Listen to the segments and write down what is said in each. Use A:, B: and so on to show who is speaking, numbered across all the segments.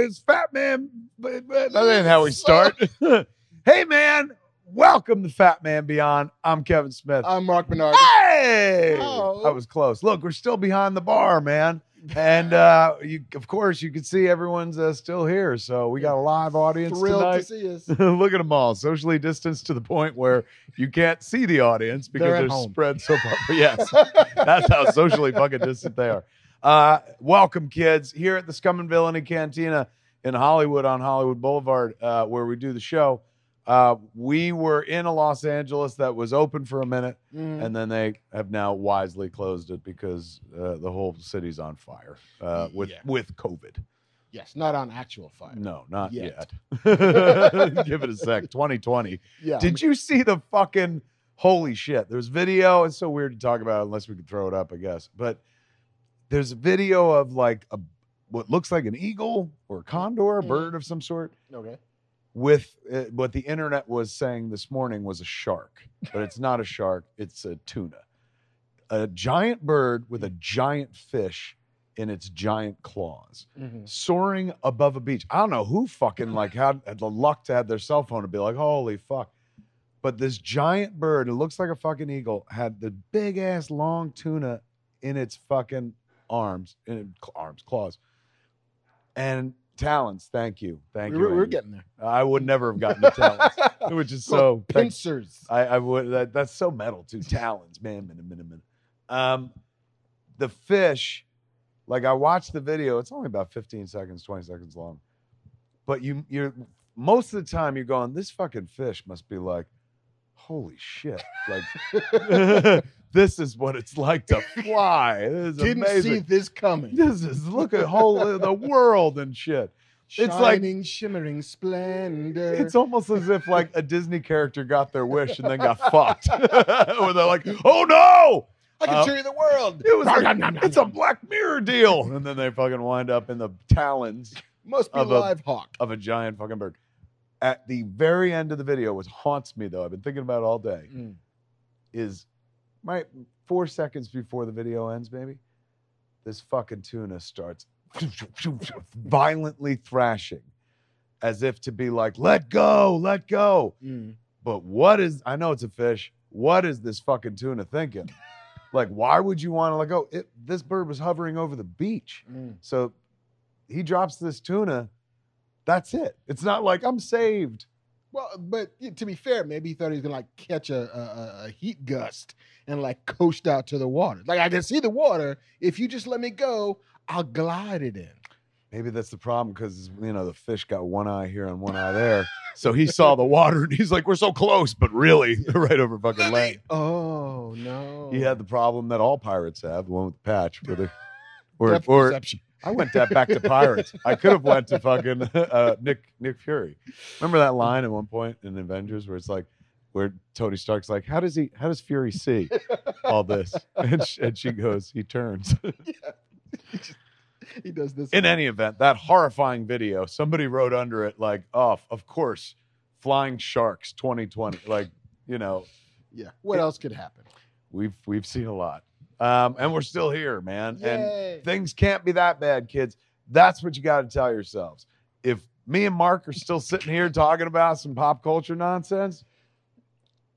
A: it's Fat Man. but- but-
B: That ain't how we start.
A: hey, man, welcome to Fat Man Beyond. I'm Kevin Smith.
B: I'm Mark Bernard.
A: Ah! Hey,
B: Oh.
A: I was close. Look, we're still behind the bar, man. And uh, you, of course, you can see everyone's uh, still here. So we got a live audience
B: Thrilled
A: tonight.
B: to see us.
A: Look at them all, socially distanced to the point where you can't see the audience because
B: They're
A: they're,
B: at home.
A: spread so far. yes, that's how socially fucking distant they are. Uh, welcome, kids, here at the Scum and Villainy Cantina in Hollywood on Hollywood Boulevard, uh, where we do the show. Uh, we were in a Los Angeles that was open for a minute,
B: Mm.
A: and then they have now wisely closed it because uh, the whole city's on fire uh, with
B: Yeah.
A: with COVID.
B: yes, not on actual fire.
A: No, not yet.
B: Yet.
A: Give it a sec. 2020.
B: Yeah.
A: Did you see the fucking holy shit? There's video. It's so weird to talk about unless we could throw it up, I guess. But there's a video of like a what looks like an eagle or a condor, a
B: Mhm.
A: bird of some sort,
B: okay.
A: with uh, what the internet was saying this morning was a shark, but it's not a shark. It's a tuna, a giant bird with a giant fish in its giant claws
B: Mhm.
A: soaring above a beach. I don't know who fucking like had, had the luck to have their cell phone to be like, holy fuck. But this giant bird, it looks like a fucking eagle, had the big ass long tuna in its fucking arms, in its cl- arms, claws, and talons. Thank you, thank
B: We
A: you.
B: were, we were
A: Andy.
B: getting there.
A: I would never have gotten the talons, which is so. thank-
B: Pincers.
A: I, I would. That, that's so metal too. Talons, man, minute, minute, minute. Um, the fish, like I watched the video. It's only about 15 seconds, 20 seconds long, but you, you're most of the time you're going. This fucking fish must be like, holy shit! Like, this is what it's like to fly. This is
B: Didn't see
A: amazing.
B: this coming.
A: This is look at whole the world and shit. It's like-
B: Shining, shimmering splendor.
A: It's almost as if like a Disney character got their wish and then got fucked. Where they're like, "Oh no,
B: I can
A: uh,
B: show you the world.
A: it was
B: Nom,
A: a-
B: nom, nom, nom,
A: it's a
B: nom.
A: Black Mirror deal," and then they fucking wind up in the talons
B: Must be
A: of a-
B: live hawk.
A: of a giant fucking bird. At the very end of the video, which haunts me though, I've been thinking about it all day,
B: Mm.
A: is right four seconds before the video ends, maybe this fucking tuna starts violently thrashing, as if to be like, "Let go, let go."
B: Mm.
A: but what is I know it's a fish. What is this fucking tuna thinking? like, why would you want to let go? It, this bird was hovering over the beach.
B: Mm.
A: So he drops this tuna. That's it. It's not like I'm saved.
B: Well, but yeah, to be fair, maybe he thought he was gonna like catch a, a- a, a heat gust and like coast out to the water. Like I can see the water. If you just let me go, I'll glide it in.
A: Maybe that's the problem because you know the fish got one eye here and one eye there. So he saw the water and he's like, "We're so close, but really, they're right over fucking land."
B: Oh no!
A: He had the problem that all pirates have, the one with the patch, where they, or,
B: Depth
A: or
B: perception.
A: I went that back to pirates. I could have went to fucking uh, Nick Nick Fury. Remember that line at one point in Avengers where it's like, where Tony Stark's like, how does he, how does Fury see all this? And she, and she goes, he turns.
B: He does this.
A: In any event, that horrifying video, somebody wrote under it like, oh, of course, flying sharks 2020. Like, you know,
B: yeah. What else could happen?
A: we've we've seen a lot, um, and we're still here, man. And
B: Yay.
A: things can't be that bad, kids. That's what you got to tell yourselves. If me and Mark are still sitting here talking about some pop culture nonsense,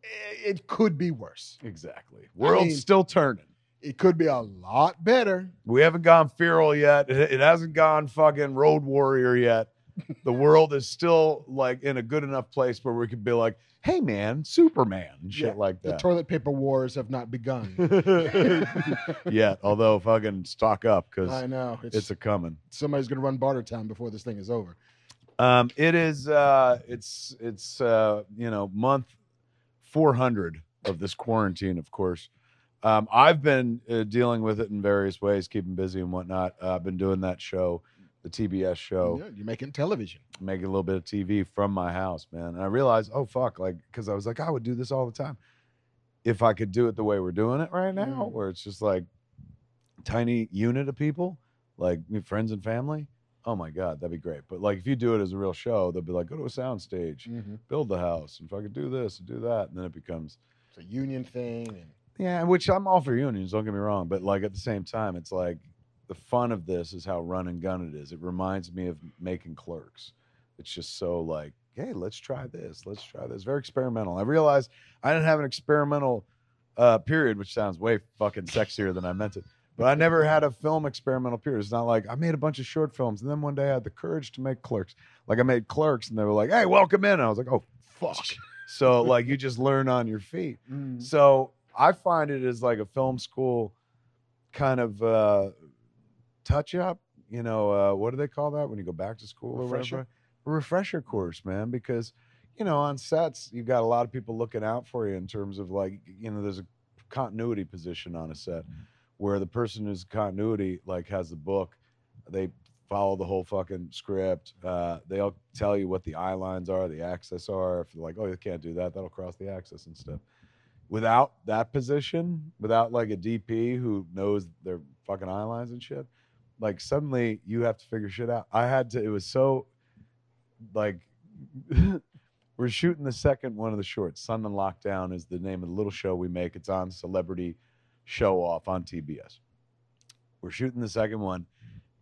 B: Eh, it, it could be worse.
A: exactly. World's
B: mean-
A: still turning.
B: It could be a lot better.
A: We haven't gone feral yet. It, it hasn't gone fucking road warrior yet. The world is still like in a good enough place where we could be like, "Hey, man, Superman," and shit
B: Yeah,
A: like
B: The toilet paper wars have not begun.
A: that. yeah, although fucking stock up because
B: I know. It's,
A: it's a coming.
B: somebody's gonna run Barter Town before this thing is over.
A: Um, it is. Uh, it's it's uh, you know month four hundred of this quarantine, of course. Um, I've been uh, dealing with it in various ways, keeping busy and whatnot. Uh, I've been doing that show, the TBS show,
B: Yeah, you're making television.
A: making a little bit of TV from my house, man. And I realized, oh fuck, like because I was like, I would do this all the time if I could do it the way we're doing it right now,
B: Mhm.
A: where it's just like tiny unit of people, like me- friends and family. Oh my god, that'd be great. But like if you do it as a real show, they'll be like, go to a soundstage,
B: Mhm.
A: build the house, and fucking do this and do that, and then it becomes
B: It's a union thing. And,
A: yeah, which I'm all for unions. Don't get me wrong, but like at the same time, it's like the fun of this is how run and gun it is. It reminds me of making clerks. It's just so like, hey, let's try this. Let's try this. Very experimental. I realized I didn't have an experimental uh, period, which sounds way fucking sexier than I meant it. But I never had a film experimental period. It's not like I made a bunch of short films and then one day I had the courage to make clerks. Like I made clerks and they were like, hey, welcome in. And I was like, oh, fuck. So like you just learn on your feet.
B: Mm.
A: So I find it as like a film school kind of uh, touch up. You know, uh, what do they call that when you go back to school
B: Refresher?
A: or whatever? A refresher course, man, because you know on sets you got a lot of people looking out for you in terms of like you know there's a continuity position on a set where the person who's continuity like has the book they follow the whole fucking script uh, they'll tell you what the eye lines are the axis are if you're like oh you can't do that that'll cross the axis and stuff without that position without like a dp who knows their fucking eye lines and shit like suddenly you have to figure shit out i had to it was so like we're shooting the second one of the shorts sun and lockdown is the name of the little show we make it's on celebrity show off on tbs we're shooting the second one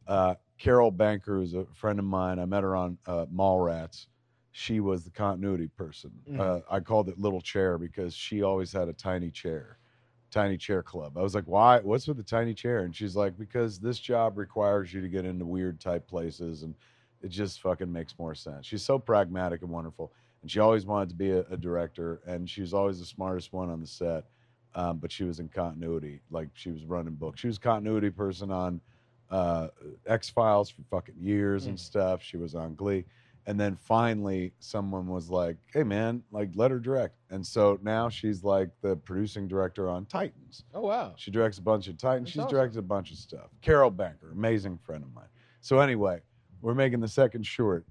A: uh, carol banker is a friend of mine i met her on uh, mallrats she was the continuity person
B: Mhm.
A: uh, i called it little chair because she always had a tiny chair tiny chair club i was like why what's with the tiny chair and she's like because this job requires you to get into weird type places and it just fucking makes more sense she's so pragmatic and wonderful and she always wanted to be a, a director and she was always the smartest one on the set um, but she was in continuity like she was running books she was a continuity person on uh, x files for fucking years and
B: Mhm.
A: stuff she was on glee and then finally someone was like hey man like let her direct and so now she's like the producing director on titans
B: Oh wow.
A: she directs a bunch of Titans.
B: That's
A: She's
B: awesome.
A: directed a bunch of stuff. Carol Banker, amazing friend of mine. So anyway, we're making the second short.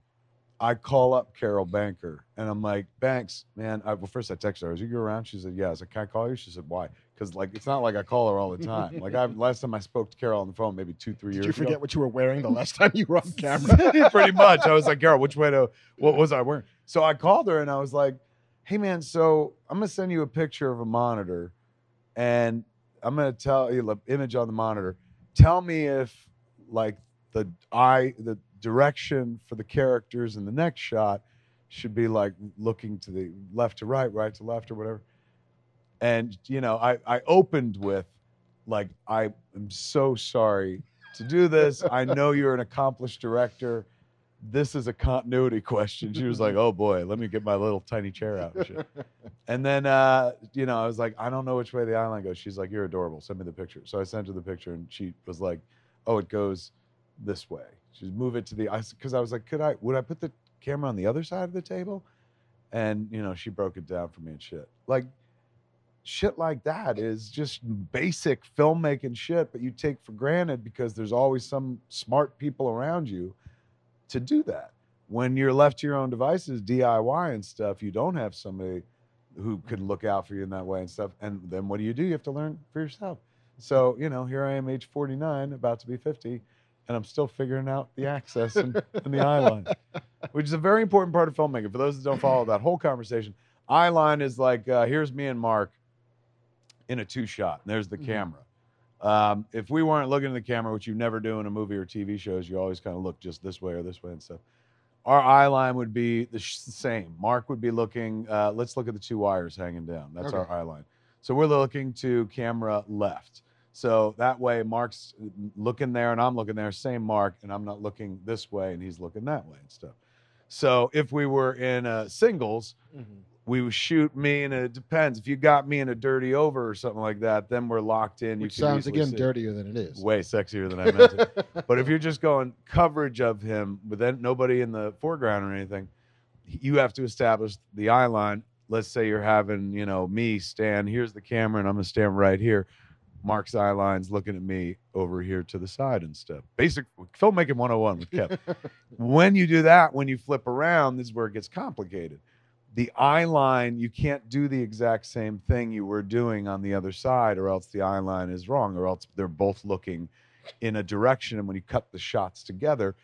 A: I call up Carol Banker and I'm like, Banks, man. I, well, first I text her. I was, you around? She said, yeah. I was like, can I call you? She said, why? Because like, it's not like I call her all the time. like, I last time I spoke to Carol on the phone, maybe two, three
B: Did
A: years.
B: you
A: ago.
B: forget what you were wearing the last time you were on camera?
A: pretty much. I was like, Carol, which way to what was I wearing? So I called her and I was like, hey man, so I'm gonna send you a picture of a monitor and I'm gonna tell you the image on the monitor. Tell me if like the eye the direction for the characters in the next shot should be like looking to the left to right, right to left or whatever. And you know, I, I opened with like I am so sorry to do this. I know you're an accomplished director. This is a continuity question. She was like, "Oh boy, let me get my little tiny chair out." And, shit. and then, uh, you know, I was like, "I don't know which way the island goes." She's like, "You're adorable. Send me the picture." So I sent her the picture, and she was like, "Oh, it goes this way." She's move it to the ice because I was like, "Could I? Would I put the camera on the other side of the table?" And you know, she broke it down for me and shit. Like shit like that is just basic filmmaking shit, but you take for granted because there's always some smart people around you to do that. When you're left to your own devices, DIY and stuff, you don't have somebody who can look out for you in that way and stuff. And then what do you do? You have to learn for yourself. So, you know, here I am, age 49, about to be 50, and I'm still figuring out the access and, and the eye line, which is a very important part of filmmaking. For those that don't follow that whole conversation, eye line is like uh, here's me and Mark in a two shot. And there's the
B: Mhm.
A: camera. Um, if we weren't looking at the camera, which you never do in a movie or TV shows, you always kind of look just this way or this way and stuff. Our eye line would be the sh- same. Mark would be looking. Uh, let's look at the two wires hanging down. That's our
B: Okay.
A: eye line. So we're looking to camera left. So that way, Mark's looking there and I'm looking there, same Mark, and I'm not looking this way and he's looking that way and stuff. So if we were in uh, singles,
B: Mm-hmm.
A: we would shoot me and it depends if you got me in a dirty over or something like that then we're locked in
B: Which
A: you can
B: sounds
A: easily
B: again
A: see.
B: dirtier than it is.
A: way sexier than i meant it but if you're just going coverage of him with then nobody in the foreground or anything you have to establish the eye line let's say you're having you know me stand here's the camera and i'm gonna stand right here mark's eye lines looking at me over here to the side and stuff basic filmmaking 101 with kev when you do that, when you flip around, this is where it gets complicated. The eye line, you can't do the exact same thing you were doing on the other side, or else the eye line is wrong, or else they're both looking in a direction. And when you cut the shots together,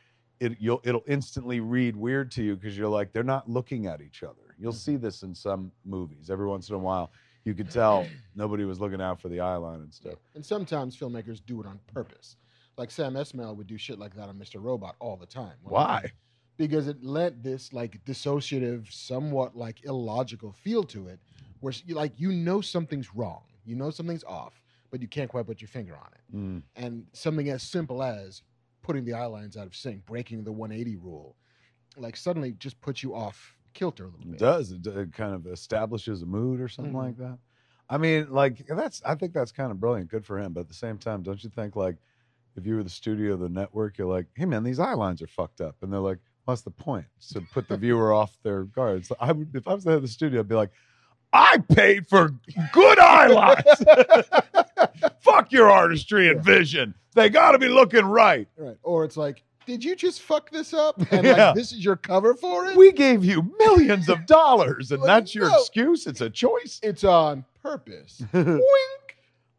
A: it, you'll, it'll instantly read weird to you because you're like, they're not looking at each other. You'll see this in some movies. Every once in a while, you could tell nobody was looking out for the eye line and stuff.
B: And sometimes filmmakers do it on purpose. Like Sam Esmail would do shit like that on Mr. Robot all the time. When-
A: Why?
B: Because it lent this like dissociative, somewhat like illogical feel to it, where s- you- like you know something's wrong, you know something's off, but you can't quite put your finger on it.
A: Mm.
B: and something as simple as putting the eye lines out of sync, breaking the 180 rule, like suddenly just puts you off kilter a little
A: It
B: bit.
A: does. It, d- it kind of establishes a mood or something
B: Mhm.
A: like that. I mean, like that's. I think that's kind of brilliant. Good for him. But at the same time, don't you think like if you were the studio of the network, you're like, hey man, these eye lines are fucked up, and they're like, what's the point? To put the viewer off their guard. So I would, if I was the head of the studio, I'd be like, I paid for good eye lines. Fuck your artistry and
B: Yeah.
A: vision. They got to be looking right.
B: Right. Or it's like, did you just fuck this up? And
A: Yeah.
B: like, this is your cover for it?
A: We gave you millions of dollars, and
B: Like,
A: that's your
B: no.
A: excuse. It's a choice.
B: it's on purpose. Wink.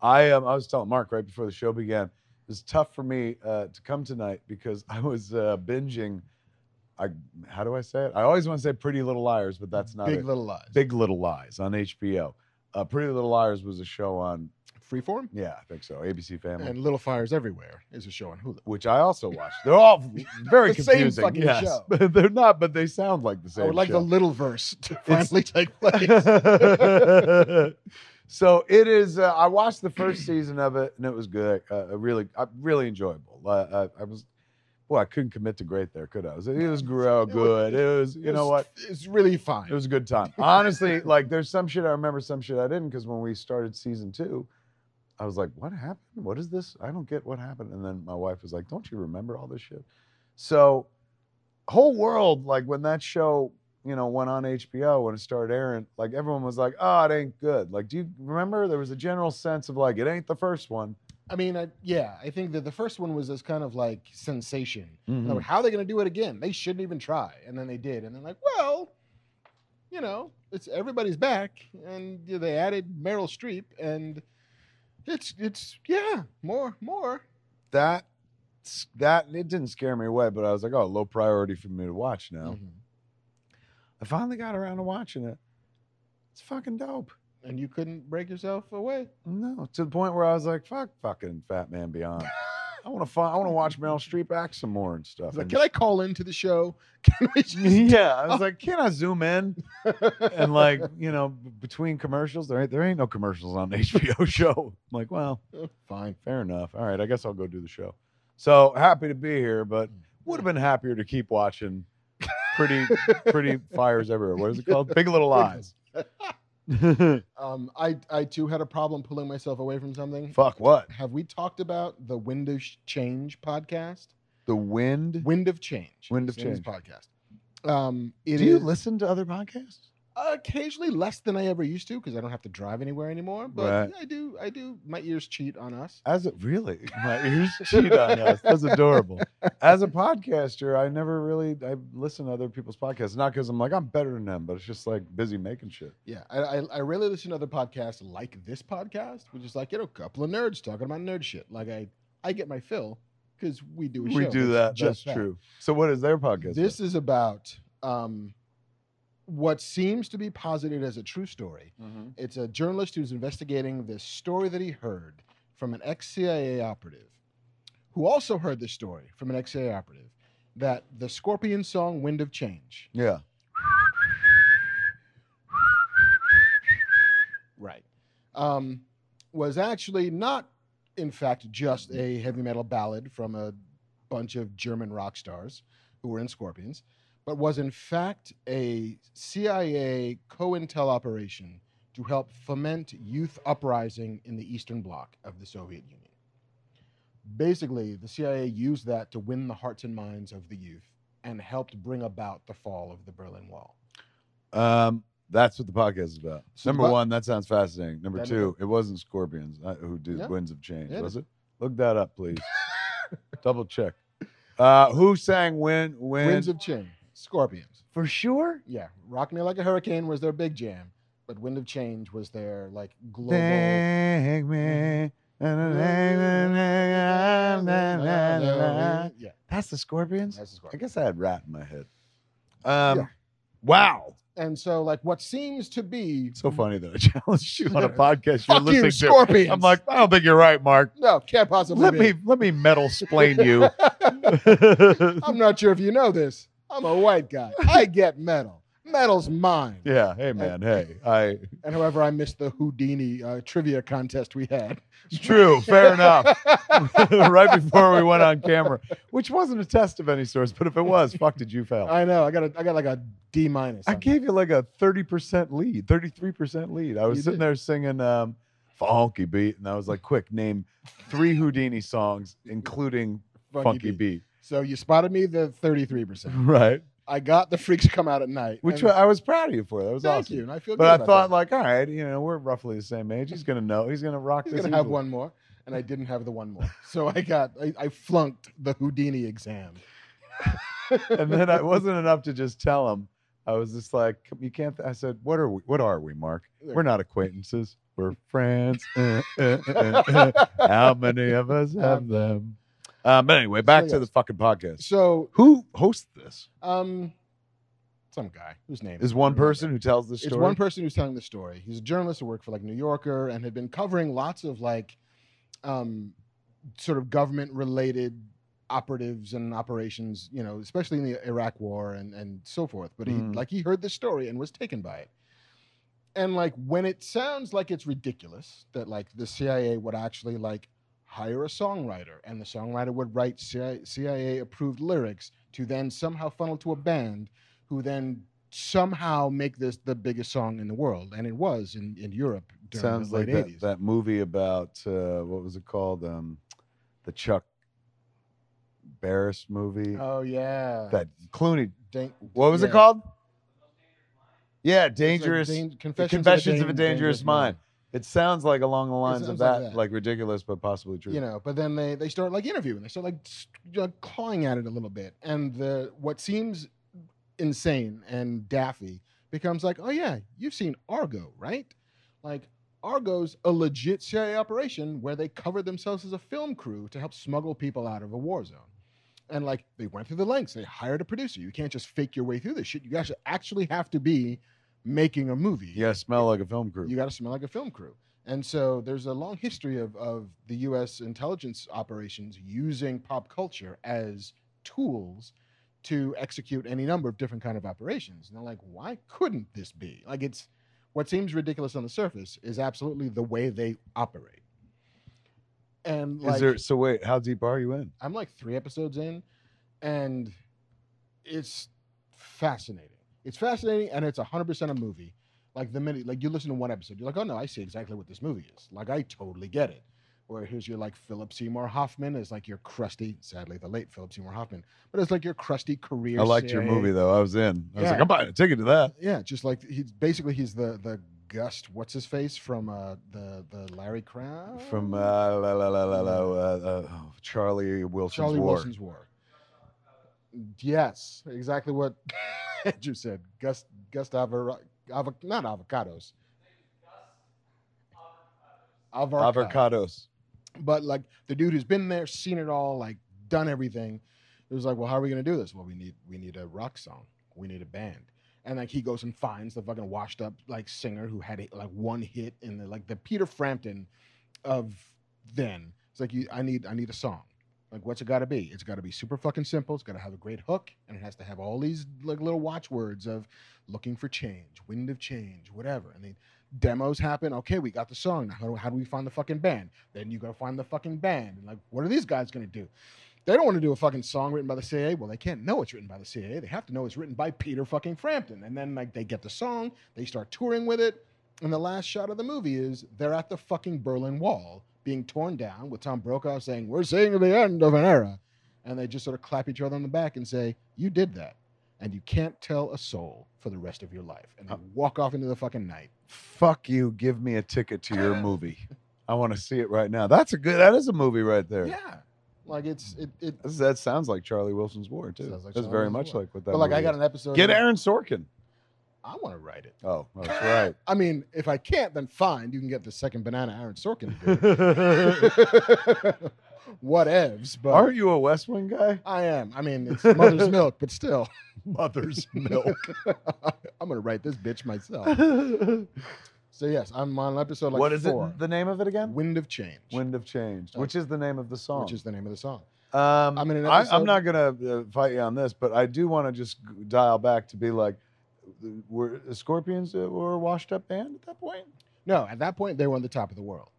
A: I um, I was telling Mark right before the show began, it was tough for me uh, to come tonight because I was uh, binging. I how do I say it? I always want to say Pretty Little Liars, but that's not
B: Big
A: it.
B: Little Lies.
A: Big Little Lies on HBO. Uh, Pretty Little Liars was a show on
B: Freeform
A: yeah, I think so, ABC Family,
B: and Little Fires Everywhere is a show on Hulu.
A: which I also watched. They're all very
B: The same
A: confusing.
B: fucking
A: yes,
B: show.
A: but they're not. But they sound like the same.
B: I would like
A: show.
B: the Little Verse to
A: It's-
B: finally take place.
A: so it is. Uh, I watched the first season of it, and it was good. Uh, uh, really, uh, really enjoyable. Uh, I, I was, boy, I couldn't commit to great there, could I? It was, it was real
B: It was-
A: good. It was, you know what?
B: It's- It's really fine.
A: It was a good time. Honestly, like there's some shit I remember, some shit I didn't, because when we started season two, I was like, what happened? What is this? I don't get what happened. And then my wife was like, don't you remember all this shit? So, whole world, like when that show, you know, went on HBO when it started airing, like everyone was like, oh, it ain't good. Like, do you remember? There was a general sense of like, it ain't the first one.
B: I mean, I, yeah, I think that the first one was this kind of like sensation.
A: Mm.
B: And I'm like, how are they going to do it again? They shouldn't even try. And then they did. And they're like, well, you know, it's everybody's back. And yeah, they added Meryl Streep. And it's, it's yeah, more, more.
A: That, that, it didn't scare me away, but I was like, oh, low priority for me to watch now.
B: Mm-hmm.
A: I finally got around to watching it. It's fucking dope.
B: And you couldn't break yourself away.
A: No, to the point where I was like, fuck fucking Fat Man Beyond. I want to find, I want to watch Meryl Streep act some more and stuff.
B: It's like,
A: And
B: can I call into the show? Can I
A: just- yeah, I was like, can I zoom in? And like, you know, b- between commercials, there ain't, there ain't no commercials on the HBO show. I'm like, well,
B: fine.
A: fair enough. All right, I guess I'll go do the show. So happy to be here, but would have been happier to keep watching pretty, pretty fires everywhere. What is it called? Big Little Lies.
B: Um, I, I too had a problem pulling myself away from something.
A: Fuck what?
B: Have we talked about the Wind of Change podcast?
A: The wind.
B: Wind of Change.
A: Wind of
B: It's in this
A: Change.
B: podcast. Um, it is
A: Do you listen to other podcasts?
B: occasionally less than I ever used to because I don't have to drive anywhere anymore. But
A: Right.
B: I do. I do. My ears cheat on us.
A: As a really, my ears cheat on us. That's adorable. As a podcaster, I never really I listen to other people's podcasts. Not because I'm like I'm better than them, but it's just like busy making shit.
B: Yeah, I, I, I rarely listen to other podcasts like this podcast, which is like you know a couple of nerds talking about nerd shit. Like I I get my fill because we do. A
A: We
B: show
A: do that.
B: that's
A: That's
B: just that.
A: true. So what is their podcast?
B: This is about um, what seems to be posited as a true story. It's a journalist who's investigating this story that he heard from an ex CIA operative, who also heard this story from an ex CIA operative that the Scorpion song Wind of Change.
A: yeah.
B: Right. Um, was actually not, in fact, just a heavy metal ballad from a bunch of German rock stars who were in Scorpions, but was in fact a CIA COINTEL operation to help foment youth uprising in the Eastern Bloc of the Soviet Union. Basically, the CIA used that to win the hearts and minds of the youth and helped bring about the fall of the Berlin Wall.
A: Um, that's what the podcast is about.
B: So
A: Number
B: the po-
A: one, that sounds fascinating. Number
B: That-
A: two, it wasn't Scorpions uh, who did
B: No.
A: Winds of Change,
B: Yeah.
A: was it? Look that up, please. Double check. Uh, who sang Win Win?
B: Winds of Change, Scorpions.
A: for sure.
B: yeah, Rock Me Like a Hurricane was their big jam, but Wind of Change was their like global.
A: Take me.
B: yeah,
A: That's the Scorpions.
B: that's the score.
A: I guess I had rat in my head.
B: Yeah.
A: Um, wow,
B: And so, like, what seems to be
A: So funny that I challenged you on a podcast you're
B: fuck you,
A: listening to.
B: Scorpions.
A: I'm like, I don't think you're right, Mark.
B: no, can't possibly.
A: Let
B: be.
A: me let me metal explain you.
B: I'm not sure if you know this. I'm a white guy. I get metal. Metal's mine.
A: yeah, hey man, hey, I.
B: And however, I missed the Houdini uh, trivia contest we had.
A: It's true. Fair enough. right before we went on camera, which wasn't a test of any sort, but if it was, fuck, did you fail? I,
B: I know. I got a, I got like a D minus. on
A: gave you like a thirty percent lead, thirty-three percent lead. I was
B: You
A: sitting
B: did.
A: there singing um, funky beat, and I was like, "Quick, name three Houdini songs, including
B: Funky
A: Funky
B: Beat.
A: Beat."
B: So you spotted me the 33%.
A: Right.
B: I got the freaks come out at night.
A: Which
B: and
A: I was proud of you for. That was
B: thank
A: awesome.
B: you. And I feel good
A: But I
B: about
A: thought,
B: that.
A: like, all right, you know, we're roughly the same age. He's gonna know. He's gonna rock
B: he's
A: this.
B: going to have
A: easily.
B: one more. And I didn't have the one more. So I got, I, I flunked the Houdini exam.
A: and then I wasn't enough to just tell him. I was just like, you can't. I said, what are we? What are we, Mark? We're not acquaintances. We're friends. Uh, uh, uh, uh. How many of us have them? Um, but anyway, back
B: So
A: to the fucking podcast.
B: so,
A: Who hosts this?
B: um, some guy whose name
A: Is one
B: I don't remember.
A: person who tells the story?
B: It's one person who's telling the story. He's a journalist who worked for like New Yorker and had been covering lots of like um, sort of government related operatives and operations, you know, especially in the Iraq war and, and so forth. But he
A: Mm.
B: like he heard this story and was taken by it. And like when it sounds like it's ridiculous that like the CIA would actually like hire a songwriter and the songwriter would write CIA approved lyrics to then somehow funnel to a band who then somehow make this the biggest song in the world. And it was in, in Europe during
A: sounds
B: the
A: like
B: late
A: that,
B: 80s.
A: that movie about uh, what was it called? Um, the Chuck Barris movie.
B: oh, yeah.
A: that Clooney.
B: Dan-
A: What was it
B: yeah.
A: called? Yeah,
B: It's like
A: dangerous.
B: Dan-
A: Confessions of a
B: Dan-
A: Dangerous Mind. It sounds like along the lines of
B: sounds
A: that,
B: like
A: like,
B: that.
A: ridiculous but possibly true.
B: You know, but then they they start like interviewing. They start like s- uh, clawing at it a little bit, and the what seems insane and daffy becomes like, oh yeah, you've seen Argo, right? Like Argo's a legit CIA operation where they covered themselves as a film crew to help smuggle people out of a war zone. And like they went through the lengths, they hired a producer. You can't just fake your way through this shit. You actually actually have to be making a movie.
A: yeah, smell like a film crew.
B: You got to smell like a film crew. And so there's a long history of, of the US intelligence operations using pop culture as tools to execute any number of different kind of operations. And they're like, why couldn't this be? Like it's what seems ridiculous on the surface is absolutely the way they operate. And like
A: Is there? So wait, how deep are you in?
B: I'm like three episodes in, and it's fascinating. It's fascinating, and it's 100% a movie. Like the minute, like you listen to one episode, you're like, oh no, I see exactly what this movie is. Like I totally get it. Or here's your like Philip Seymour Hoffman is like your crusty, sadly the late Philip Seymour Hoffman, but it's like your crusty career.
A: I liked your
B: CIA
A: movie though. I was in. I was like,
B: Yeah.
A: I'm buying a ticket to that.
B: yeah, just like he's basically he's the the Gust, what's his face from uh, the the Larry Crown
A: From uh, la, la, la, la, la, uh, uh, oh, Charlie Wilson's
B: Charlie
A: War.
B: Wilson's War. Yes, exactly what Andrew said. Gus Gustavo avo, not avocados. Avocado.
A: Avocados.
B: But like the dude who's been there, seen it all, like done everything. It was like, well, how are we gonna do this? Well, we need we need a rock song. We need a band. And like he goes and finds the fucking washed up like singer who had like one hit in the like the Peter Frampton of then. It's like you, I need I need a song. Like what's it got to be? It's got to be super fucking simple. It's got to have a great hook, and it has to have all these like little watchwords of looking for change, wind of change, whatever. And then demos happen. Okay, we got the song. Now how do, how do we find the fucking band? Then you got to find the fucking band. And like, what are these guys gonna do? They don't want to do a fucking song written by the CIA. Well, they can't know it's written by the CIA. They have to know it's written by Peter fucking Frampton. And then like they get the song, they start touring with it. And the last shot of the movie is they're at the fucking Berlin Wall being torn down with Tom Brokaw saying, We're seeing the end of an era. And they just sort of clap each other on the back and say, You did that. And you can't tell a soul for the rest of your life. And they walk off into the fucking night.
A: Fuck you. Give me a ticket to your movie. I want to see it right now. That's a good. That is a movie right there.
B: Yeah. Like it's it, it
A: This- That sounds like Charlie Wilson's War too.
B: Sounds like
A: That's
B: Charlie
A: very
B: Wilson's
A: much
B: War.
A: like what that.
B: but like I
A: movie
B: got
A: is.
B: an episode
A: Get
B: of-
A: Aaron Sorkin.
B: I want to write it.
A: Oh, that's right.
B: I mean, if I can't, then fine. You can get the second banana Aaron Sorkin to do
A: Aren't
B: it. Whatevs, but
A: you a West Wing guy?
B: I am. I mean, it's mother's milk, but still.
C: mother's milk.
B: I'm gonna write this bitch myself. So yes, I'm on episode Oh. like
A: what is
B: four.
A: it? The name of it again?
B: Wind of Change,
A: Wind of Change, which is the name of the song.
B: which is the name of the song.
A: Um,
B: I'm in an
A: I,
B: episode-
A: I'm not gonna uh, fight you on this, but I do want to just g- dial back to be like, were the Scorpions uh, were a washed up band at that point?
B: No, at that point they were on the top of the world.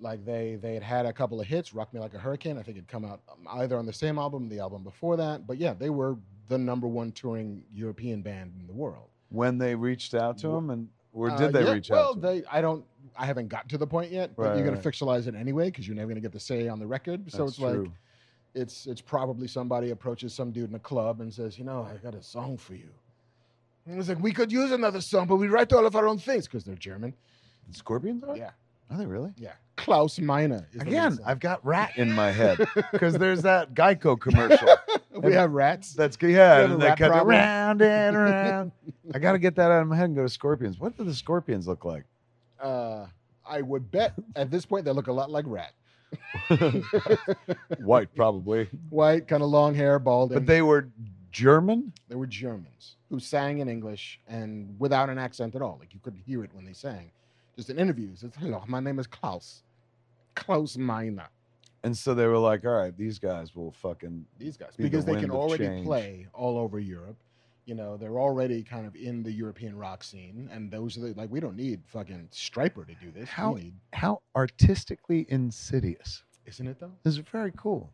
B: Like they they had had a couple of hits. Rock Me Like a Hurricane, I think, had come out um, either on the same album, or the album before that. But yeah, they were the number one touring European band in the world.
A: When they reached out to him, and or
B: Uh,
A: did they
B: yeah,
A: reach
B: well,
A: out? To him?
B: they I don't I haven't gotten to the point yet. But
A: Right,
B: you're gonna
A: right.
B: fictionalize it anyway because you're never gonna get the say on the record. So
A: That's
B: it's like
A: true.
B: it's it's probably somebody approaches some dude in a club and says, you know, I got a song for you. And it's like we could use another song, but we write all of our own things because they're German.
A: The Scorpions are?
B: Yeah,
A: Are they really?
B: yeah. Klaus Meiner. is the lead
A: Again,
B: singer.
A: I've got rat in my head because there's that Geico commercial.
B: we have rats.
A: That's good.
B: You
A: Yeah,
B: have a
A: and they
B: rat
A: cut it
B: problem?
A: round and around. I got to get that out of my head and go to Scorpions. What do the Scorpions look like?
B: Uh, I would bet at this point they look a lot like rat.
A: White, probably.
B: White, kind of long hair, balding.
A: But they were German.
B: they were Germans who sang in English and without an accent at all. Like you couldn't hear it when they sang. Just in interviews, it's hello, my name is Klaus. Klaus Meiner.
A: And so they were like, all right, these guys will fucking.
B: These guys.
A: Be the
B: because they can
A: wind of
B: already
A: change.
B: play all over Europe. You know, they're already kind of in the European rock scene. And those are the, like, we don't need fucking Striper to do this.
A: How-
B: We need,
A: How artistically insidious.
B: isn't it though?
A: This is very cool.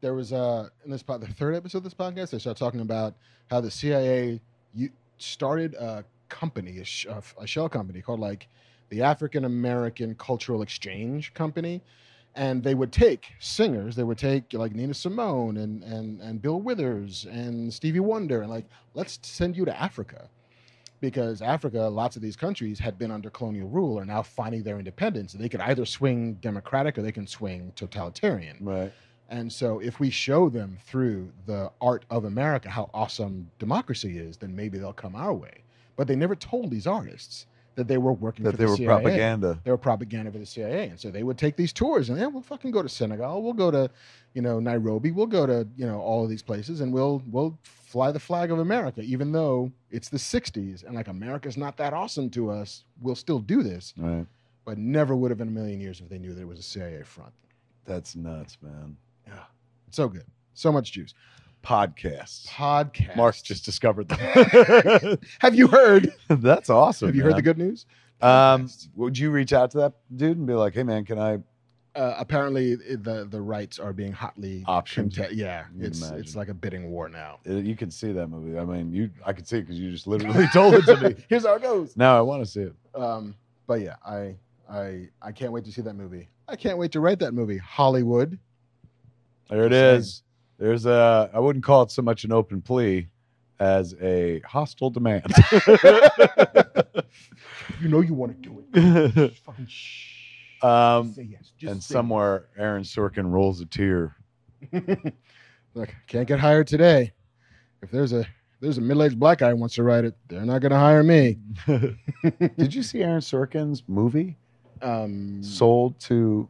B: there was uh, in this pod, the third episode of this podcast, they started talking about how the CIA you started a company, a, sh- a f- a shell company called like the African American Cultural Exchange Company, and they would take singers, they would take like Nina Simone and and and Bill Withers and Stevie Wonder, and like let's send you to Africa. Because Africa, lots of these countries had been under colonial rule, are now finding their independence. They could either swing democratic or they can swing totalitarian.
A: Right.
B: And so, if we show them through the art of America how awesome democracy is, then maybe they'll come our way. But they never told these artists that they were working for
A: That they
B: the
A: were
B: CIA.
A: propaganda.
B: They were propaganda for the CIA, and so they would take these tours, and yeah, we'll fucking go to Senegal, we'll go to, you know, Nairobi, we'll go to you know all of these places, and we'll we'll fly the flag of America, even though it's the '60s and like America's not that awesome to us. We'll still do this,
A: Right.
B: but never would have in a million years if they knew that it was a CIA front.
A: That's nuts, man.
B: So good, so much juice.
A: Podcasts.
B: podcast.
A: Mark just discovered them.
B: have you heard?
A: That's awesome.
B: have you heard the
A: man.
B: good news?
A: Um,
B: Podcast.
A: would you reach out to that dude and be like, "Hey, man, can I?"
B: Uh, apparently, i- the the rights are being hotly
A: Optioned.
B: conte- yeah,
A: You
B: it's
A: imagine.
B: it's like a bidding war now.
A: Uh, You can see that movie. I mean, you, I could see it because you just literally told it to me.
B: Here's how it goes.
A: Now I want to see it.
B: Um, but yeah, I I I can't wait to see that movie. I can't wait to write that movie. Hollywood.
A: There it
B: Same.
A: is. There's a. I wouldn't call it so much an open plea as a hostile demand.
B: You know you want to do it.
A: um,
B: Just fucking shh. say yes. Just
A: and
B: say
A: somewhere, Aaron Sorkin rolls a tear.
B: yes. Look, can't get hired today. If there's a there's a middle-aged black guy who wants to write it, they're not gonna hire me.
A: Did you see Aaron Sorkin's movie
B: Um,
A: Mm. sold to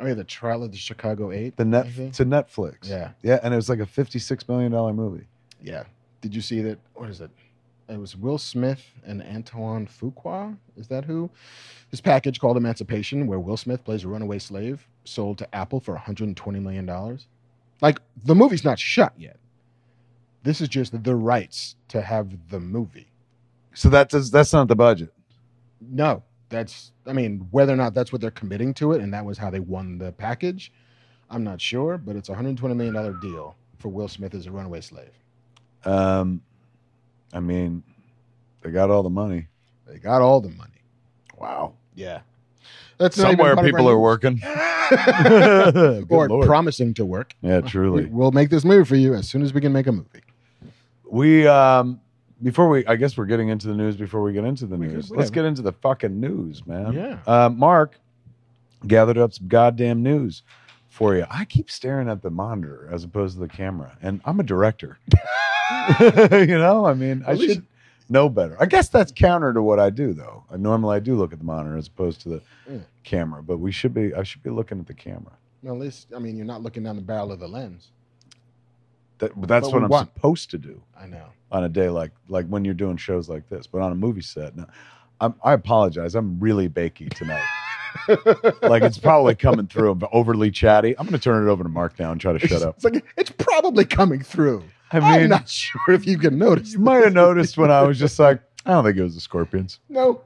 B: oh yeah, the trial of the Chicago Eight.
A: the
B: I
A: net
B: think.
A: to Netflix?
B: Yeah,
A: yeah, and it was like a fifty-six million dollar movie.
B: yeah. Did you see that? What is it? It was Will Smith and Antoine Fuqua. Is that who? His package called Emancipation, where Will Smith plays a runaway slave, sold to Apple for 120 million dollars. Like the movie's not shot yet. This is just the rights to have the movie.
A: So that's that's not the budget.
B: No, that's. I mean, whether or not that's what they're committing to it, and that was how they won the package, I'm not sure. But it's a 120 million dollar deal for Will Smith as a runaway slave.
A: Um, I mean, they got all the money.
B: They got all the money.
A: Wow.
B: Yeah. That's not even
A: Somewhere
B: part of our
A: people are
B: news.
A: working. Good
B: or
A: Lord.
B: promising to work.
A: yeah,
B: We,
A: truly.
B: will make this movie for you as soon as we can make a movie.
A: We um before we I guess we're getting into the news before we get into the
B: We could-
A: news.
B: whatever.
A: Let's get into the fucking news, man.
B: Yeah.
A: Uh, Mark gathered up some goddamn news for you. I keep staring at the monitor as opposed to the camera, and I'm a director. you know, I mean, I
B: At least-
A: should know better. I guess that's counter to what I do, though. I, normally, I do look at the monitor as opposed to the
B: Yeah.
A: camera, but we should be. I should be looking at the camera.
B: Well, at least, I mean, you're not looking down the barrel of the lens.
A: That, but that's
B: But
A: what
B: we
A: I'm
B: want-
A: supposed to do
B: I know.
A: on a day like like when you're doing shows like this. But on a movie set, now, I'm, I apologize. I'm really bakey tonight. like it's probably coming through. I'm overly chatty. I'm going to turn it over to Mark now and try to
B: It's-
A: shut up.
B: It's like it's probably coming through.
A: I
B: I am
A: mean,
B: not sure if you can notice.
A: you might have
B: this.
A: noticed when I was just like, I don't think it was the Scorpions.
B: No,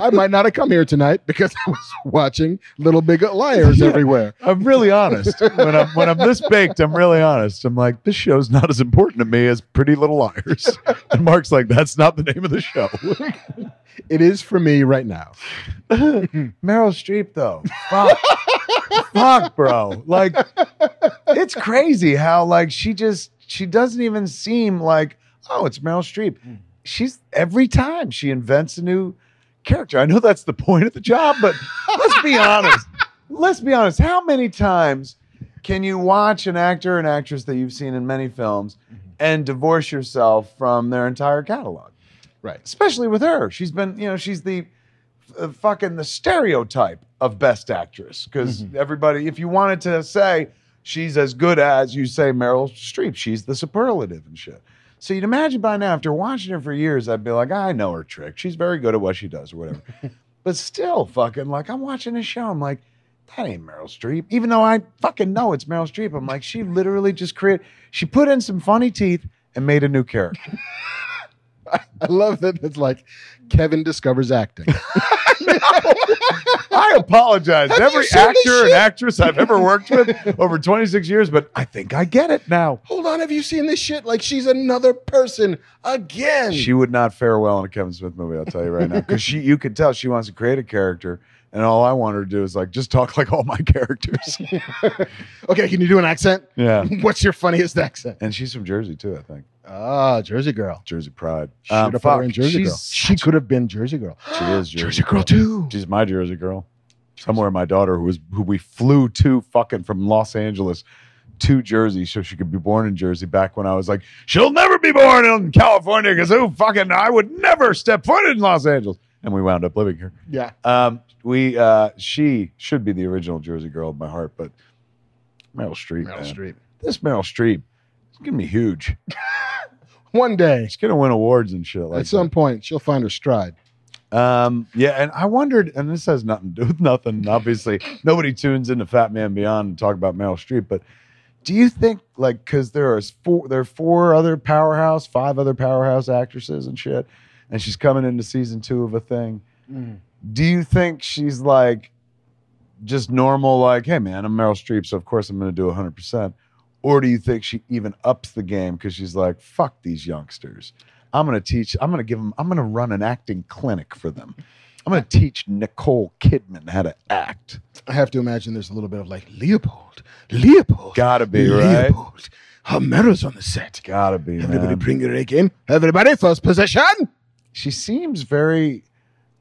B: I might not have come here tonight because I was watching Little Big Liars
A: Yeah.
B: everywhere.
A: I'm really honest. When I'm when I'm this baked, I'm really honest. I'm like, this show's not as important to me as Pretty Little Liars. And Mark's like, that's not the name of the show.
B: It is for me right now.
A: Meryl Streep, though. Fuck. Fuck, bro. Like, it's crazy how like she just she doesn't even seem like, oh, it's Meryl Streep.
B: Mm.
A: She's every time she invents a new character. I know that's the point of the job, but let's be honest. Let's be honest. How many times can you watch an actor and actress that you've seen in many films and divorce yourself from their entire catalog?
B: Right.
A: Especially with her. She's been, you know, she's the uh, fucking the stereotype of best actress because
B: Mhm.
A: everybody, if you wanted to say she's as good as you say Meryl Streep, she's the superlative and shit. So you'd imagine by now, after watching her for years, I'd be like, I know her trick. She's very good at what she does or whatever. but still, fucking, like, I'm watching this show. I'm like, that ain't Meryl Streep. Even though I fucking know it's Meryl Streep, I'm like, she literally just created, she put in some funny teeth and made a new character.
B: I love that it's like Kevin discovers acting.
A: I apologize.
B: Have you
A: Every
B: seen this
A: actor and
B: shit?
A: actress I've ever worked with over 26 years, but I think I get it now.
B: Hold on, have you seen this shit? Like she's another person again.
A: She would not fare well in a Kevin Smith movie, I'll tell you right now. Because she you could tell she wants to create a character, and all I want her to do is like just talk like all my characters.
B: okay, can you do an accent?
A: yeah.
B: What's your funniest accent?
A: And she's from Jersey too, I think.
B: Ah, Jersey Girl.
A: Jersey Pride. Um,
B: Should have put her in Jersey Girl.
A: she's,
B: She could have been Jersey Girl.
A: She is Jersey
B: Jersey
A: Girl.
B: Girl too.
A: she's my Jersey girl. Somewhere my daughter who was who we flew to fucking from Los Angeles to Jersey so she could be born in Jersey back when I was like, She'll never be born in California because who fucking I would never step foot in Los Angeles. And we wound up living here.
B: Yeah.
A: Um, we uh, she should be the original Jersey girl of my heart, but Meryl Streep.
B: Meryl
A: man.
B: Streep.
A: This Meryl Streep is gonna be huge.
B: One day,
A: She's gonna win awards and shit like
B: at some point, she'll find her stride.
A: that. Um, yeah, and I wondered, and this has nothing to do with nothing. Obviously, nobody tunes into Fat Man Beyond and talk about Meryl Streep, but do you think like because there are four there are four other powerhouse, five other powerhouse actresses and shit, and she's coming into season two of a thing. do you think she's like just normal like hey man i'm meryl streep so of course i'm going to do 100% or do you think she even ups the game because she's like fuck these youngsters i'm going to teach i'm going to give them i'm going to run an acting clinic for them i'm going to teach nicole kidman how to act
B: I have to imagine there's a little bit of like Leopold, Leopold,
A: gotta be right
B: Leopold. How Meryl on the set.
A: gotta be
B: Everybody
A: man.
B: bring your A game. Everybody first position.
A: she seems very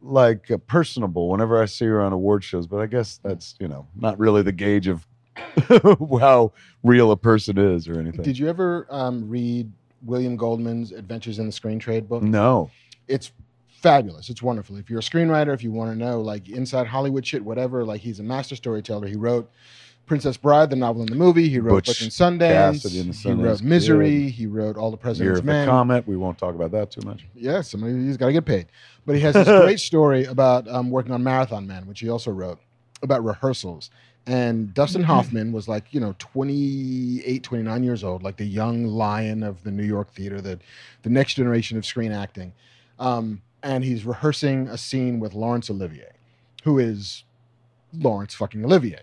A: like uh, personable whenever I see her on award shows, but I guess that's you know not really the gauge of how real a person is or anything.
B: Did you ever um, read William Goldman's Adventures in the Screen Trade book?
A: no,
B: It's fabulous. It's wonderful. If you're a screenwriter, if you want to know like inside Hollywood shit, whatever, like he's a master storyteller. He wrote Princess Bride, the novel and the movie. He wrote
A: Butch
B: Butch and Sundance.
A: Cassidy and the
B: he wrote
A: Sundance
B: Misery. He wrote All the
A: year
B: President's
A: of
B: Men.
A: the comet. We won't talk about that too much.
B: yeah, somebody he's got to get paid. But he has this great story about um, working on Marathon Man, which he also wrote about rehearsals. And Dustin Hoffman was like, you know, 28, 29 years old, like the young lion of the New York theater, the, the next generation of screen acting. Um, and he's rehearsing a scene with Laurence Olivier, who is Laurence fucking Olivier.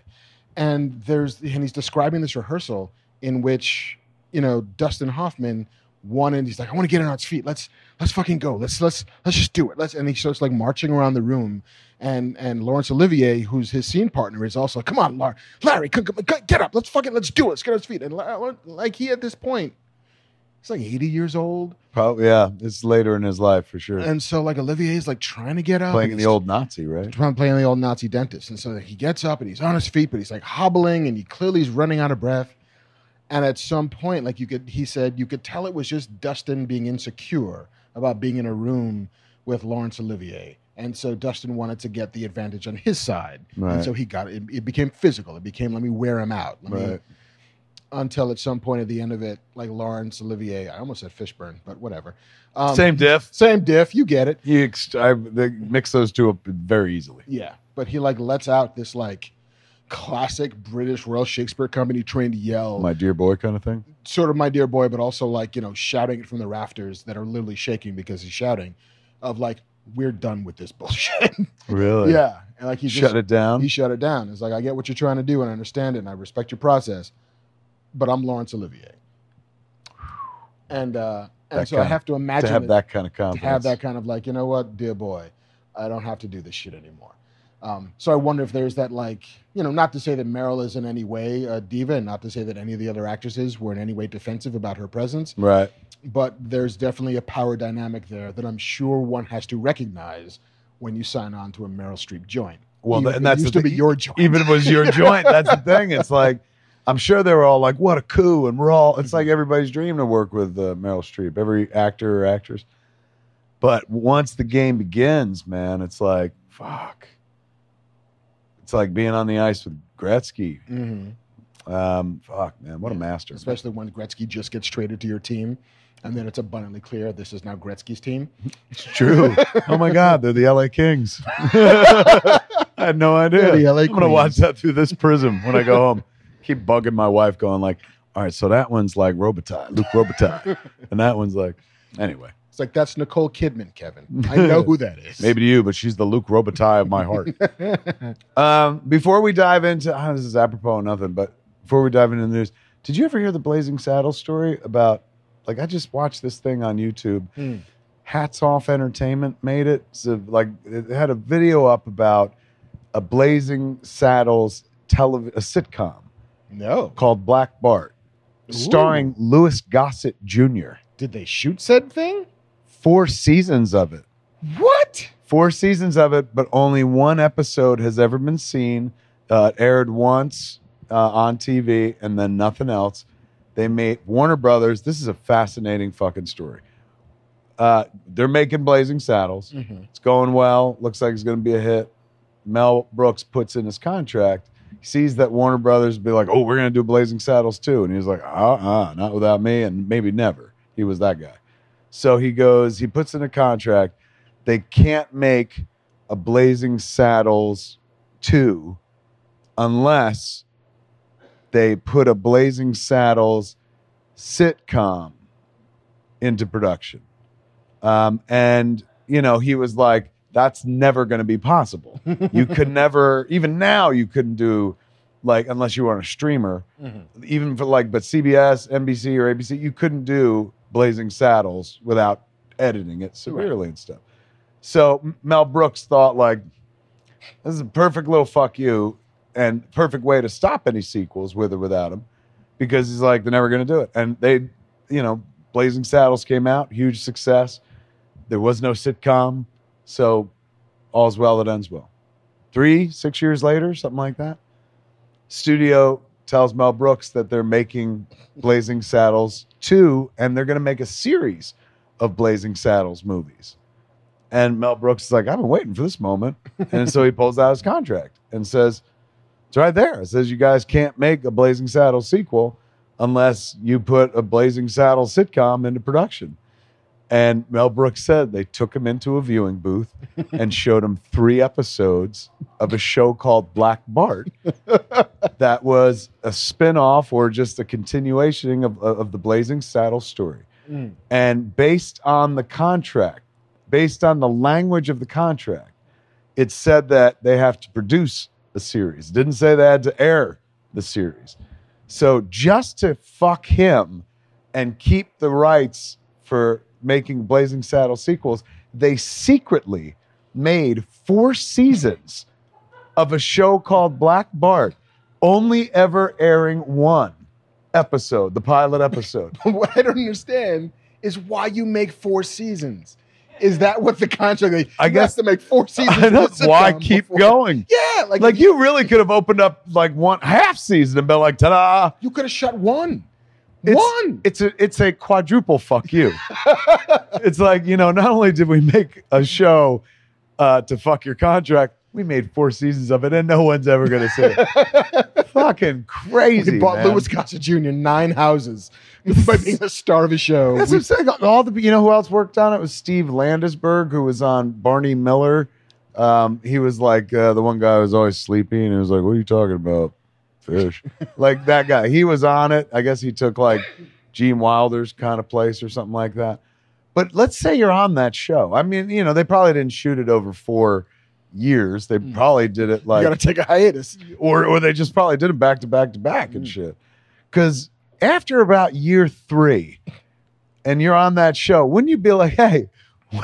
B: And there's and he's describing this rehearsal in which, you know, Dustin Hoffman wanted, he's like, I want to get on its feet. Let's let's fucking go. Let's let's let's just do it. Let's and he starts like marching around the room, and and Laurence Olivier, who's his scene partner, is also come on, Lar- Larry, c- c- c- get up. Let's fucking let's do it. Let's get on his feet. And La- like he at this point, he's like eighty years old,
A: Probably, yeah, it's later in his life for sure.
B: and so like Olivier's like trying to get up,
A: Playing
B: and
A: the
B: he's
A: old Nazi, right?
B: trying playing the old Nazi dentist. And so he gets up and he's on his feet, but he's like hobbling and he clearly is running out of breath. And at some point, like you could, he said, you could tell it was just Dustin being insecure about being in a room with Laurence Olivier. And so Dustin wanted to get the advantage on his side.
A: Right.
B: And so he got it, it became physical. It became, let me wear him out. Let me-
A: right.
B: until at some point at the end of it, like Laurence Olivier. I almost said Fishburne, but whatever. Um,
A: Same diff.
B: same diff. You get it.
A: You ex- I, they mix those two up very easily.
B: Yeah, but he like lets out this like classic British Royal Shakespeare Company trained yell,
A: My dear boy, kind of thing.
B: sort of my dear boy, but also like you know shouting it from the rafters that are literally shaking because he's shouting, of like we're done with this bullshit.
A: Really?
B: yeah, and like he just,
A: Shut it down.
B: He shut it down. It's like I get what you're trying to do and I understand it and I respect your process, but I'm Laurence Olivier, and uh, and
A: That
B: so I
A: guy.
B: have to imagine
A: to have
B: that-
A: that kind of
B: to
A: confidence.
B: have that kind of like, you know what, dear boy, I don't have to do this shit anymore. Um, so I wonder if there's that like, you know, not to say that Meryl is in any way a diva, and not to say that any of the other actresses were in any way defensive about her presence,
A: right.
B: but there's definitely a power dynamic there that I'm sure one has to recognize when you sign on to a Meryl Streep joint.
A: Well, th-
B: Even if
A: and
B: it
A: that's
B: used
A: the
B: to be
A: thing. e-,
B: your joint.
A: even if it was your joint. That's the thing. It's like I'm sure they were all like, "What a coup!" And we're all. It's like everybody's dream to work with uh, Meryl Streep, every actor or actress. But once the game begins, man, it's like fuck. It's like being on the ice with Gretzky.
B: Mhm.
A: Um, fuck, man, what a
B: Yeah.
A: master!
B: especially when Gretzky just gets traded to your team, and then it's abundantly clear this is now Gretzky's team.
A: It's true. oh my God, they're the LA Kings. I had no idea.
B: They're the LA
A: I'm gonna
B: Queens.
A: watch that through this prism when I go home. Keep bugging my wife, going like, "All right, so that one's like Robitaille, Luke Robitaille, and that one's like, anyway,
B: It's like that's Nicole Kidman, Kevin. I know who that is.
A: maybe to you, but she's the Luke Robitaille of my heart."
B: I
A: um, before we dive into oh, this is apropos of nothing, but before we dive into the news, did you ever hear the Blazing Saddle story about? Like, I just watched this thing on YouTube.
B: Hmm.
A: Hats Off Entertainment made it. So, like, it had a video up about a Blazing Saddles telev- a sitcom.
B: no.
A: called Black Bart, starring Lewis Gossett Jr.
B: Did they shoot said thing?
A: Four seasons of it.
B: What?
A: Four seasons of it, but only one episode has ever been seen. Uh, it aired once uh, on TV and then nothing else. They made Warner Brothers. This is a fascinating fucking story. Uh, they're making Blazing Saddles.
B: Mm-hmm.
A: It's going well. Looks like it's going to be a hit. Mel Brooks puts in his contract. He sees that Warner Brothers be like, "Oh, we're going to do Blazing Saddles too," and he's like, "Uh, uh, not without me, and maybe never." He was that guy. So he goes. He puts in a contract. They can't make a Blazing Saddles two unless they put a Blazing Saddles sitcom into production. Um, and you know, he was like, "That's never going to be possible." you could never even now you couldn't do like unless you were on a streamer
B: Mm-hmm.
A: even for like but cbs nbc or abc you couldn't do blazing saddles without editing it severely and stuff so M- mel brooks thought like this is a perfect little fuck you and perfect way to stop any sequels with or without him because he's like they're never going to do it and they you know blazing saddles came out huge success there was no sitcom so all's well that ends well three, six years later, something like that. Studio tells Mel Brooks that they're making Blazing Saddles 2 and they're going to make a series of Blazing Saddles movies. And Mel Brooks is like, I've been waiting for this moment. And so he pulls out his contract and says, It's right there. It says, You guys can't make a Blazing Saddles sequel unless you put a Blazing Saddles sitcom into production. And Mel Brooks said they took him into a viewing booth and showed him three episodes of a show called Black Bart that was a spin-off or just a continuation of, of, of the Blazing Saddle story.
B: Mm.
A: And based on the contract, based on the language of the contract, it said that they have to produce a series. It didn't say they had to air the series. So just to fuck him and keep the rights for making Blazing Saddle sequels, they secretly made four seasons of a show called Black Bart, only ever airing one episode, the pilot episode.
B: what I don't understand is why you make four seasons. Is that what the contract? Like,
A: I
B: you
A: guess-
B: have to make four seasons.
A: I know
B: of a
A: why
B: sitcom
A: keep
B: before-
A: going.
B: Yeah, like,
A: Like you really could have opened up like one half season and been like, ta-da!
B: you could have shut one.
A: It's-
B: one.
A: It's a it's a quadruple fuck you. it's like you know, not only did we make a show uh, to fuck your contract, we made four seasons of it, and no one's ever gonna see it. fucking crazy.
B: He bought
A: man.
B: Louis Gossett Jr. nine houses by being the star of his show.
A: That's what I'm saying. All the you know who else worked on it was Steve Landisberg, who was on Barney Miller. Um, he was like uh, the one guy who was always sleepy, and he was like, "What are you talking about, fish?" like that guy. He was on it. I guess he took like Gene Wilder's kind of place or something like that. But let's say you're on that show. I mean, you know, they probably didn't shoot it over four years. They
B: Mm.
A: probably did it
B: you
A: like
B: gotta take a hiatus.
A: or or they just probably did it back to back to back and
B: Mm.
A: shit. Because after about year three, and you're on that show, wouldn't you be like, hey,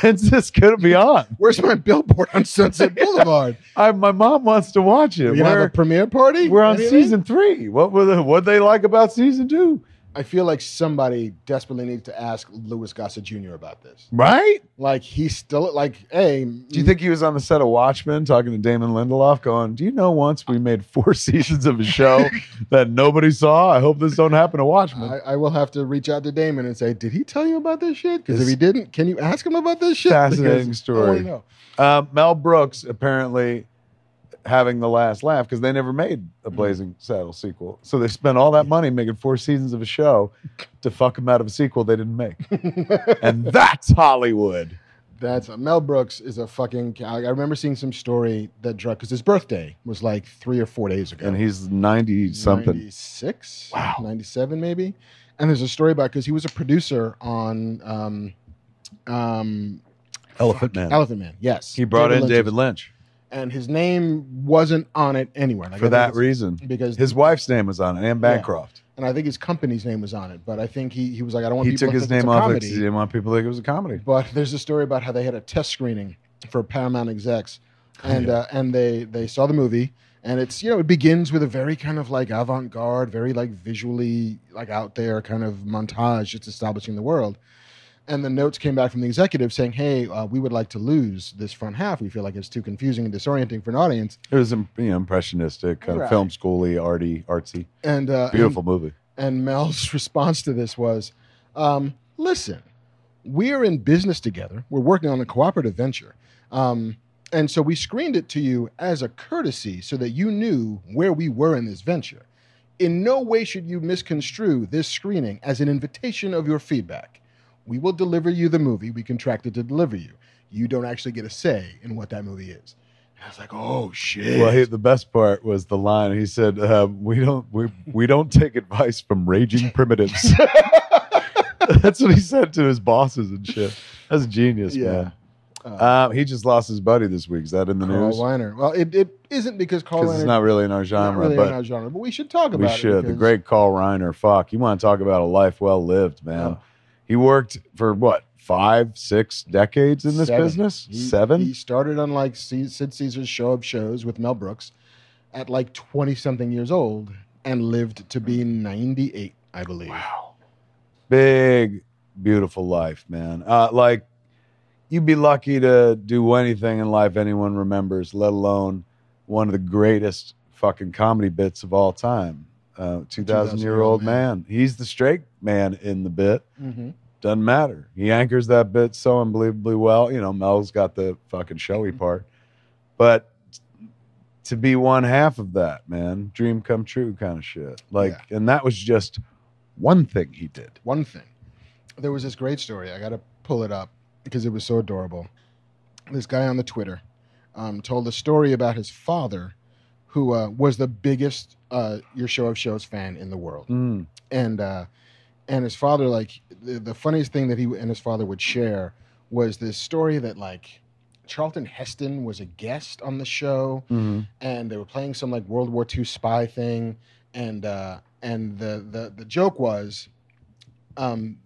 A: when's this gonna be on?
B: Where's my billboard on Sunset Boulevard?
A: I, my mom wants to watch
B: We
A: it.
B: gonna have a
A: We're,
B: premiere party?
A: we're on
B: Anything?
A: season three. What were the what they like about season two?
B: I feel like somebody desperately needs to ask Louis Gossett Jr. about this.
A: Right?
B: Like he's still like, hey,
A: Do you think he was on the set of Watchmen talking to Damon Lindelof, going, Do you know once we made four seasons of a show that nobody saw? I hope this don't happen to Watchmen.
B: I, I will have to reach out to Damon and say, did he tell you about this shit? Because if
A: It's-
B: he didn't, can you ask him about this shit?
A: Fascinating
B: Because I
A: story.
B: wanna know.
A: Uh, Mel Brooks apparently having the last laugh because they never made a
B: Mhm.
A: Blazing Saddle sequel. So they spent all that money making four seasons of a show to fuck him out of a sequel they didn't make. and that's Hollywood.
B: That's Mel Brooks is a fucking. cow. I remember seeing some story that drug because his birthday was like three or four days ago.
A: And he's 90 something.
B: 96
A: Wow.
B: 97 maybe and there's a story about because he was a producer on um um
A: Elephant Man.
B: elephant man yes
A: He brought in
B: Lynch's.
A: David Lynch
B: and his name wasn't on it anywhere Like,
A: for
B: I think
A: that
B: it's-
A: reason.
B: because
A: His wife's name was on it, Anne
B: Yeah.
A: Bancroft.
B: and i think his company's name was on it but i think he he was like i don't want
A: He
B: people
A: took
B: to
A: his
B: think it's
A: name
B: a
A: off because
B: comedy.
A: he didn't want people to think it was a comedy.
B: but there's a story about how they had a test screening for Paramount execs, and
A: Oh, Yeah.
B: uh, and they they saw the movie, and it's you know it begins with a very kind of like avant garde, very like visually like out there kind of montage, just establishing the world. And the notes came back from the executive saying, "Hey, uh, we would like to lose this front half. We feel like it's too confusing and disorienting for an audience."
A: It was im- you know, impressionistic, kind
B: Right.
A: of film schooly, arty, artsy.
B: And uh, and-
A: Beautiful movie.
B: And Mel's response to this was, um, "Listen, we're in business together. We're working on a cooperative venture, um, and so we screened it to you as a courtesy, so that you knew where we were in this venture. In no way should you misconstrue this screening as an invitation of your feedback. We will deliver you the movie we contracted to deliver you. You don't actually get a say in what that movie is." And I was like, "Oh shit!"
A: Well, he, the best part was the line he said, uh, "We don't we we don't take advice from raging primitives." That's what he said to his bosses and shit. That's genius,
B: Yeah.
A: man.
B: Uh,
A: Uh, he just lost his buddy this week. Is that in the
B: Carl
A: news?
B: Weiner. Well, it, it isn't because Carl
A: Because
B: Weiner
A: it's not really in our genre,
B: not really in
A: but
B: our genre, but we should talk about
A: we
B: it.
A: should. The
B: because-
A: great Carl Reiner. Fuck, you want to talk about a life well lived, man?
B: Oh,
A: He worked for what five, six decades in this
B: Seven.
A: business.
B: he-
A: Seven.
B: He started on like C- Sid Caesar's show of shows with Mel Brooks at like twenty something years old and lived to be ninety eight, I believe.
A: Wow. Big, beautiful life, man. Uh, like, you'd be lucky to do anything in life anyone remembers, let alone one of the greatest fucking comedy bits of all time. Uh, 2,000 year old man. He's the straight man in the bit.
B: Mhm.
A: Doesn't matter. He anchors that bit so unbelievably well. You know, Mel's got the fucking showy
B: Mm-hmm.
A: part. But to be one half of that, man, dream come true kind of shit. Like, and that was just one thing he did.
B: One thing, there was this great story. I gotta pull it up because it was so adorable. This guy on the Twitter um, told a story about his father, who uh, was the biggest uh, your show of shows fan in the world.
A: Mm.
B: and uh, and his father like the, the funniest thing that he and his father would share was this story that like Charlton Heston was a guest on the show
A: Mm-hmm.
B: and they were playing some like World War II spy thing and uh, and the, the the joke was um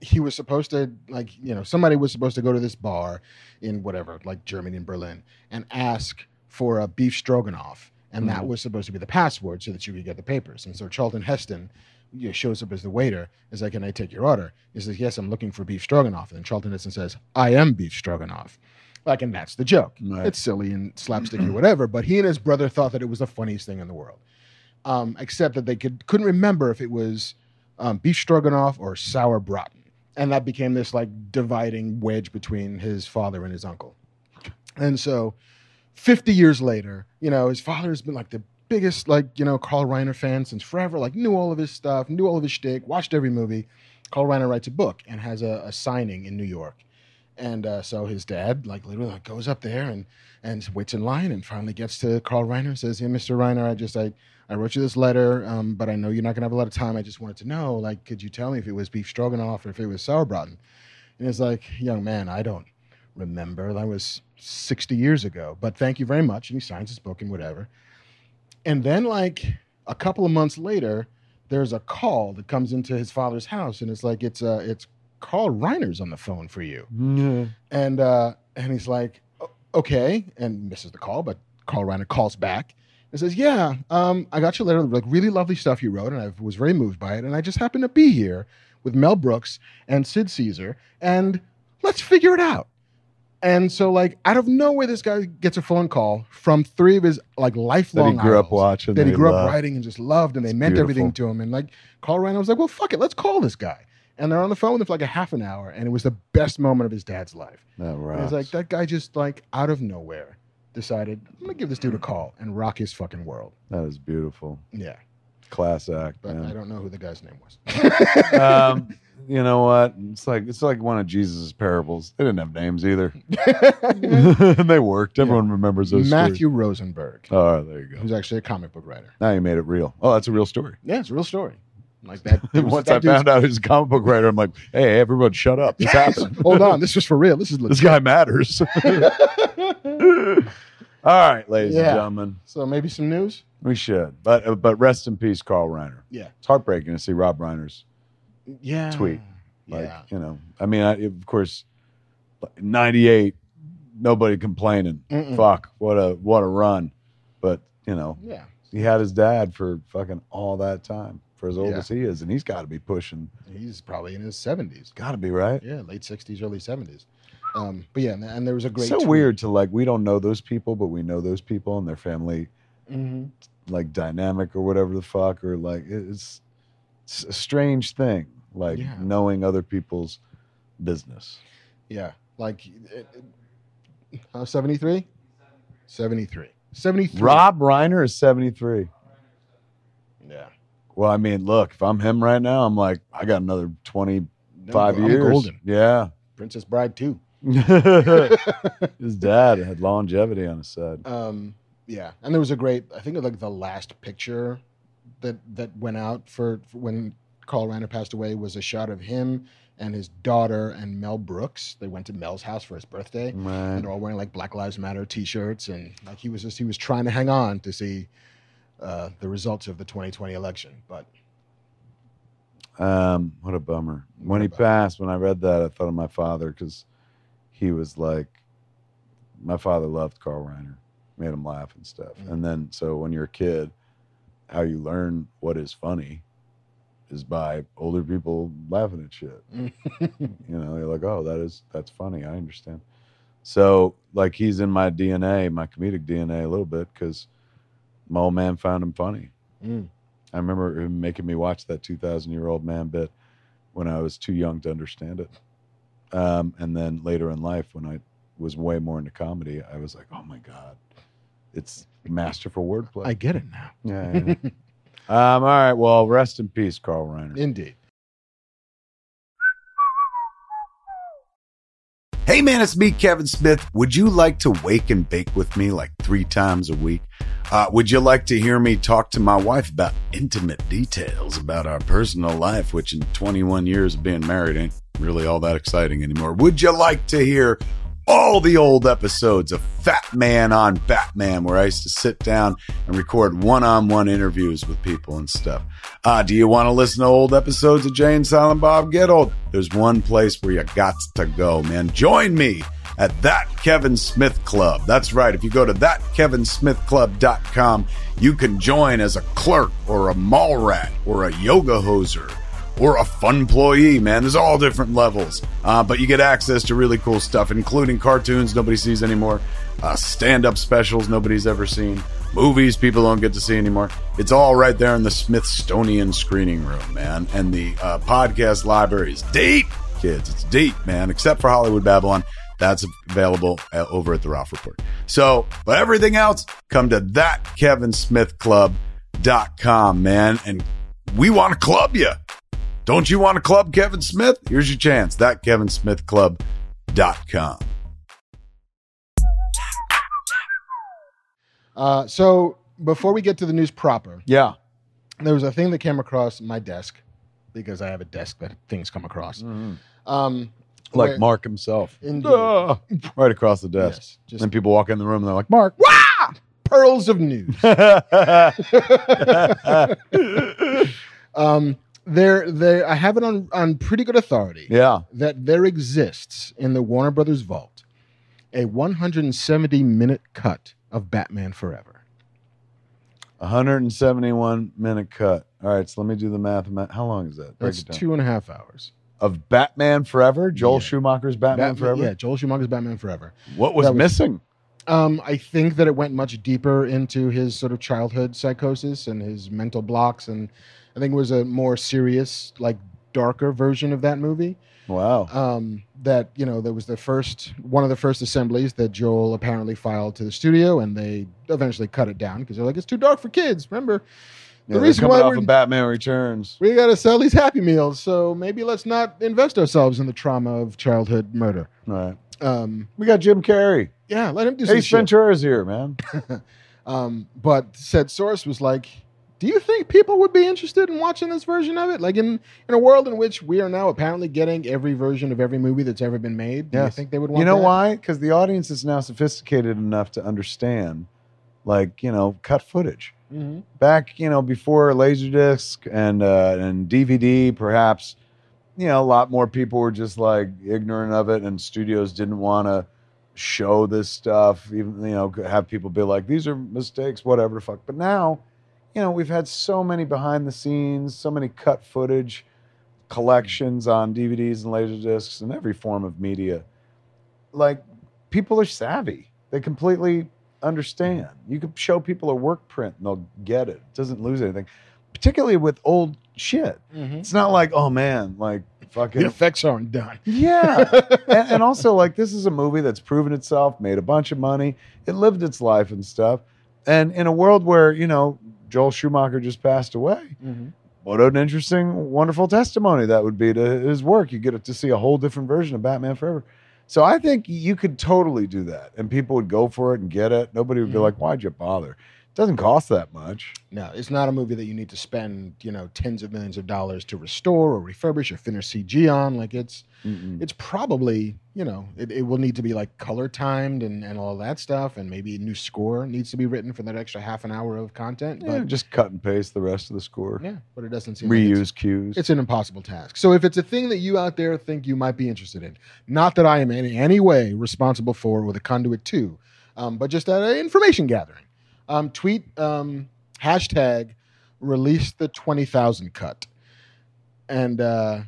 B: he was supposed to like you know somebody was supposed to go to this bar in whatever like Germany in Berlin and ask for a beef stroganoff and that
A: Mhm.
B: was supposed to be the password so that you could get the papers and so Charlton Heston you know, shows up as the waiter is like can I take your order he says yes I'm looking for beef stroganoff and then Charlton Heston says I am beef stroganoff like and that's the joke
A: Right.
B: it's silly and slapsticky or whatever but he and his brother thought that it was the funniest thing in the world um, except that they could couldn't remember if it was um, beef stroganoff or sour braten, and that became this like dividing wedge between his father and his uncle. And so, fifty years later, you know, his father has been like the biggest like you know Carl Reiner fan since forever. Like knew all of his stuff, knew all of his shtick, watched every movie. Carl Reiner writes a book and has a, a signing in New York, and uh, so his dad like literally like, goes up there and and waits in line and finally gets to Carl Reiner and says, "Hey, Mr. Reiner, I just I." I wrote you this letter, um, but I know you're not gonna have a lot of time. I just wanted to know, like, could you tell me if it was beef stroganoff or if it was sauerbraten? And it's like, young man, I don't remember. That was 60 years ago, but thank you very much. And he signs his book and whatever. And then, like, a couple of months later, there's a call that comes into his father's house, and it's like, it's uh, it's Carl Reiner's on the phone for you.
A: Yeah.
B: And uh, and he's like, "O- okay, and misses the call, but Carl Reiner calls back and says, yeah, um, I got your letter, like really lovely stuff you wrote, and I was very moved by it, and I just happened to be here with Mel Brooks and Sid Caesar, and let's figure it out. And so, like, out of nowhere, this guy gets a phone call from three of his like
A: That
B: lifelong
A: he grew up
B: idols
A: watching.
B: that he grew up
A: loved.
B: writing and just loved, and they
A: It's
B: meant everything to him. And like Carl Reiner was like, "Well, fuck it, let's call this guy." And they're on the phone with him for like a half an hour, and it was the best moment of his dad's life.
A: That
B: And
A: rocks.
B: It's like that guy just like out of nowhere decided, "I'm gonna give this dude a call and rock his fucking world."
A: that is beautiful.
B: Yeah,
A: Class act.
B: but
A: man.
B: I don't know who the guy's name was.
A: um, you know what? It's like it's like one of Jesus' parables. They didn't have names either. and they worked. Everyone remembers those stories.
B: Matthew Rosenberg,
A: Oh, there you go.
B: who's actually a comic book writer.
A: Now you made it real. Oh, that's a real story.
B: Yeah, it's a real story. Like that.
A: And once I found out he's a comic book writer, I'm like, hey, everyone, shut up. This happened.
B: Hold on, this was for real. This is
A: this
B: legit.
A: guy matters. All right, ladies
B: Yeah.
A: and gentlemen,
B: so maybe some news.
A: we should. But uh, but rest in peace, Carl Reiner.
B: Yeah.
A: it's heartbreaking to see Rob Reiner's.
B: Yeah.
A: Tweet. Like
B: Yeah.
A: you know, I mean, I, of course, '98, nobody complaining.
B: Mm-mm.
A: Fuck, what a what a run. But you know,
B: Yeah.
A: he had his dad for fucking all that time, for as old
B: Yeah.
A: as he is, and he's got to be pushing.
B: He's probably in his seventies.
A: Got to be right.
B: Yeah, late sixties, early seventies. Um, but yeah, and, and there was a great.
A: so
B: tweet.
A: weird to like we don't know those people, but we know those people and their family
B: Mhm.
A: like dynamic or whatever the fuck or like it- it's, it's a strange thing like
B: Yeah.
A: knowing other people's business.
B: Yeah, like it, it, uh, 73? 73. 73.
A: Rob Reiner is 73.
B: Yeah.
A: Well, I mean, look, if I'm him right now, I'm like I got another 25
B: No, I'm
A: years.
B: Golden.
A: Yeah.
B: Princess Bride too.
A: His dad had longevity on his side.
B: Um, yeah, and there was a great. I think it was like the last picture that that went out for, for when Carl Reiner passed away was a shot of him and his daughter and Mel Brooks. They went to Mel's house for his birthday.
A: Right.
B: and they're all wearing like Black Lives Matter T-shirts, and like he was just he was trying to hang on to see uh, the results of the 2020 election. But
A: Um, what a bummer.
B: What
A: When
B: a
A: he
B: bummer.
A: passed, when I read that, I thought of my father because he was like, my father loved Carl Reiner, made him laugh and stuff.
B: Mm.
A: And then, so when you're a kid, how you learn what is funny is by older people laughing at shit. you know, you're like, oh, that is that's funny. I understand. So like he's in my DNA, my comedic DNA a little bit because my old man found him funny.
B: Mm.
A: I remember him making me watch that 2,000 year old man bit when I was too young to understand it. Um, and then later in life, when I was way more into comedy, I was like, oh my God, it's masterful wordplay.
B: I get it now.
A: yeah. yeah, yeah. um, all right. Well, rest in peace, Carl Reiner.
B: Indeed.
A: Hey man, it's me, Kevin Smith. Would you like to wake and bake with me like three times a week? Uh, would you like to hear me talk to my wife about intimate details about our personal life, which in 21 years of being married ain't really all that exciting anymore? Would you like to hear all the old episodes of Fat Man on Batman, where I used to sit down and record one on one interviews with people and stuff? Uh, do you want to listen to old episodes of Jane Silent Bob Get Old? There's one place where you got to go, man. Join me at that Kevin Smith Club. That's right. If you go to thatkevinsmithclub.com, you can join as a clerk or a mall rat or a yoga hoser or a fun employee, man. There's all different levels, uh, but you get access to really cool stuff, including cartoons nobody sees anymore, uh, stand-up specials nobody's ever seen, movies people don't get to see anymore. It's all right there in the Smithsonian screening room, man, and the uh, podcast library is deep, kids. It's deep, man. Except for Hollywood Babylon,
C: That's available uh, over at the Ralph Report. So, but everything else, come to that kevinsmithclub.com, man. And we want to club you. Don't you want to club Kevin Smith? Here's your chance. That kevinsmithclub.com.
B: Uh, so before we get to the news proper,
A: Yeah.
B: there was a thing that came across my desk because I have a desk that things come across. Um,
A: Like
B: where-
A: Mark himself.
B: Indeed.
A: Ah, right across the desk.
B: Yes, just
A: And people walk in the room and they're like, Mark.
B: pearls of news. um, there, there. I have it on on pretty good authority
A: yeah.
B: that there exists in the Warner Brothers vault a 170 minute cut of Batman Forever.
A: 171 minute cut. All right. So let me do the math. Ma- How long is that? Break
B: That's
A: it down.
B: two and a half hours.
A: of Batman Forever, Joel
B: Yeah.
A: Schumacher's Batman, Forever.
B: Yeah, Joel Schumacher's Batman Forever.
A: What was,
B: That was-
A: missing?
B: Um, I think that it went much deeper into his sort of childhood psychosis and his mental blocks, and I think it was a more serious, like darker version of that movie.
A: Wow.
B: Um, that you know, there was the first one of the first assemblies that Joel apparently filed to the studio, and they eventually cut it down because they're like, it's too dark for kids. Remember,
A: Yeah, they're
B: reason
A: coming
B: why
A: off
B: we're-
A: of Batman Returns.
B: we got to sell these Happy Meals, so maybe let's not invest ourselves in the trauma of childhood murder.
A: All right.
B: Um,
A: We got Jim Carrey.
B: yeah, let him do some
A: Ace
B: shit.
A: Ventura's here, man.
B: Um, but said source was like, "Do you think people would be interested in watching this version of it? Like in in a world in which we are now apparently getting every version of every movie that's ever been made, do you
A: Yes.
B: think they would want?
A: You know
B: that?
A: why? Because the audience is now sophisticated enough to understand, like, you know, cut footage.
B: Mhm.
A: back you know before laserdisc and uh, and DVD perhaps you know a lot more people were just like ignorant of it and studios didn't want to show this stuff even you know have people be like these are mistakes whatever the fuck but now you know we've had so many behind the scenes so many cut footage collections on DVDs and laserdiscs and every form of media like people are savvy they completely understand. You can show people a work print and they'll get it. It doesn't lose anything, particularly with old shit. It's not like, oh man, like
B: Mm-hmm. The
A: fucking.
B: effects aren't done.
A: Yeah. and, and also, like, this is a movie that's proven itself, made a bunch of money, it lived its life and stuff. And in a world where, you know, Joel Schumacher just passed away, what an interesting, wonderful testimony that would be to his work. You get to see a whole different version of Batman Forever. So I think you could totally do that, and people would go for it and get it. Nobody would be
B: Mhm.
A: like, "Why'd you bother?" It doesn't cost that much.
B: No, it's not a movie that you need to spend you know tens of millions of dollars to restore or refurbish or finish CG on. Like it's it's probably you know it, it will need to be like color timed and and all that stuff, and maybe a new score needs to be written for that extra half an hour of content.
A: Yeah,
B: But
A: just cut and paste the rest of the score.
B: yeah, but it doesn't seem like it's-
A: Reuse cues.
B: It's an impossible task. So if it's a thing that you out there think you might be interested in, not that I am in any way responsible for or the conduit to, um, but just at information gathering, um, tweet um, hashtag release the 20,000 cut. And uh,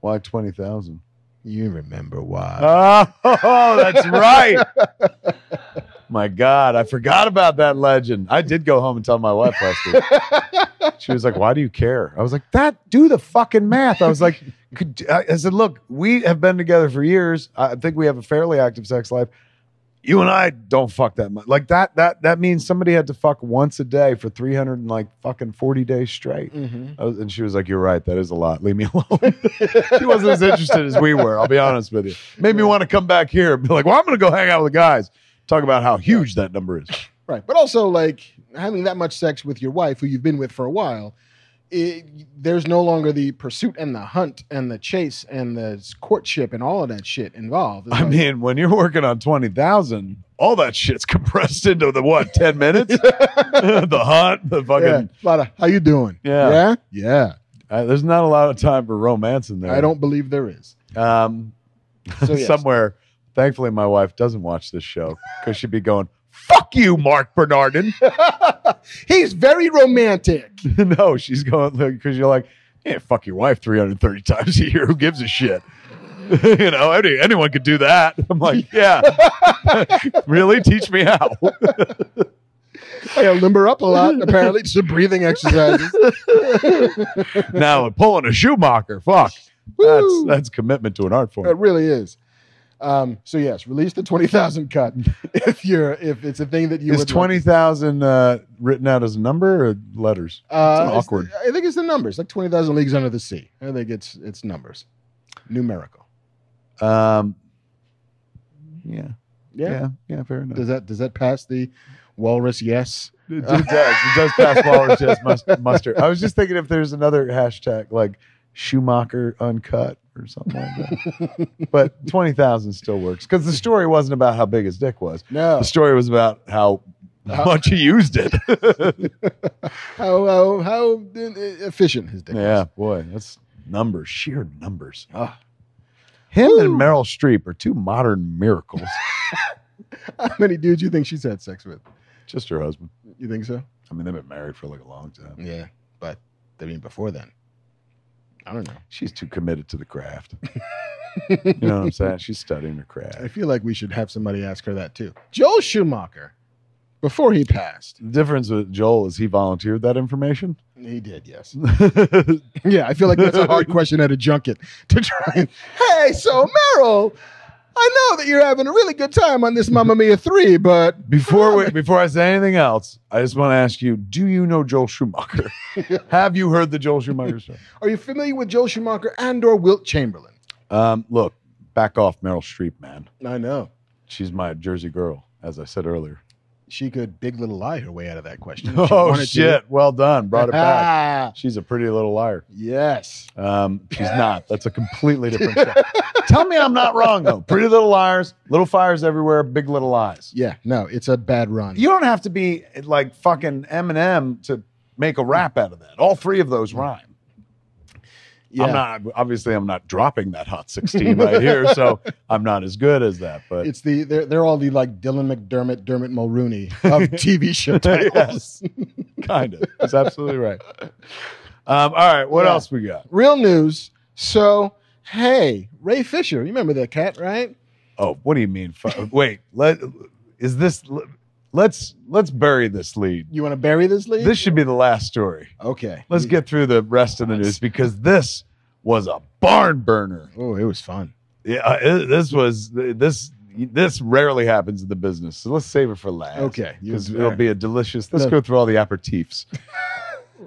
A: Why twenty thousand?
B: you remember why.
A: Oh, that's right. my God, I forgot about that legend. I did go home and tell my wife last week. She was like, "Why do you care?" I was like, "That do the fucking math." I was like, could, I I said, "Look, we have been together for years. I think we have a fairly active sex life. You and I don't fuck that much. Like that. That that means somebody had to fuck once a day for three hundred and like fucking forty days straight."
B: Mhm.
A: I was, and she was like, "You're right. That is a lot. Leave me alone." she wasn't as interested as we were. I'll be honest with you. Made me want to come back here and be like, "Well, I'm going to go hang out with the guys." Talk about how huge that number is.
B: Right. But also, like, having that much sex with your wife, who you've been with for a while, it, there's no longer the pursuit and the hunt and the chase and the courtship and all of that shit involved. It's
A: I
B: like-
A: mean, when you're working on 20,000, all that shit's compressed into the what, 10 minutes? the hunt, the fucking.
B: yeah, a lot of, how you doing?
A: Yeah.
B: Yeah. Yeah.
A: Uh, there's not a lot of time for romance in there.
B: I don't believe there is.
A: Um,
B: So, yes.
A: Somewhere, thankfully, my wife doesn't watch this show because she'd be going, fuck you, Mark Bernardin.
B: He's very romantic.
A: no, she's going, because you're like, yeah, fuck your wife 330 times a year. Who gives a shit? you know, any, anyone could do that. I'm like, yeah. really? Teach me how.
B: I gotta limber up a lot, apparently, just breathing exercises.
A: now pulling a Schumacher. Fuck. That's
B: Woo.
A: that's commitment to an art
B: It
A: form.
B: really is. Um, so yes, release the twenty thousand cut if you're if it's a thing that you
A: Is
B: would like.
A: twenty thousand uh, written out as a number or letters?
B: Uh,
A: It's
B: it's-
A: awkward.
B: I think it's the numbers, like twenty thousand leagues under the sea. I think it's it's numbers, numerical.
A: Um, yeah,
B: Yeah.
A: yeah, yeah, fair enough.
B: Does that does that pass the walrus? Yes.
A: It, it does. It does pass Waller's just must, muster. I was just thinking if there's another hashtag like Schumacher uncut or something like that. but 20,000 still works because the story wasn't about how big his dick was.
B: No.
A: The story was about how
B: How-
A: much he used it.
B: How how, how efficient his dick
A: yeah, boy, that's numbers, sheer numbers.
B: was.
A: Him and
B: Woo.
A: Meryl Streep are two modern miracles.
B: How many dudes you think she's had sex with?
A: just her husband.
B: You think so?
A: I mean, they've been married for like a long time.
B: Yeah, but I mean before then, I don't know.
A: She's too committed to the craft. You know what I'm saying? She's studying her craft.
B: I feel like we should have somebody ask her that too. Joel Schumacher, before he passed,
A: The difference with Joel is he volunteered that information.
B: he did. Yes.
A: hey,
B: Yeah, I feel like that's a hard question at a junket to try and. Hey, so Meryl, I know that you're having a really good time on this Mamma Mia three, but
A: before we, before I say anything else, I just want to ask you: Do you know Joel Schumacher? Have you heard the Joel Schumacher story?
B: are you familiar with Joel Schumacher and or Wilt Chamberlain?
A: Um, look, back off, Meryl Streep, man.
B: I know
A: She's my Jersey girl, as I said earlier.
B: she could Big Little Lie her way out of that question. if she
A: Oh
B: wanted to.
A: shit! Well done, brought it back.
B: Ah,
A: She's a pretty little liar.
B: yes.
A: Um, she's not. That's a completely different show. Tell me I'm not wrong though. Pretty little liars, little fires everywhere, big little lies.
B: Yeah. No, it's a bad run.
A: You don't have to be like fucking Eminem to make a rap out of that. All three of those rhyme.
B: yeah.
A: I'm not obviously I'm not dropping that hot 16 right here, so I'm not as good as that. But
B: It's the they're they're all the like Dylan McDermott, Dermot Mulrooney of TV show titles.
A: yes, kind of. That's absolutely right. Um, all right, what
B: Yeah.
A: else we got?
B: Real news. So hey, Ray Fisher, you remember that cat, right?
A: Oh, what do you mean? Fu- Wait, let is this? Let's let's bury this lead.
B: You want to bury this lead?
A: This should be the last story.
B: okay.
A: Let's get through the rest of the news because this was a barn burner.
B: Oh, it was fun.
A: Yeah, uh, it- this was this this rarely happens in the business. So let's save it for last.
B: Okay, you-
A: Because
B: all
A: it'll
B: right.
A: be a delicious. Let's
B: No.
A: go through all the aperitifs.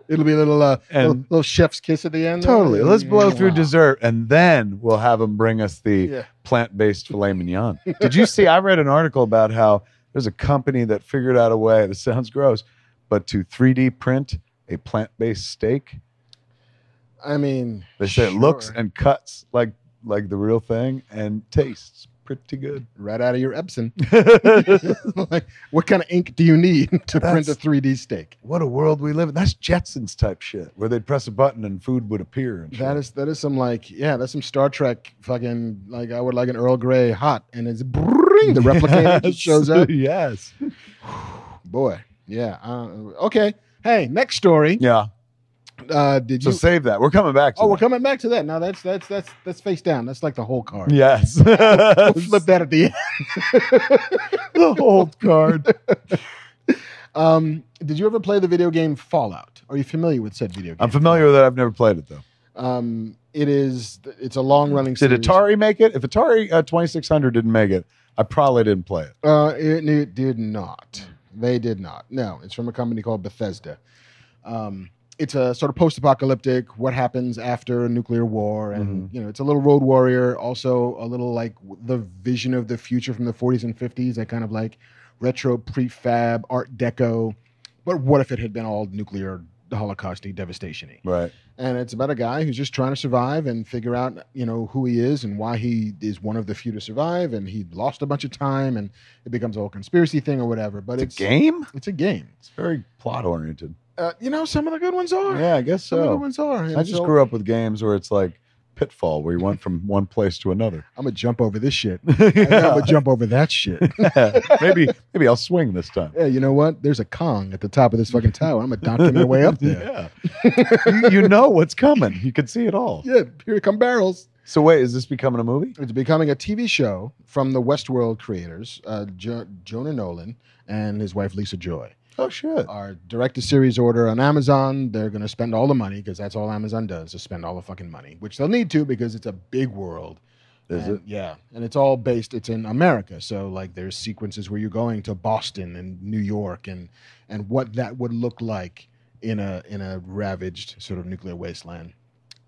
B: It'll be a little uh,
A: And-
B: little, little chef's kiss at the end. there.
A: Totally. Let's blow through
B: Wow.
A: dessert and then we'll have them bring us the
B: Yeah.
A: plant-based filet mignon. Did you see I read an article about how there's a company that figured out a way, this sounds gross, but to 3D print a plant-based steak.
B: I mean,
A: They say it looks
B: sure.
A: and cuts like like the real thing and tastes pretty good.
B: right out of your Epson.
A: what
B: like, what kind of ink do you need to print
A: That's-
B: a 3D steak?
A: a world we live in. That's Jetsons type shit where they'd press a button and food would appear and shit.
B: That is that is some like yeah, that's some Star Trek fucking like I would like an Earl Grey hot, and it's bring the replicator just shows up.
A: yes.
B: Boy, yeah. Uh, okay. Hey, next story.
A: Yeah.
B: Uh, did
A: So
B: you?
A: save that. We're coming back to
B: oh, we're
A: that.
B: coming back to that. Now that's that's that's that's face down. That's like the whole card.
A: Yes.
B: We'll flip that at the end.
A: the old card.
B: Um, did you ever play the video game Fallout? Are you familiar with said video game?
A: I'm familiar with it. I've never played it though.
B: Um, it is. It's a long running.
A: Did Atari make it? If Atari uh, 2600 didn't make it, I probably didn't play it.
B: Uh, it, it did not. They did not. No, it's from a company called Bethesda. Um, it's a sort of post-apocalyptic. What happens after a nuclear war? And
A: Mm-hmm.
B: you know, it's a little Road Warrior, also a little like w- the vision of the future from the 40s and 50s. That kind of like retro prefab Art Deco. But what if it had been all nuclear, holocausty, devastationy?
A: Right.
B: and it's about a guy who's just trying to survive and figure out you know who he is and why he is one of the few to survive and he lost a bunch of time and it becomes a whole conspiracy thing or whatever but it's,
A: It's a game?
B: it's a game
A: It's very plot oriented.
B: uh, you know some of the good ones are
A: Yeah, I guess
B: some of the good
A: so.
B: ones are And
A: I just
B: so-
A: grew up with games where it's like Pitfall, where you went from one place to another.
B: i'm gonna jump over this shit And then i'm
A: Yeah.
B: gonna jump over that shit
A: maybe maybe I'll swing this time.
B: yeah you know what there's a kong at the top of this fucking tower i'm gonna donkey my way up there
A: Yeah. you, you know what's coming. You can see it all.
B: yeah here come barrels
A: So wait, is this becoming a movie?
B: It's becoming a TV show from the Westworld creators, uh, jo- Jonah Nolan and his wife Lisa Joy.
A: Oh shit.
B: Our direct to series order on Amazon. They're going to spend all the money because that's all Amazon does is spend all the fucking money, which they'll need to because it's a big world.
A: Is
B: And-
A: it?
B: Yeah, and it's all based. It's in America, so like there's sequences where you're going to Boston and New York, and and what that would look like in a in a ravaged sort of nuclear wasteland,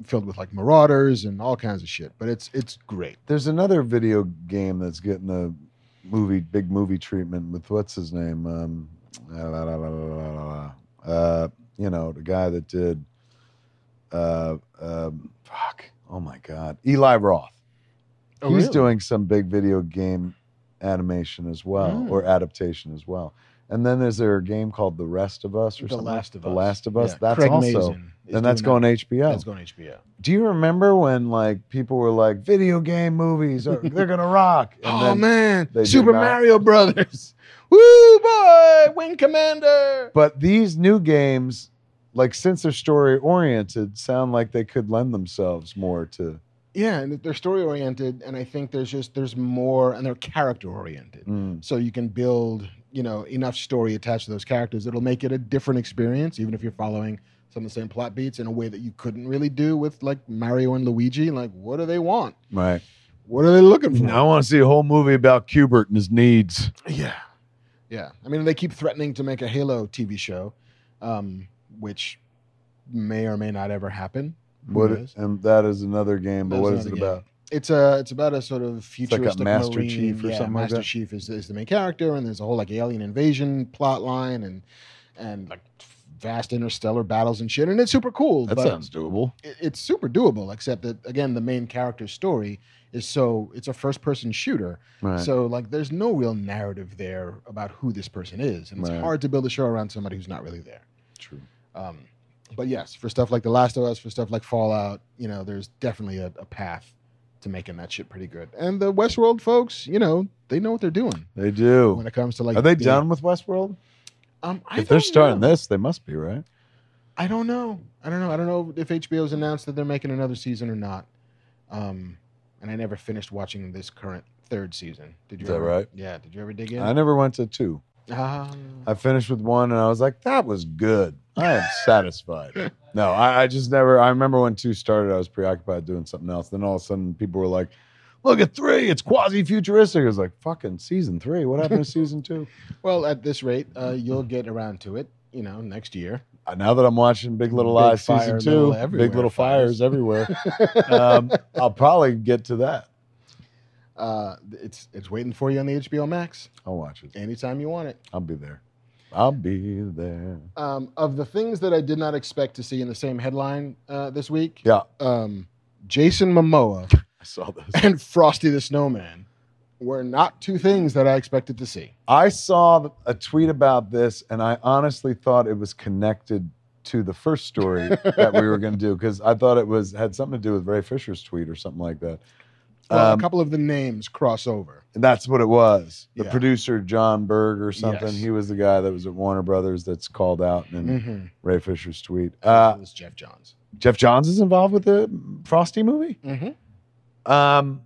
B: filled with like marauders and all kinds of shit. But it's it's great.
A: There's another video game that's getting a movie, big movie treatment with what's his name? Um, la, la, la, la, la, la, la, la. Uh, you know, the guy that did, uh, um, fuck, oh my God, Eli Roth.
B: Oh,
A: He's doing some big video game animation as well,
B: Mm.
A: or adaptation as well. And then there's their game called The Rest of Us or
B: The
A: something.
B: Last of
A: the
B: Us.
A: Last of Us.
B: Yeah,
A: That's
B: Craig
A: also,
B: Mazin is
A: and that's going
B: doing that.
A: HBO.
B: That's going HBO.
A: Do you remember when like people were like, video game movies, are, they're gonna rock? And
B: oh
A: then-
B: man,
A: they did
B: Super
A: not-
B: Mario Brothers. Woo boy, Wing Commander.
A: But these new games, like since they're story oriented, sound like they could lend themselves more to.
B: Yeah, and they're story oriented, and I think there's just there's more, and they're character oriented.
A: Mm.
B: so you can build you know enough story attached to those characters it'll make it a different experience even if you're following some of the same plot beats in a way that you couldn't really do with like mario and luigi like what do they want
A: Right.
B: what are they looking for
A: want to see a whole movie about Cubert and his needs.
B: yeah yeah i mean they keep threatening to make a halo tv show um, which may or may not ever happen Who
A: What?
B: knows?
A: And that is another game. But
B: That was
A: what is it
B: another
A: about?
B: it's a it's about a sort of
A: like a
B: futuristic
A: Master
B: Marine-
A: Chief or
B: yeah,
A: something like
B: Master
A: that?
B: Chief is, is the main character, and there's a whole like alien invasion plot line and and like vast interstellar battles and shit, and it's super cool. but
A: doable.
B: it- it's super doable, except that again the main character's story is so it's a first person shooter,
A: Right.
B: so like there's no real narrative there about who this person is, and it's
A: Right.
B: hard to build a show around somebody who's not really there.
A: True.
B: Um, but yes, for stuff like The Last of Us, for stuff like Fallout, you know, there's definitely a, a path to making that shit pretty good. And the Westworld folks, you know, they know what they're doing
A: They do.
B: when it comes to like.
A: Are they
B: the-
A: done with Westworld?
B: Um, I
A: If they're
B: don't
A: starting
B: know.
A: this, they must be right.
B: I don't know. I don't know. I don't know if HBO's announced that they're making another season or not. Um, and I never finished watching this current third season. Did you?
A: Is that
B: ever,
A: right?
B: Yeah. Did you ever dig in?
A: I never went to two.
B: Ah.
A: I finished with one and I was like, that was good. I am satisfied. No, I, I just never. I remember when two started, I was preoccupied doing something else. Then all of a sudden, people were like, look at three. It's quasi futuristic. I was like, fucking season three. What happened to season two?
B: well, at this rate, uh, you'll get around to it. You know, next year.
A: Uh, Now that I'm watching Big Little
B: Big
A: Lies season
B: fire,
A: two,
B: little
A: big
B: everywhere
A: little fires,
B: fires.
A: everywhere, um, I'll probably get to that.
B: Uh, it's it's waiting for you on the HBO Max
A: I'll watch it.
B: anytime you want it.
A: I'll be there. I'll be there.
B: Um, of the things that I did not expect to see in the same headline uh, this week,
A: Yeah,
B: um, Jason Momoa
A: I saw this.
B: and Frosty the Snowman were not two things that I expected to see.
A: I saw a tweet about this, and I honestly thought it was connected to the first story that we were going to do because I thought it was had something to do with Ray Fisher's tweet or something like that.
B: Well,
A: Um,
B: a couple of the names cross over.
A: and that's what it was. The
B: Yeah.
A: producer John Berg or something.
B: Yes.
A: He was the guy that was at Warner Brothers that's called out in
B: Mm-hmm.
A: Ray Fisher's tweet. Uh,
B: it was Jeff Johns.
A: Jeff Johns is involved with the Frosty movie.
B: Mm-hmm.
A: Um,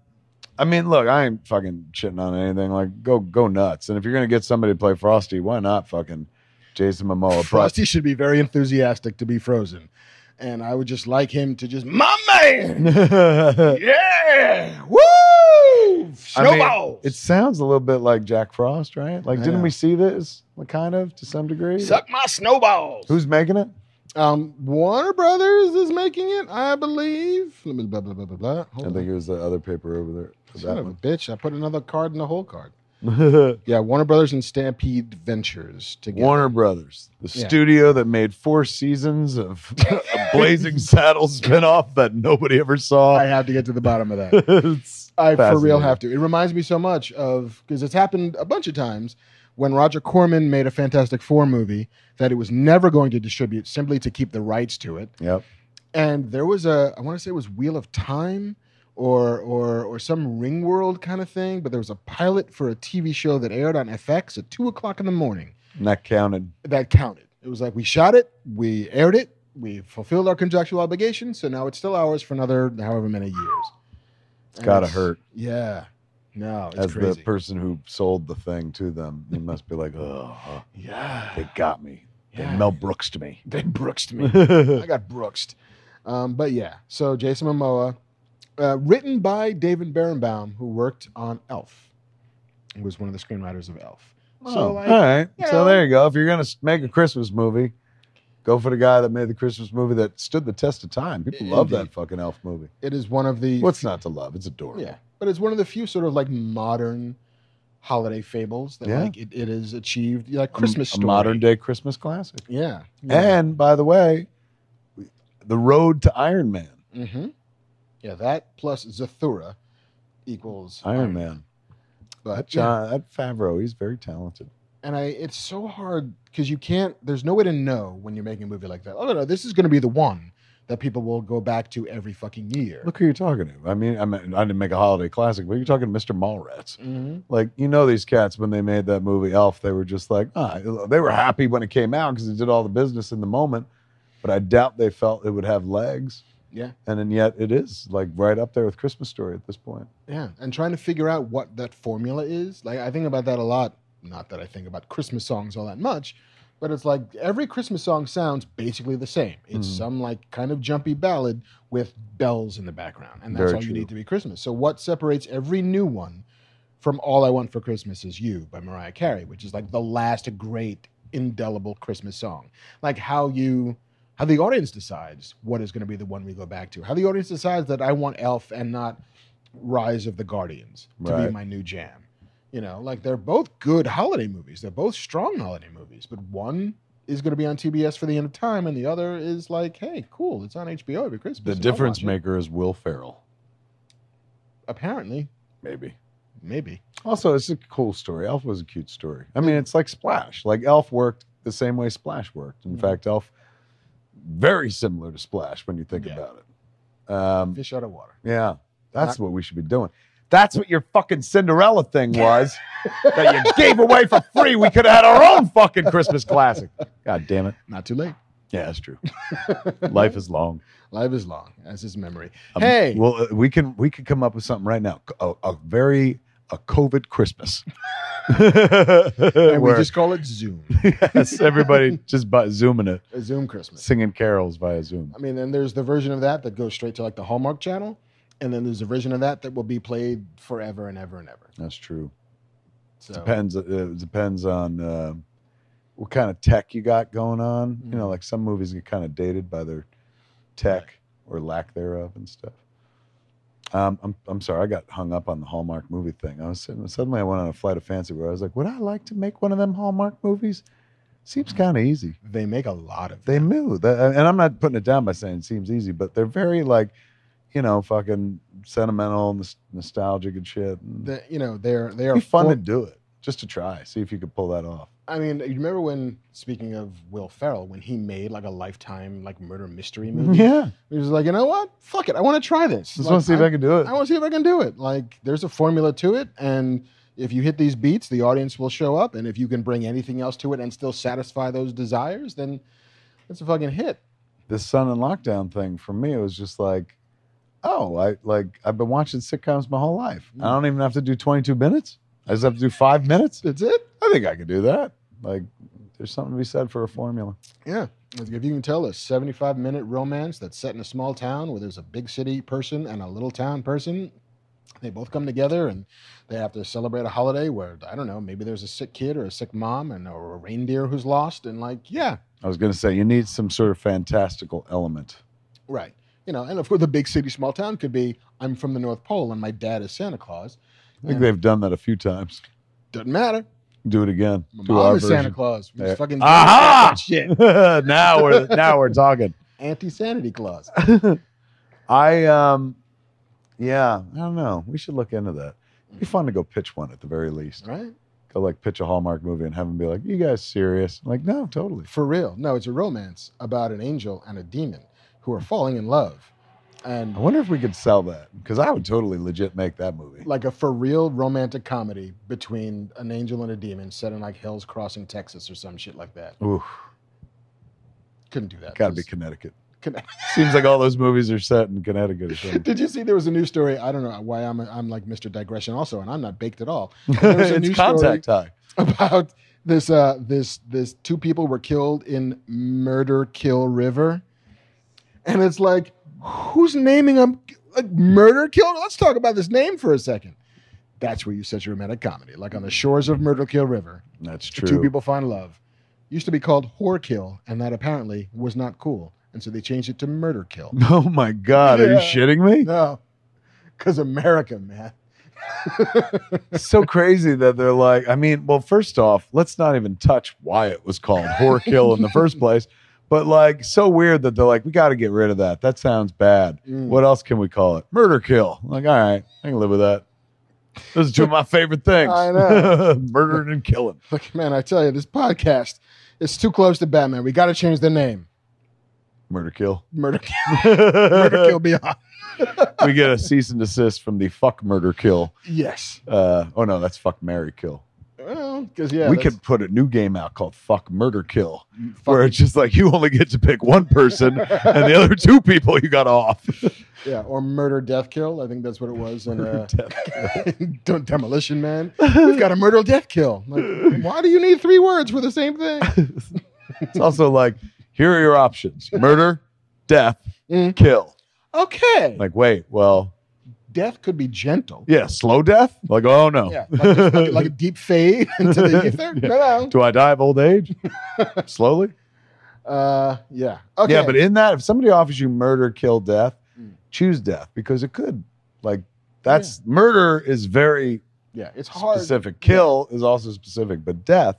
A: I mean, look, I ain't fucking shitting on anything. Like, go go nuts. And if you're gonna get somebody to play Frosty, why not fucking Jason Momoa? Oh, But-
B: Frosty should be very enthusiastic to be frozen, and I would just like him to just my man,
A: it
B: yeah, woo, snowball.
A: sounds a little bit like Jack Frost, right? Like,
B: I
A: didn't
B: know.
A: we see this like, kind of to some degree?
B: Suck my snowballs.
A: Who's making it?
B: Um, Warner Brothers is making it, I believe. Blah blah blah blah blah. blah, blah. Hold
A: I
B: on.
A: think it was the other paper over there. for
B: Son
A: That
B: of a
A: one.
B: bitch! I put another card in the whole card.
A: Warner
B: Yeah, Warner Brothers and Stampede Ventures together.
A: Brothers, the
B: Yeah.
A: studio that made four seasons of a Blazing Saddles spinoff that nobody ever
B: Oh, I
A: saw.
B: have to get to the bottom of that.
A: It's
B: I for real
A: fascinating.
B: have to. It reminds me so much of because it's happened a bunch of times when Roger Corman made a Fantastic Four movie that it was never going to distribute simply to keep the rights to it.
A: Yep.
B: and there was a I want to say it was Wheel of Time or or or some Ring World kind of thing, but there was a pilot for a TV show that aired on FX at two o'clock in the morning
A: Not counted.
B: that counted. It was like we shot it, we aired it, we fulfilled our contractual obligation, so now it's still ours for another however many years.
A: It's
B: And
A: gotta hurt.
B: Yeah. No, it's
A: As
B: crazy.
A: the person who sold the thing to them, you must be like, oh,
B: yeah.
A: they got me. They
B: yeah.
A: Mel Brooks to me.
B: They brooksed me. I got brooksed. Um, but yeah, so Jason Momoa uh, written by David Berenbaum, who worked on Elf, He was one of the screenwriters of Elf. So, like,
A: Oh, all right.
B: you
A: So
B: know-
A: there you go. If you're gonna s- make a Christmas movie, go for the guy that made the Christmas movie that stood the test of time. People love that
B: Indeed.
A: fucking elf movie.
B: It is one of the
A: What's not to love? It's adorable.
B: yeah, but it's one of the few sort of like modern holiday fables that
A: Yeah.
B: like it, it is achieved like
A: A-
B: Christmas
A: a
B: story.
A: modern day Eh. Christmas classic.
B: Yeah.
A: And by the way, we- the road to Iron Man.
B: hmm Yeah, that plus Zathura equals
A: Iron, Man.
B: But yeah.
A: John that Favreau, he's very talented.
B: and I, it's so hard because you can't. There's no way to know when you're making a movie like that. Oh no, no, this is going to be the one that people will go back to every fucking year.
A: Look who you're talking to. I mean, I mean, I didn't make a holiday classic, but you're talking to Mr. Mallrats.
B: Mhm.
A: Like you know, these cats when they made that movie Elf, they were just like, ah, they were happy when it came out because it did all the business in the moment. But I doubt they felt it would have legs.
B: Yeah.
A: And then yet it is like right up there with Christmas Story at this point.
B: Yeah, and trying to figure out what that formula is. Like I think about that a lot. Not that I think about Christmas songs all that much, but it's like every Christmas song sounds basically the same. It's
A: Mhm.
B: some like kind of jumpy ballad with bells in the background, and that's
A: Very
B: all you
A: true.
B: need to be Christmas. So what separates every new one from "All I Want for Christmas Is You" by Mariah Carey, which is like the last great indelible Christmas song? Like how you how the audience decides what is going to be the one we go back to. How the audience decides that I want Elf and not Rise of the Guardians to
A: Right.
B: be my new jam. You know, like they're both good holiday movies. They're both strong holiday movies, but one is going to be on TBS for the end of time, and the other is like, hey, cool, it's on HBO every Christmas.
A: The
B: I'll
A: difference
B: watch it.
A: maker is Will Ferrell,
B: apparently,
A: maybe.
B: maybe.
A: Also, it's a cool story. Elf was a cute story. I mean, it's like Splash. Like Elf worked the same way Splash worked. In
B: Mhm.
A: fact, Elf very similar to Splash when you think
B: Yeah.
A: about it. Um,
B: Fish out of water.
A: yeah, that's what we should be doing. That's what your fucking Cinderella thing was that you gave away for free. We could have had our own fucking Christmas classic. God damn it.
B: Not too late.
A: Yeah, that's true. Life is long.
B: Life is long, as is memory.
A: Um,
B: hey,
A: well, uh, we can we could come up with something right now. C- A, a very a COVID Christmas.
B: and we
A: Where-
B: just call it Zoom,
A: yes, everybody just by zooming it,
B: a Zoom Christmas.
A: singing carols via Zoom.
B: I mean, then there's the version of that that goes straight to like the Hallmark Channel, and then there's a version of that that will be played forever and ever and ever.
A: That's true.
B: So
A: Depends. uh, It depends on uh, what kind of tech you got going on. You know,
B: Mhm.
A: like some movies get kind of dated by their tech or lack thereof and stuff. Um, I'm I'm sorry, I got hung up on the Hallmark movie thing. I was sitting, suddenly I went on a flight of fancy where I was like, would I like to make one of them Hallmark movies? Seems kind of easy.
B: they make a lot of
A: They knew that, uh, and I'm not putting it down by saying it seems easy, but they're very like, you know, fucking sentimental, nos- nostalgic, and shit. And
B: the, you know they're they
A: it'd be
B: are
A: fun to
B: for-
A: do it just to try, see if you could pull that off.
B: I mean, you remember when speaking of Will Ferrell when he made like a lifetime like murder mystery movie?
A: Yeah,
B: He was like, you know what? Fuck it, I want to try this.
A: Mm-hmm. just
B: Like,
A: want to see if I can do it.
B: I want to see if I can do it. Like, there's a formula to it, and if you hit these beats, the audience will show up, and if you can bring anything else to it and still satisfy those desires, then it's a fucking hit.
A: the sun and lockdown thing for me, it was just like, oh, I like I've been watching sitcoms my whole life. I don't even have to do 22 minutes. I just have to do five minutes.
B: That's it.
A: I think I could do that. Like, there's something to be said for a formula.
B: Yeah. If you can tell a 75 minute romance that's set in a small town where there's a big city person and a little town person, they both come together and they have to celebrate a holiday where, I don't know, maybe there's a sick kid or a sick mom and or a reindeer who's lost. And like, yeah,
A: I was gonna say you need some sort of fantastical element.
B: right. You know, and of course, the big city, small town could be I'm from the North Pole and my dad is Santa Claus.
A: I think
B: Yeah.
A: they've done that a few times.
B: Doesn't matter.
A: Do it again.
B: My
A: Do our
B: mom is Santa
A: version.
B: Claus. We
A: Yeah.
B: just fucking
A: Aha!
B: shit.
A: now we're now we're talking.
B: Anti Sanity Claus.
A: I um, yeah, I don't know. We should look into that. It'd be fun to go pitch one at the very least.
B: Right?
A: Go like pitch a Hallmark movie and have them be like, "You guys serious?" I'm like, no, totally.
B: For real. No, it's a romance about an angel and a demon who are falling in love. And
A: I wonder if we could sell that because I would totally legit make that movie.
B: like a for real romantic comedy between an angel and a demon set in like Hell's Crossing, Texas or some shit like that.
A: Ooh,
B: Couldn't do that.
A: gotta be
B: 'cause-
A: Connecticut.
B: Conne-
A: Seems like all those movies are set in Connecticut or something.
B: Did you see there was a news story? I don't know why I'm, I'm like Mr. Digression also, and I'm not baked at all. was a
A: it's
B: news
A: contact high.
B: About this, uh, this, this two people were killed in Murder Kill River. And it's like, who's naming them? like murder kill. Let's talk about this name for a second. That's where you set your romantic comedy, like on the shores of Murder Kill River.
A: That's
B: the
A: true.
B: Two people find love. Used to be called Whore Kill, and that apparently was not cool, and so they changed it to Murder Kill.
A: Oh my God, are you
B: Yeah.
A: shitting me?
B: No, because America, man.
A: It's so crazy that they're like, I mean, well, first off, let's not even touch why it was called Whore Kill in the first place. But like, so weird that they're like, we got to get rid of that. That sounds bad.
B: Mm.
A: What else can we call it? Murder Kill. I'm like, all right, I can live with that. Those are two of my favorite things
B: I know.
A: murdering and killing.
B: Look, man, I tell you, this podcast it's too close to Batman. We got to change the name.
A: Murder Kill.
B: Murder Kill, Murder Kill Beyond.
A: we get a cease and desist from the fuck murder kill.
B: Yes.
A: Uh, oh no, that's fuck Mary kill.
B: Well, because yeah,
A: we
B: that's- Mm,
A: could put a new game out called fuck murder kill,
B: fuck
A: where it's just like you only get to pick one person and the other two people you got off.
B: Yeah, or murder, death, kill. I think that's what it was in uh,
A: Death
B: Don't Demolition Man. We've got a murder, death, kill. Like, why do you need three words for the same thing?
A: It's also like here are your options: murder, death,
B: Mm.
A: kill.
B: Okay,
A: Like wait, well,
B: death could be gentle.
A: yeah, slow death. Like oh no,
B: Yeah, like, just like, like a deep fade into the ether. No,
A: do I die of old age? Slowly.
B: no. Uh, yeah. Okay.
A: Yeah, but in that, if somebody offers you murder, kill, death,
B: Mm.
A: choose death because it could like that's murder is very
B: yeah, it's hard.
A: specific. Kill is also specific, but death,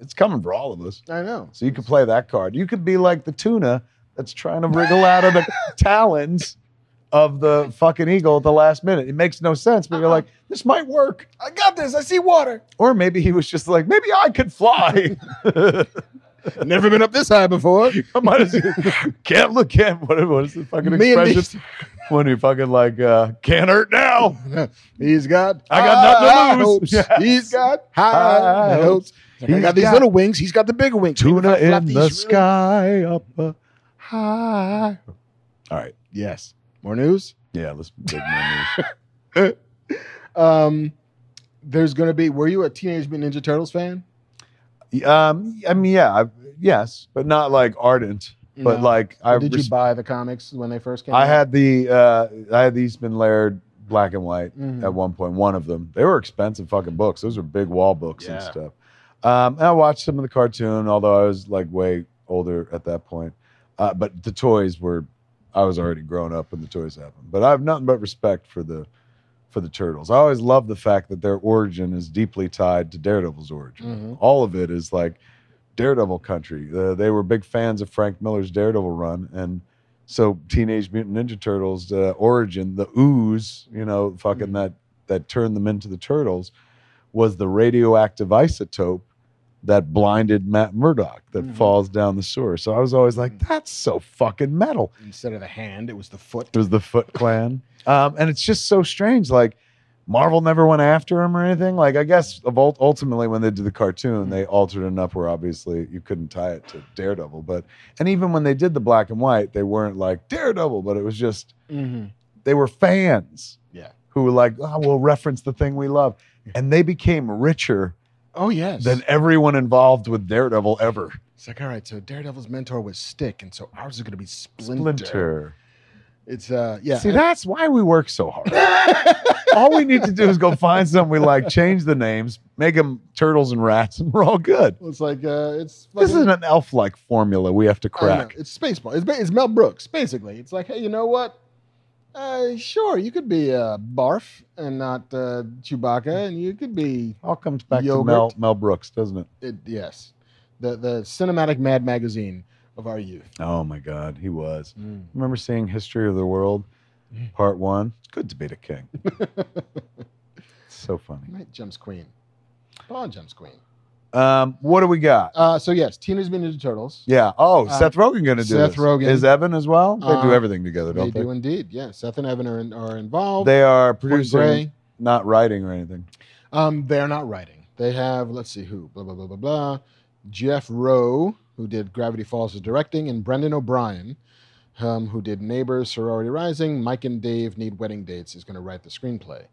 A: it's coming for all of us.
B: I know.
A: So you could play that card. You could be like the tuna that's trying to wriggle out of the talons of the fucking eagle at the last minute. It makes no sense, but you're
B: Uh-uh.
A: like, this might work.
B: I got this. I see water.
A: Or maybe he was just like, maybe I could fly.
B: Never been up this high before.
A: I might as can't look at what, what is the fucking
B: Me and
A: expression? when he fucking like uh, can't hurt now.
B: Oh, He's got.
A: I got
B: high
A: nothing to lose.
B: hopes.
A: Yes.
B: He's got high,
A: High
B: hopes. I
A: He's
B: got these
A: got-
B: little wings. He's got the bigger wings.
A: Tuna
B: Even if I flap
A: in
B: these
A: the
B: really-
A: sky up uh, high. All right,
B: Yes. More news.
A: yeah, let's big man news.
B: Um, there's gonna be. Were you a Teenage Mutant Ninja Turtles fan?
A: Um, I mean, yeah, I- yes, but not like ardent, but
B: No.
A: like I
B: did
A: res-
B: you buy the comics when they first came?
A: I
B: out?
A: had the uh, I had the Eastman Laird black and white
B: Mhm.
A: at one point. One of them, they were expensive fucking books. Those were big wall books and
B: Yeah.
A: stuff. Um, and I watched some of the cartoon, although I was like way older at that point. Uh, but the toys were, I was already grown up when the toys happened. But I have nothing but respect for the for the turtles. I always love the fact that their origin is deeply tied to Daredevil's origin
B: Mhm.
A: all of it is like Daredevil country. Uh, they were big fans of Frank Miller's Daredevil run, and so Teenage Mutant Ninja Turtles uh, origin, the ooze, you know, fucking
B: Mhm.
A: that that turned them into the turtles, was the radioactive isotope that blinded Matt Murdock that
B: Mhm.
A: falls down the sewer. So I was always like,
B: Mhm.
A: that's so fucking metal.
B: Instead of the hand, it was the foot.
A: It was the Foot Clan. Um, and it's just so strange. Like, Marvel never went after him or anything. Like, I guess of ult- ultimately when they did the cartoon, they altered enough where obviously you couldn't tie it to Daredevil. But, and even when they did the black and white, they weren't like Daredevil, but it was just,
B: Mm-hmm.
A: they were fans
B: Yeah.
A: who were like, oh, we'll reference the thing we love. And they became richer
B: Oh yes.
A: than everyone involved with Daredevil ever.
B: it's like all right. So Daredevil's mentor was Stick, and so ours is gonna be Splinter.
A: Splinter.
B: It's uh yeah.
A: See, that's why we work so hard. all we need to do is go find something we like, change the names, make them turtles and rats, and we're all good.
B: it's like uh it's.
A: This
B: fucking-
A: isn't an elf like formula we have to
B: I know,
A: crack.
B: Oh, It's Spaceball. It's, ba- it's Mel Brooks basically. It's like hey, you know what? Uh, sure, you could be uh, Barf and not uh, Chewbacca, and you could be
A: All comes back
B: Yogurt.
A: to Mel, Mel Brooks, doesn't it?
B: it, yes, the the cinematic Mad Magazine of our youth.
A: Oh my God, he was. Remember seeing History of the World,
B: Mm.
A: Part One? It's good to be the king. so funny.
B: Night Gems Queen. Bond Gems Queen.
A: Um, what do we got?
B: Uh, so yes, Teenage Mutant Ninja Turtles.
A: Yeah. Oh,
B: Uh,
A: Seth Rogen going to do
B: Seth
A: this.
B: Rogen.
A: is Evan as well. They do
B: Uh,
A: everything together,
B: they
A: don't they?
B: do indeed. Yeah, Seth and Evan are, in, are involved.
A: They are
B: Gordon
A: producing,
B: Gray.
A: not writing or anything.
B: Um, they're not writing. They have let's see who blah blah blah blah blah. Jeff Rowe, who did Gravity Falls, is directing, and Brendan O'Brien, um, who did Neighbors, Sorority Rising, Mike and Dave Need Wedding Dates, is going to write the screenplay,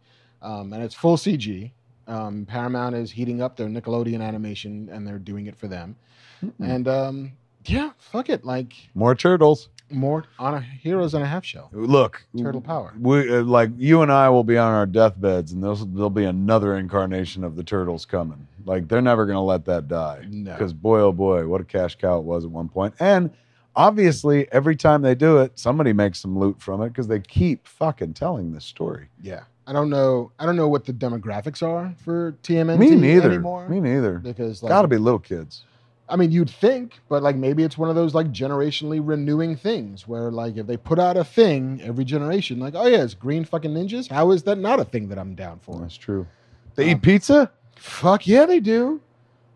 B: um, and it's full CG. Um, Paramount is heating up their Nickelodeon
A: Hmm.
B: animation, and they're doing it for them.
A: Mm-mm.
B: And um, yeah, fuck it, like
A: More turtles.
B: More on a heroes on a half shell.
A: Look,
B: Turtle power.
A: We uh, like you and I will be on our deathbeds, and there'll, there'll be another incarnation of the turtles coming. Like they're never gonna let that die
B: No.
A: because boy, oh boy, what a cash cow it was at one point. And obviously, every time they do it, somebody makes some loot from it because they keep fucking telling this story.
B: Yeah. I don't know. I don't know what the demographics are for TMNT
A: Me neither.
B: anymore.
A: Me neither.
B: because like
A: Gotta be little kids.
B: I mean, you'd think, but like maybe it's one of those like generationally renewing things where like if they put out a thing every generation, like oh yeah, it's green fucking ninjas. How is that not a thing that I'm down for?
A: That's true. They
B: Um,
A: eat pizza,
B: Fuck yeah, they do.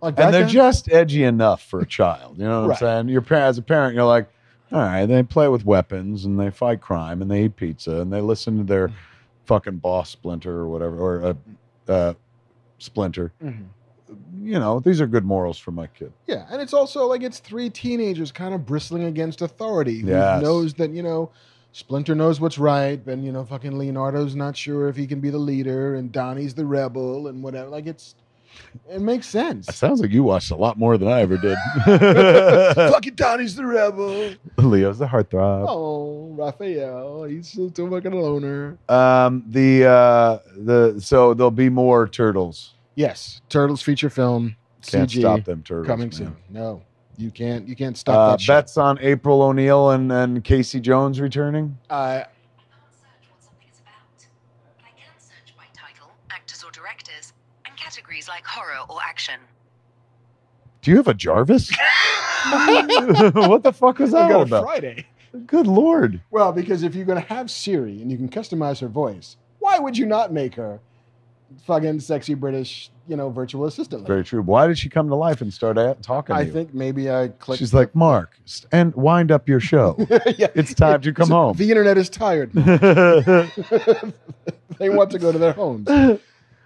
B: Like
A: and they're
B: guy-
A: just edgy enough for a child. You know what
B: Right.
A: I'm saying? Your parent, as a parent, you're like, all right, they play with weapons and they fight crime and they eat pizza and they listen to their fucking boss splinter or whatever or a uh, splinter.
B: Mhm.
A: You know, these are good morals for my kid.
B: yeah, and it's also like it's three teenagers kind of bristling against authority who
A: Yes.
B: knows that you know. Splinter knows what's right, and you know, fucking Leonardo's not sure if he can be the leader, and Donnie's the rebel, and whatever. Like it's, it makes
A: It
B: sense.
A: sounds like you watched a lot more than I ever did.
B: fucking Donnie's the rebel.
A: Leo's the heartthrob.
B: Oh, Raphael, he's still too fucking loner.
A: Um, the uh, the so there'll be more turtles.
B: Yes, Turtles feature film
A: Can't
B: CG
A: stop them turtles
B: coming
A: man.
B: soon. No, you can't. You can't stop
A: Uh,
B: that. Shit.
A: bets on April O'Neil and, and Casey Jones returning.
B: Uh,
D: can't search what something is about. I can search by title, actors or directors, and categories like horror or action.
A: Do you have a Jarvis? what the fuck was
B: we
A: that
B: got
A: all
B: a
A: about?
B: oh, Friday.
A: Good lord.
B: Well, because if you're gonna have Siri and you can customize her voice, why would you not make her fucking sexy British, you know, virtual assistant?
A: Very true. Why did she come to life and start a- talking to
B: I
A: you?
B: think maybe I clicked.
A: She's like, Mark, st- and wind up your show.
B: yeah.
A: It's time to come
B: So
A: home.
B: The internet is tired. they want to go to their homes.
A: that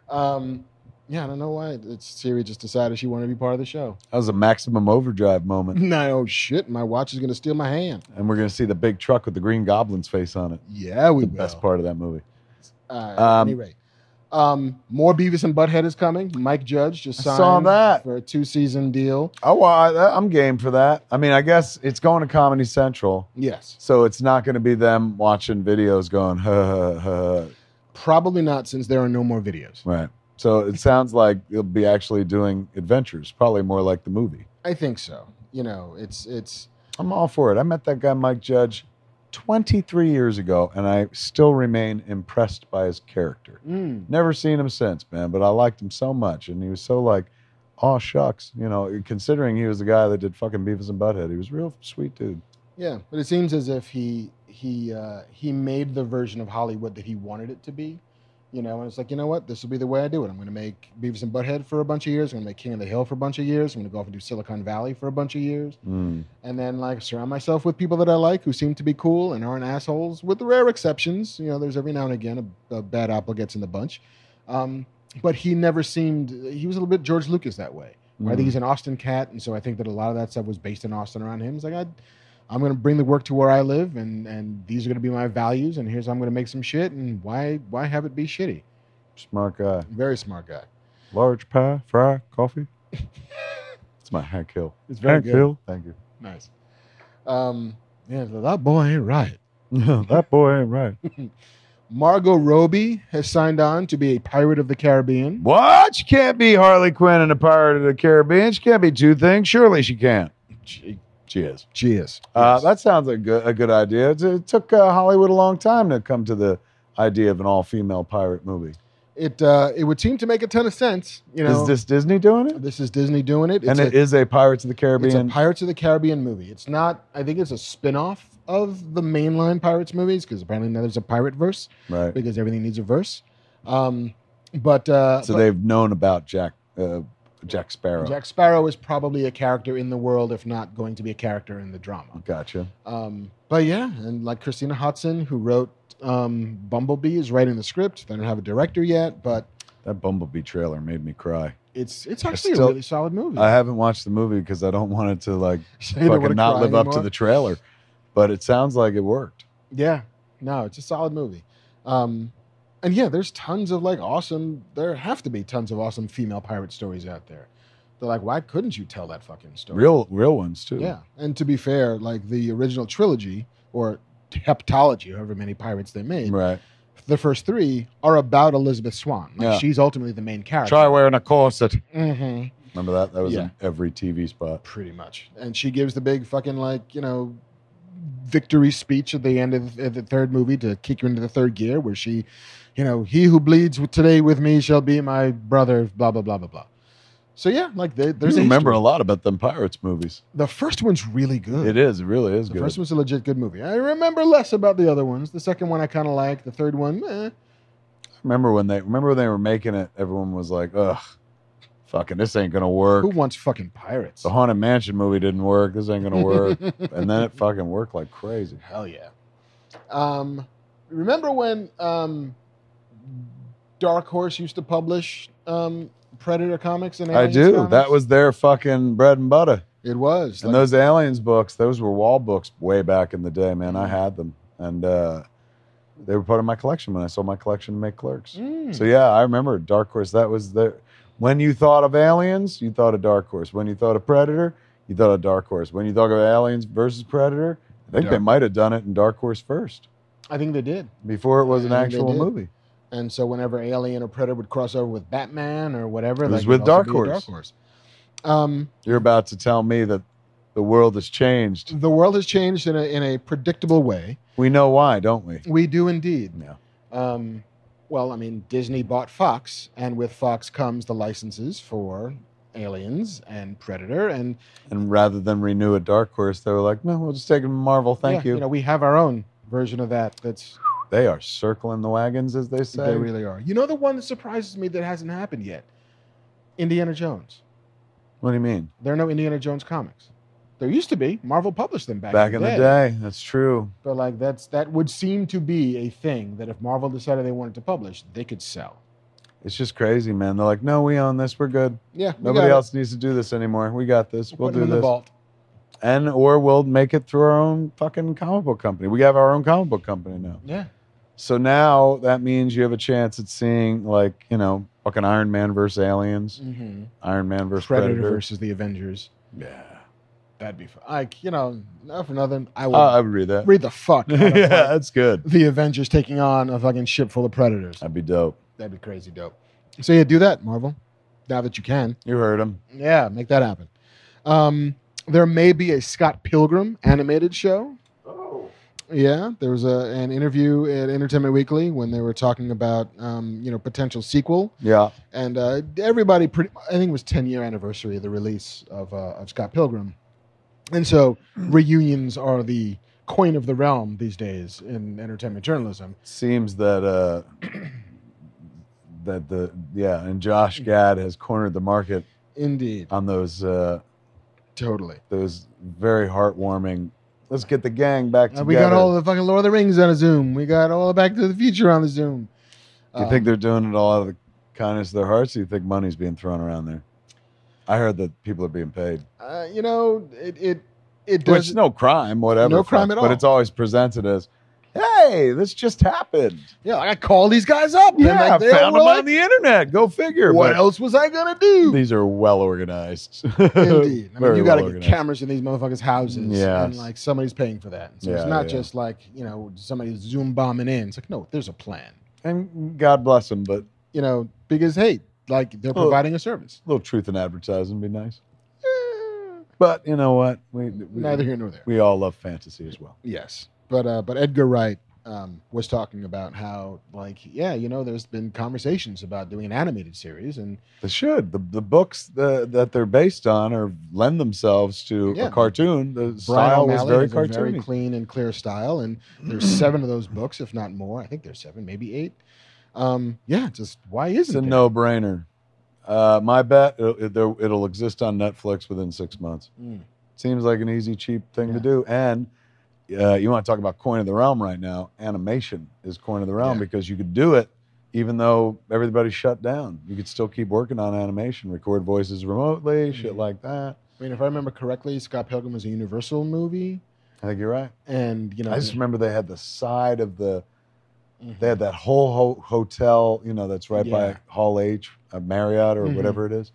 B: Um, yeah, I don't know why. It's Siri just decided she wanted to be part of the show.
A: was a maximum overdrive moment.
B: No oh, shit, my watch is gonna steal my hand.
A: And we're going to see the big truck with the green goblin's face on it.
B: Yeah, we
A: The
B: will.
A: best part of that movie.
B: Uh,
A: Um,
B: anyway, um, more Beavis and Butthead is coming. Mike Judge just
A: I
B: signed
A: saw that.
B: for a two-season deal.
A: Oh, well, I, I'm game for that. I mean, I guess it's going to Comedy Central.
B: Yes,
A: So it's not going to be them watching videos going, huh, huh, huh.
B: probably not since there are no more videos.
A: Right. So it sounds like you'll be actually doing adventures, probably more like the movie.
B: I think so. You know, it's it's
A: I'm all for it. I met that guy, Mike Judge, 23 years ago, and I still remain impressed by his character.
B: mm,
A: Never seen him since, man, but I liked him so much. And he was so like, oh, shucks. You know, considering he was the guy that did fucking Beavis and Butthead, he was a real sweet dude.
B: yeah. But it seems as if he he uh, he made the version of Hollywood that he wanted it to be. You know, and it's like, you know what? This will be the way I do it. I'm going to make Beavis and Butthead for a bunch of years. I'm going to make King of the Hill for a bunch of years. I'm going to go off and do Silicon Valley for a bunch of years.
A: Mm.
B: and then like surround myself with people that I like who seem to be cool and aren't assholes, with the rare exceptions. You know, there's every now and again a, a bad apple gets in the bunch. Um, but he never seemed, he was a little bit George Lucas that way. I
A: Hmm.
B: think he's an Austin cat. And so I think that a lot of that stuff was based in Austin around him. He's like, I, I'm going to bring the work to where I live and, and these are going to be my values. And here's how I'm going to make some shit. And why, why have it be shitty?
A: Smart guy.
B: Very smart guy.
A: Large pie, fry, coffee. it's my Hank Hill.
B: It's very
A: Hank
B: good.
A: Hill. Thank you.
B: Nice. Um, yeah, that boy ain't right.
A: that boy ain't right.
B: Margot Robbie has signed on to be a pirate of the Caribbean.
A: What? She can't be Harley Quinn and a Pirate of the Caribbean. She can't be two things. Surely she can't.
B: She,
A: She is.
B: she is.
A: Uh,
B: Yes.
A: that sounds like a good, a good idea. It, it took uh, Hollywood a long time to come to the idea of an all-female pirate movie.
B: it uh, it would seem to make a ton of sense. You know,
A: is this Disney doing it?
B: this is Disney doing it. It's
A: and
B: a,
A: it is a Pirates of the
B: it's a
A: Caribbean.
B: Pirates of the Caribbean movie. It's not. I think it's a spin-off of the mainline Pirates movies because apparently now there's a pirate verse
A: right.
B: because everything needs a verse. Um, but uh,
A: So
B: but
A: they've known about Jack uh, Jack Sparrow.
B: Jack Sparrow is probably a character in the world, if not going to be a character in the drama.
A: Gotcha.
B: Um, but yeah, and like Christina Hodson, who wrote um, Bumblebee, is writing the script. They don't have a director yet, but
A: That Bumblebee trailer made me cry.
B: it's it's actually
A: still-
B: a really solid movie.
A: I haven't watched the movie because I don't want it to like
B: Say they
A: fucking
B: would've
A: not
B: cried
A: live up to
B: anymore.
A: the trailer. But it sounds like it worked.
B: Yeah, no, it's a solid movie. Um, and yeah, there's tons of like awesome. There have to be tons of awesome female pirate stories out there. They're like, why couldn't you tell that fucking story?
A: Real, real ones too.
B: Yeah. And to be fair, like the original trilogy or heptology, however many pirates they made,
A: Right.
B: the first three are about Elizabeth Swan. Like
A: Yeah.
B: she's ultimately the main character.
A: Try wearing a corset.
B: hmm
A: Remember that? That was
B: Yeah.
A: in every TV spot.
B: Pretty much. And she gives the big fucking like, you know, victory speech at the end of the, of the third movie to kick you into the third gear where she, you know, he who bleeds with- today with me shall be my brother, blah, blah, blah, blah, blah. So yeah, like they, there's
A: you
B: a
A: remember
B: history.
A: a lot about them pirates movies.
B: the first one's really good.
A: It is. It really is
B: The
A: good.
B: first one's a legit good movie. I remember less about the other ones. The second one I kind of like. The third one, eh.
A: remember when they remember when they were making it? Everyone was like, "Ugh, fucking this ain't gonna work."
B: who wants fucking pirates?
A: The Haunted Mansion movie didn't work. This ain't gonna work. and then it fucking worked like crazy.
B: Hell yeah. Um, remember when um, Dark Horse used to publish um, Predator comics and
A: I
B: Aliens
A: do.
B: comics?
A: That was their fucking bread and butter.
B: it was
A: And
B: Like,
A: those aliens books, those were wall books way back in the day, man.
B: Hmm.
A: I had them, and uh, they were part of my collection when I sold my collection to make clerks.
B: Mm.
A: So yeah, I remember Dark Horse. That was the when you thought of aliens, you thought of Dark Horse. When you thought of Predator, you thought of Dark Horse. When you thought of aliens versus Predator, I think they
B: Dark-
A: might have done it in Dark Horse first
B: I think they did.
A: before it was an
B: I think they
A: actual
B: did.
A: movie.
B: And so whenever Alien or Predator would cross over with Batman or whatever,
A: It
B: that
A: was
B: could
A: with
B: also
A: Dark
B: be a
A: Horse.
B: Dark Horse. Um,
A: You're about to tell me that the world has changed.
B: the world has changed in a, in a predictable way.
A: We know why, don't we?
B: We do indeed.
A: No.
B: Um, well, I mean, Disney bought Fox, and with Fox comes the licenses for Aliens and Predator, and
A: And rather than renew a Dark Horse, they were like, "No, we'll just take it to Marvel. Thank
B: yeah,
A: you."
B: You know, we have our own version of that. That's
A: They are circling the wagons, as they say.
B: they really are. You know, the one that surprises me that hasn't happened yet, Indiana Jones.
A: what do you mean?
B: There are no Indiana Jones comics. There used to be. Marvel published them back,
A: Back, in the day. that's true.
B: But like that's that would seem to be a thing that if Marvel decided they wanted to publish, they could sell.
A: It's just crazy, man. They're like, no, we own this. We're good.
B: Yeah, we
A: Nobody
B: got it.
A: else needs to do this anymore. We got this. We'll
B: Put them
A: do
B: in the
A: this.
B: vault.
A: And or we'll make it through our own fucking comic book company. We have our own comic book company now.
B: Yeah,
A: So now that means you have a chance at seeing like, you know, fucking Iron Man versus Aliens,
B: mm-hmm.
A: Iron Man versus
B: Predator,
A: Predator.
B: versus the Avengers.
A: yeah.
B: That'd be fun. Like, you know, not for nothing. I would
A: Uh, I would read that.
B: read the fuck out
A: yeah,
B: of, like,
A: that's good.
B: the Avengers taking on a fucking ship full of predators.
A: That'd be dope.
B: That'd be crazy dope. So yeah, do that, Marvel. Now that you can.
A: You heard him.
B: Yeah, make that happen. Um, there may be a Scott Pilgrim animated show.
A: Oh.
B: Yeah, there was a, an interview at Entertainment Weekly when they were talking about um, you know potential sequel,
A: Yeah.
B: and uh, everybody pretty I think it was ten year anniversary of the release of uh, of Scott Pilgrim, and so reunions are the coin of the realm these days in entertainment journalism.
A: seems that uh that the yeah and josh
B: Mm.
A: gad has cornered the market
B: Indeed,
A: on those uh
B: totally.
A: those very heartwarming let's get the gang back together
B: Uh, we got all the fucking Lord of the Rings on a Zoom. We got all the Back to the Future on the Zoom. Um,
A: do
B: uh,
A: you think they're doing it all out of the kindness of their hearts do you think money's being thrown around there i heard that people are being paid
B: Uh, you know, it it it
A: which
B: does.
A: no crime whatever
B: No
A: fuck,
B: crime at all.
A: but it's always presented as hey this just happened
B: Yeah, like I call these guys up. and,
A: yeah
B: like,
A: I
B: they're
A: found them
B: like,
A: on the internet go figure
B: What
A: but
B: else was I gonna do?
A: these are well organized
B: Indeed. I mean,
A: Very well
B: you got to get
A: organized.
B: cameras in these motherfuckers' houses,
A: Yes.
B: and like somebody's paying for that. So it's
A: Yeah,
B: not
A: yeah.
B: just like you know somebody Zoom bombing in. It's like no, there's a plan.
A: and god bless them but
B: You know, because hey, like they're
A: Well-
B: providing a service.
A: A little truth in advertising would be nice.
B: Eh,
A: But you know what? We, we
B: neither here nor there.
A: we all love fantasy as well.
B: Yes, but uh, but Edgar Wright um, was talking about how like yeah, you know, there's been conversations about doing an animated series, and
A: They should. The the books the, that they're based on are lend themselves to
B: Yeah.
A: a cartoon. The
B: Brian
A: style was
B: O'Malley
A: very
B: has a very
A: cartoony.
B: clean and clear style, and there's seven of those books, if not more. I think there's seven, maybe eight. Um, yeah, just why
A: It's a
B: isn't
A: no brainer. Uh, my bet it'll, it- there- it'll exist on Netflix within six months.
B: there? Mm.
A: Seems like an easy, cheap thing
B: Yeah.
A: to do. And uh, you want to talk about coin of the realm right now? Animation is coin of the realm
B: Yeah.
A: because you could do it even though everybody's shut down. You could still keep working on animation, record voices remotely, shit
B: Mhm.
A: like that.
B: I mean, if I remember correctly, Scott Pilgrim was a Universal movie,
A: I think you're right.
B: and you know,
A: I just remember they had the side of the
B: Mhm.
A: they had that whole ho- hotel, you know, that's right
B: Yeah.
A: by Hall H, uh, Marriott or
B: Mhm.
A: whatever it is.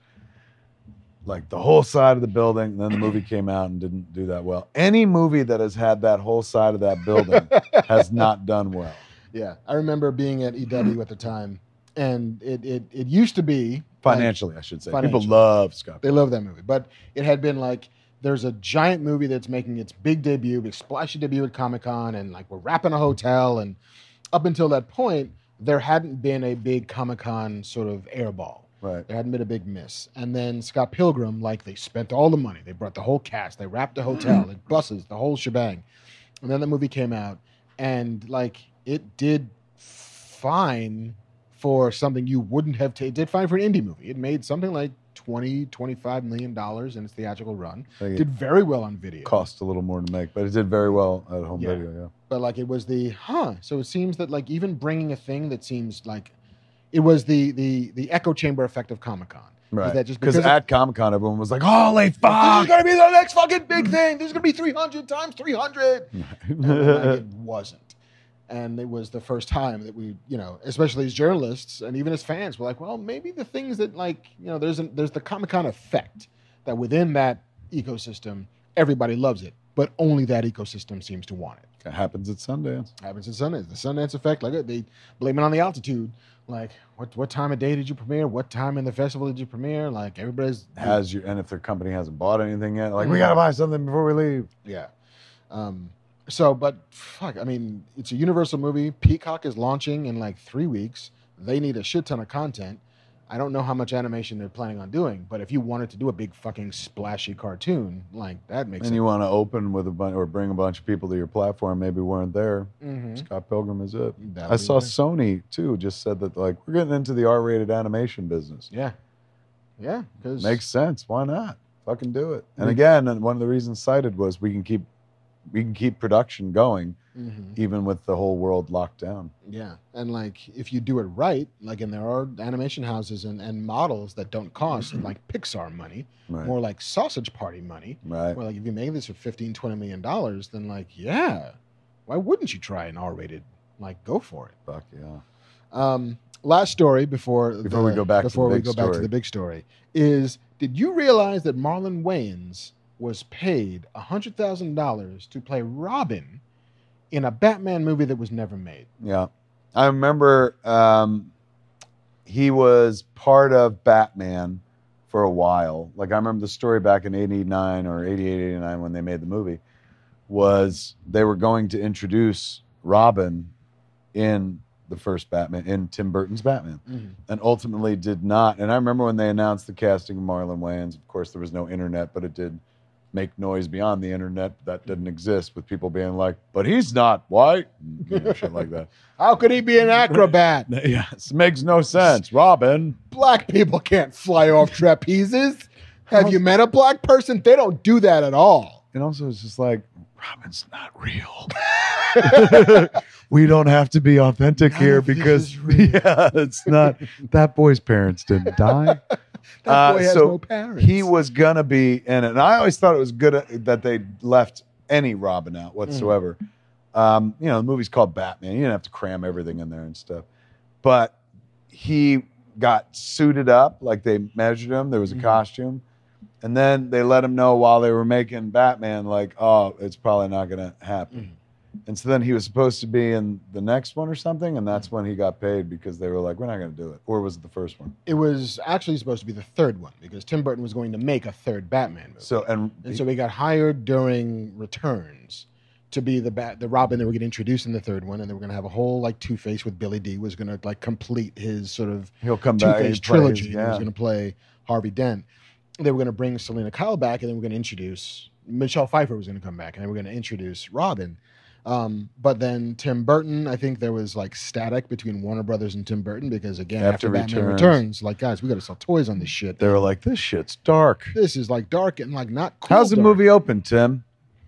A: like the whole side of the building. And then the movie came out and didn't do that well. Any movie that has had that whole side of that building has not done well.
B: Yeah, I remember being at EW at the time, and it it, it used to be like,
A: Financially, I should say.
B: Financially.
A: People love Scott.
B: They love that movie. But it had been like there's a giant movie that's making its big debut, big splashy debut at Comic Con, and like we're wrapping a hotel. And up until that point, there hadn't been a big Comic Con sort of airball.
A: Right.
B: There hadn't been a big miss. And then Scott Pilgrim, like they spent all the money. They brought the whole cast. They wrapped the hotel, like buses, the whole shebang. And then the movie came out, and like it did fine for something you wouldn't have. Ta- it did fine for an indie movie. It made something like 20, 25 million dollars in its theatrical run.
A: I think
B: Did very well on video.
A: it cost a little more to make, but it did very well at home
B: Yeah.
A: video. Yeah.
B: but like it was the huh so it seems that like even bringing a thing that seems like it was the the the echo chamber effect of comic-con
A: Right.
B: that just
A: because
B: because-
A: at Comic Con, everyone was like, holy
B: this is
A: fuck.
B: gonna be the next fucking big thing this is gonna be 300 times 300 and like, it wasn't and it was the first time that we you know especially as journalists and even as fans were like well maybe the things that like you know there's an, there's the comic-con effect that within that ecosystem everybody loves it but only that ecosystem seems to want it
A: It happens at Sundance.
B: happens in Sundance. The Sundance effect, like they blame it on the altitude. Like, what what time of day did you premiere? What time in the festival did you premiere? Like everybody's
A: Has your and if their company hasn't bought anything yet, like
B: Mm.
A: we gotta buy something before we leave.
B: yeah. Um, so, but fuck, I mean, it's a Universal movie. Peacock is launching in like three weeks. They need a shit ton of content. I don't know how much animation they're planning on doing, but if you wanted to do a big fucking splashy cartoon, like that makes
A: And you want to open with a bunch or bring a bunch of people to your platform, maybe weren't there.
B: Mhm.
A: Scott Pilgrim is it.
B: That
A: I
B: would be
A: saw
B: nice.
A: Sony too just said that like we're getting into the R-rated animation business.
B: Yeah, yeah, because
A: Makes sense. Why not? Fucking do it. And
B: Mhm.
A: again, and one of the reasons cited was we can keep we can keep production going
B: Mhm.
A: even with the whole world locked down.
B: Yeah, and like if you do it right, like and there are animation houses and, and models that don't cost like Pixar money,
A: Right.
B: more like sausage party money.
A: right.
B: Well, like if you make this for 15, 20 million dollars, then like yeah, why wouldn't you try an R-rated? Like go for it.
A: Fuck yeah.
B: Um, last story before
A: Before we go back to the
B: before we
A: big
B: go back to
A: story.
B: the big story is did you realize that Marlon Wayans was paid hundred thousand dollars to play Robin in a Batman movie that was never made?
A: Yeah. I remember um, he was part of Batman for a while. Like, I remember the story back in 89 or 88, 89 when they made the movie, was they were going to introduce Robin in the first Batman, in Tim Burton's Batman, and ultimately did not. And I remember when they announced the casting of Marlon Wayans, of course, there was no internet, but it did make noise beyond the internet that didn't exist with people being like, but he's not white, you know, shit like that.
B: How could he be an acrobat?
A: Yeah, this makes no sense, Robin.
B: black people can't fly off trapezes. Have you met a black person? They don't do that at all.
A: And also, it's just like Robin's not real. we don't have to be authentic
B: None
A: here
B: of this
A: because
B: is real.
A: yeah, it's not that boy's parents didn't die.
B: That
A: Uh,
B: boy has
A: so
B: no parents.
A: he was gonna be in it, and I always thought it was good uh, that they left any Robin out whatsoever. Um, you know, the movie's called Batman. You didn't have to cram everything in there and stuff. But he got suited up, like they measured him. There was a
B: Mhm.
A: costume, and then they let him know while they were making Batman, like, oh, it's probably not gonna happen. And so then he was supposed to be in the next one or something, and that's when he got paid because they were like, we're not gonna do it. Or was it the first one?
B: It was actually supposed to be the third one because Tim Burton was going to make a third Batman movie.
A: So and,
B: and so he got hired during Returns to be the bat, the Robin that were going to introduce in the third one, and they were going to have a whole like Two Face with Billy D was going to like complete his sort of
A: he'll come
B: Two
A: back. he plays,
B: Face trilogy. He was
A: yeah.
B: going to play Harvey Dent. They were going to bring Selena Kyle back, and then we're going to introduce Michelle Pfeiffer was going to come back, and they were going to introduce Robin. Um, but then Tim Burton, I think there was like static between Warner Brothers and Tim Burton because again,
A: After
B: after, Batman
A: Returns.
B: returns. like guys, we got to sell toys on this shit.
A: They were like, this shit's dark.
B: this is like dark and like not cool.
A: How's the
B: dark.
A: movie open, Tim?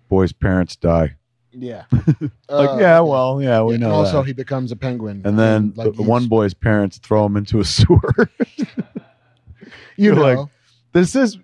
A: Boy's parents die.
B: Yeah, Uh,
A: Like, yeah, well, yeah, we
B: and
A: know
B: Also,
A: that.
B: he becomes a penguin, um,
A: And then
B: like,
A: the
B: he's-
A: one boy's parents throw him into a sewer.
B: you
A: you're
B: know,
A: like, this is.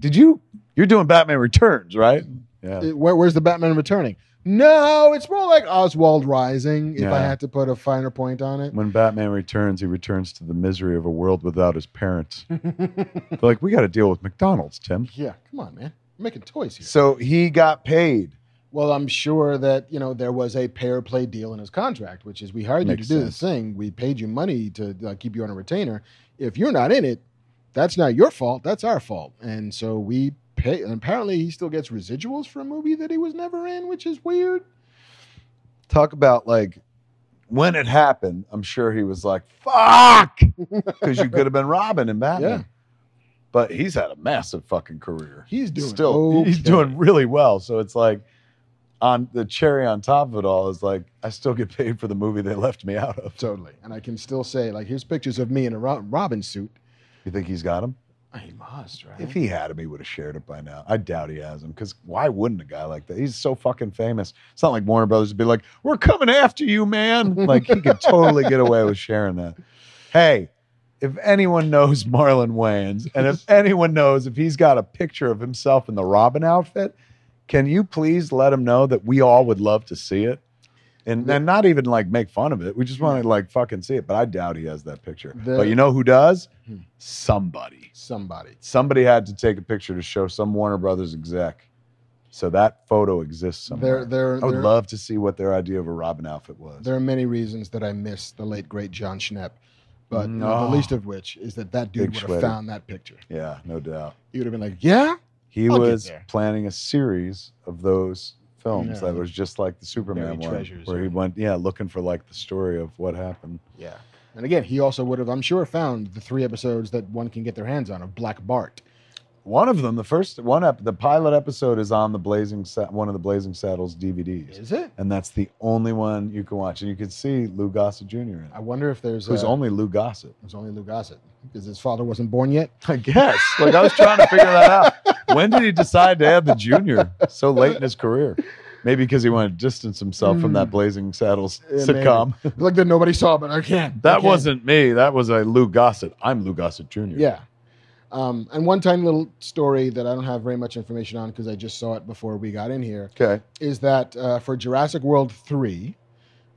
A: Did you? You're doing Batman Returns, right? Yeah.
B: it- where, where's the Batman returning? No, it's more like Oswald Rising. If I
A: Yeah.
B: had to put a finer point on it,
A: When Batman returns, he returns to the misery of a world without his parents. They're like, we got to deal with McDonald's, Tim.
B: yeah, come on, man, We're making toys here.
A: So he got paid.
B: Well, I'm sure that you know there was a pair play deal in his contract, which is we hired
A: Makes
B: you to do this thing, we paid you money to uh, keep you on a retainer. If you're not in it, that's not your fault. That's our fault. And so we pay. And apparently, he still gets residuals for a movie that he was never in, which is weird.
A: Talk about like when it happened. I'm sure he was like, "Fuck," because you could have been Robin and Batman.
B: Yeah.
A: But he's had a massive fucking career.
B: He's doing
A: still he's
B: okay.
A: doing really well. So it's like on the cherry on top of it all is like I still get paid for the movie they left me out of.
B: totally. And I can still say, like, here's pictures of me in a Ro- Robin suit.
A: You think he's got him?
B: Oh, He must, right?
A: If he had him, he would have shared it by now. I doubt he has him because why wouldn't a guy like that? He's so fucking famous. It's not like Warner Brothers would be like, "We're coming after you, man." Like he could totally get away with sharing that. Hey, if anyone knows Marlon Wayans, and if anyone knows if he's got a picture of himself in the Robin outfit, can you please let him know that we all would love to see it? And, and not even like make fun of it. We just want to like fucking see it. But I doubt he has that picture.
B: Hmm. The-
A: but you know who does?
B: Hmm.
A: Somebody
B: Somebody.
A: somebody had to take a picture to show some Warner Brothers exec. So that photo exists somewhere.
B: There, there,
A: I would
B: there,
A: love to see what their idea of a Robin outfit was.
B: there are many reasons that I miss the late great John Schnepp, but
A: No.
B: the least of which is that that dude
A: Mm, oh. Big
B: would have
A: sweater.
B: found that picture.
A: yeah, no doubt.
B: He would have been like, "Yeah,
A: He
B: I'll get
A: was
B: there.
A: planning a series of those films
B: Yeah.
A: that was just like the Superman
B: Buried
A: one,
B: treasures
A: where
B: or-
A: he went, yeah, looking for like the story of what happened.
B: yeah." And again, he also would have, I'm sure, found the three episodes that one can get their hands on of Black Bart.
A: One of them, the first one, ep- the pilot episode is on the Blazing Sa- one of the Blazing Saddles DVDs,
B: it?
A: and that's the only one you can watch. And you can see Lou Gossett Jr. in
B: I
A: it,
B: wonder if there's
A: who's
B: uh,
A: only Lou Gossett.
B: It was only Lou Gossett because his father wasn't born yet.
A: I guess. Like I was trying to figure that out. When did he decide to add the junior so late in his career? Maybe because he wanted to distance himself from that Blazing Saddles
B: Hmm. Yeah, maybe.
A: sitcom.
B: like that nobody saw, but I can't. I
A: That
B: can't.
A: wasn't me. That was a Lou Gossett. I'm Lou Gossett Jr.
B: Yeah. Um, and one tiny little story that I don't have very much information on because I just saw it before we got in here
A: Okay.
B: is that uh, for Jurassic World 3,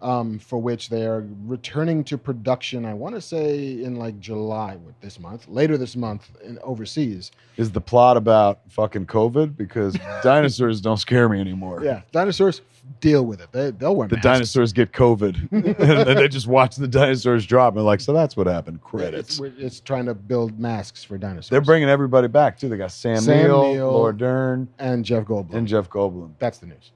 B: um, for which they are returning to production, I want to say in like July with this month, later this month in overseas.
A: Is the plot about fucking COVID? Because dinosaurs don't scare me anymore.
B: Yeah, dinosaurs deal with it. They, they'll wear
A: The
B: masks.
A: dinosaurs get COVID. and then they just watch the dinosaurs drop. And like, so that's what happened.
B: It's,
A: Credits.
B: it's trying to build masks for dinosaurs.
A: They're bringing everybody back, too. They got Sam,
B: Sam
A: Neill,
B: Neill.
A: Laura Dern,
B: and Jeff Goldblum.
A: and Jeff Goldblum.
B: That's the news.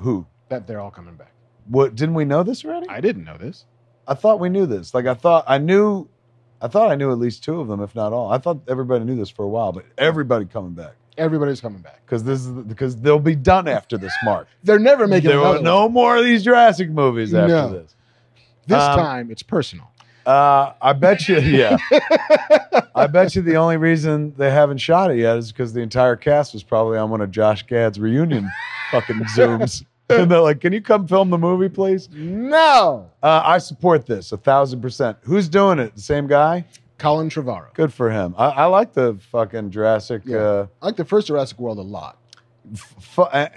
A: Who?
B: That they're all coming back.
A: What didn't we know this already?
B: I didn't know this.
A: I thought we knew this. Like I thought I knew I thought I knew at least two of them, if not all. I thought everybody knew this for a while, but everybody coming back
B: Everybody's coming back.
A: because this is because they'll be done after this mark.
B: They're never making
A: there
B: another
A: were no more of these Jurassic movies after
B: No.
A: this.
B: one. This
A: um,
B: time it's personal.
A: Uh, I bet you, yeah. I bet you the only reason they haven't shot it yet is because the entire cast was probably on one of Josh Gad's reunion fucking zooms, and they're like, "Can you come film the movie, please?"
B: No.
A: Uh, I support this a thousand percent. Who's doing it? The same guy?
B: Colin Trevorrow.
A: Good for him. I, I like the fucking Jurassic.
B: Yeah.
A: Uh,
B: I like the first Jurassic World a lot.
A: f- fu- uh,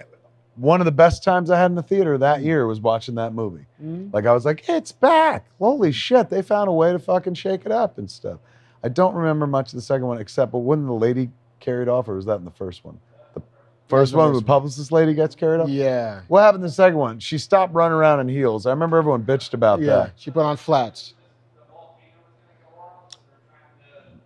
A: one of the best times I had in the theater that
B: Mm.
A: year was watching that movie. Like I was like, it's back. Holy shit, they found a way to fucking shake it up and stuff. I don't remember much of the second one except, but when the lady carried off, or was that in the first one? The first
B: the
A: one,
B: first
A: the publicist lady gets carried off.
B: Yeah.
A: What happened in the second one? She stopped running around in heels. I remember everyone bitched about
B: Yeah.
A: that.
B: She put on flats.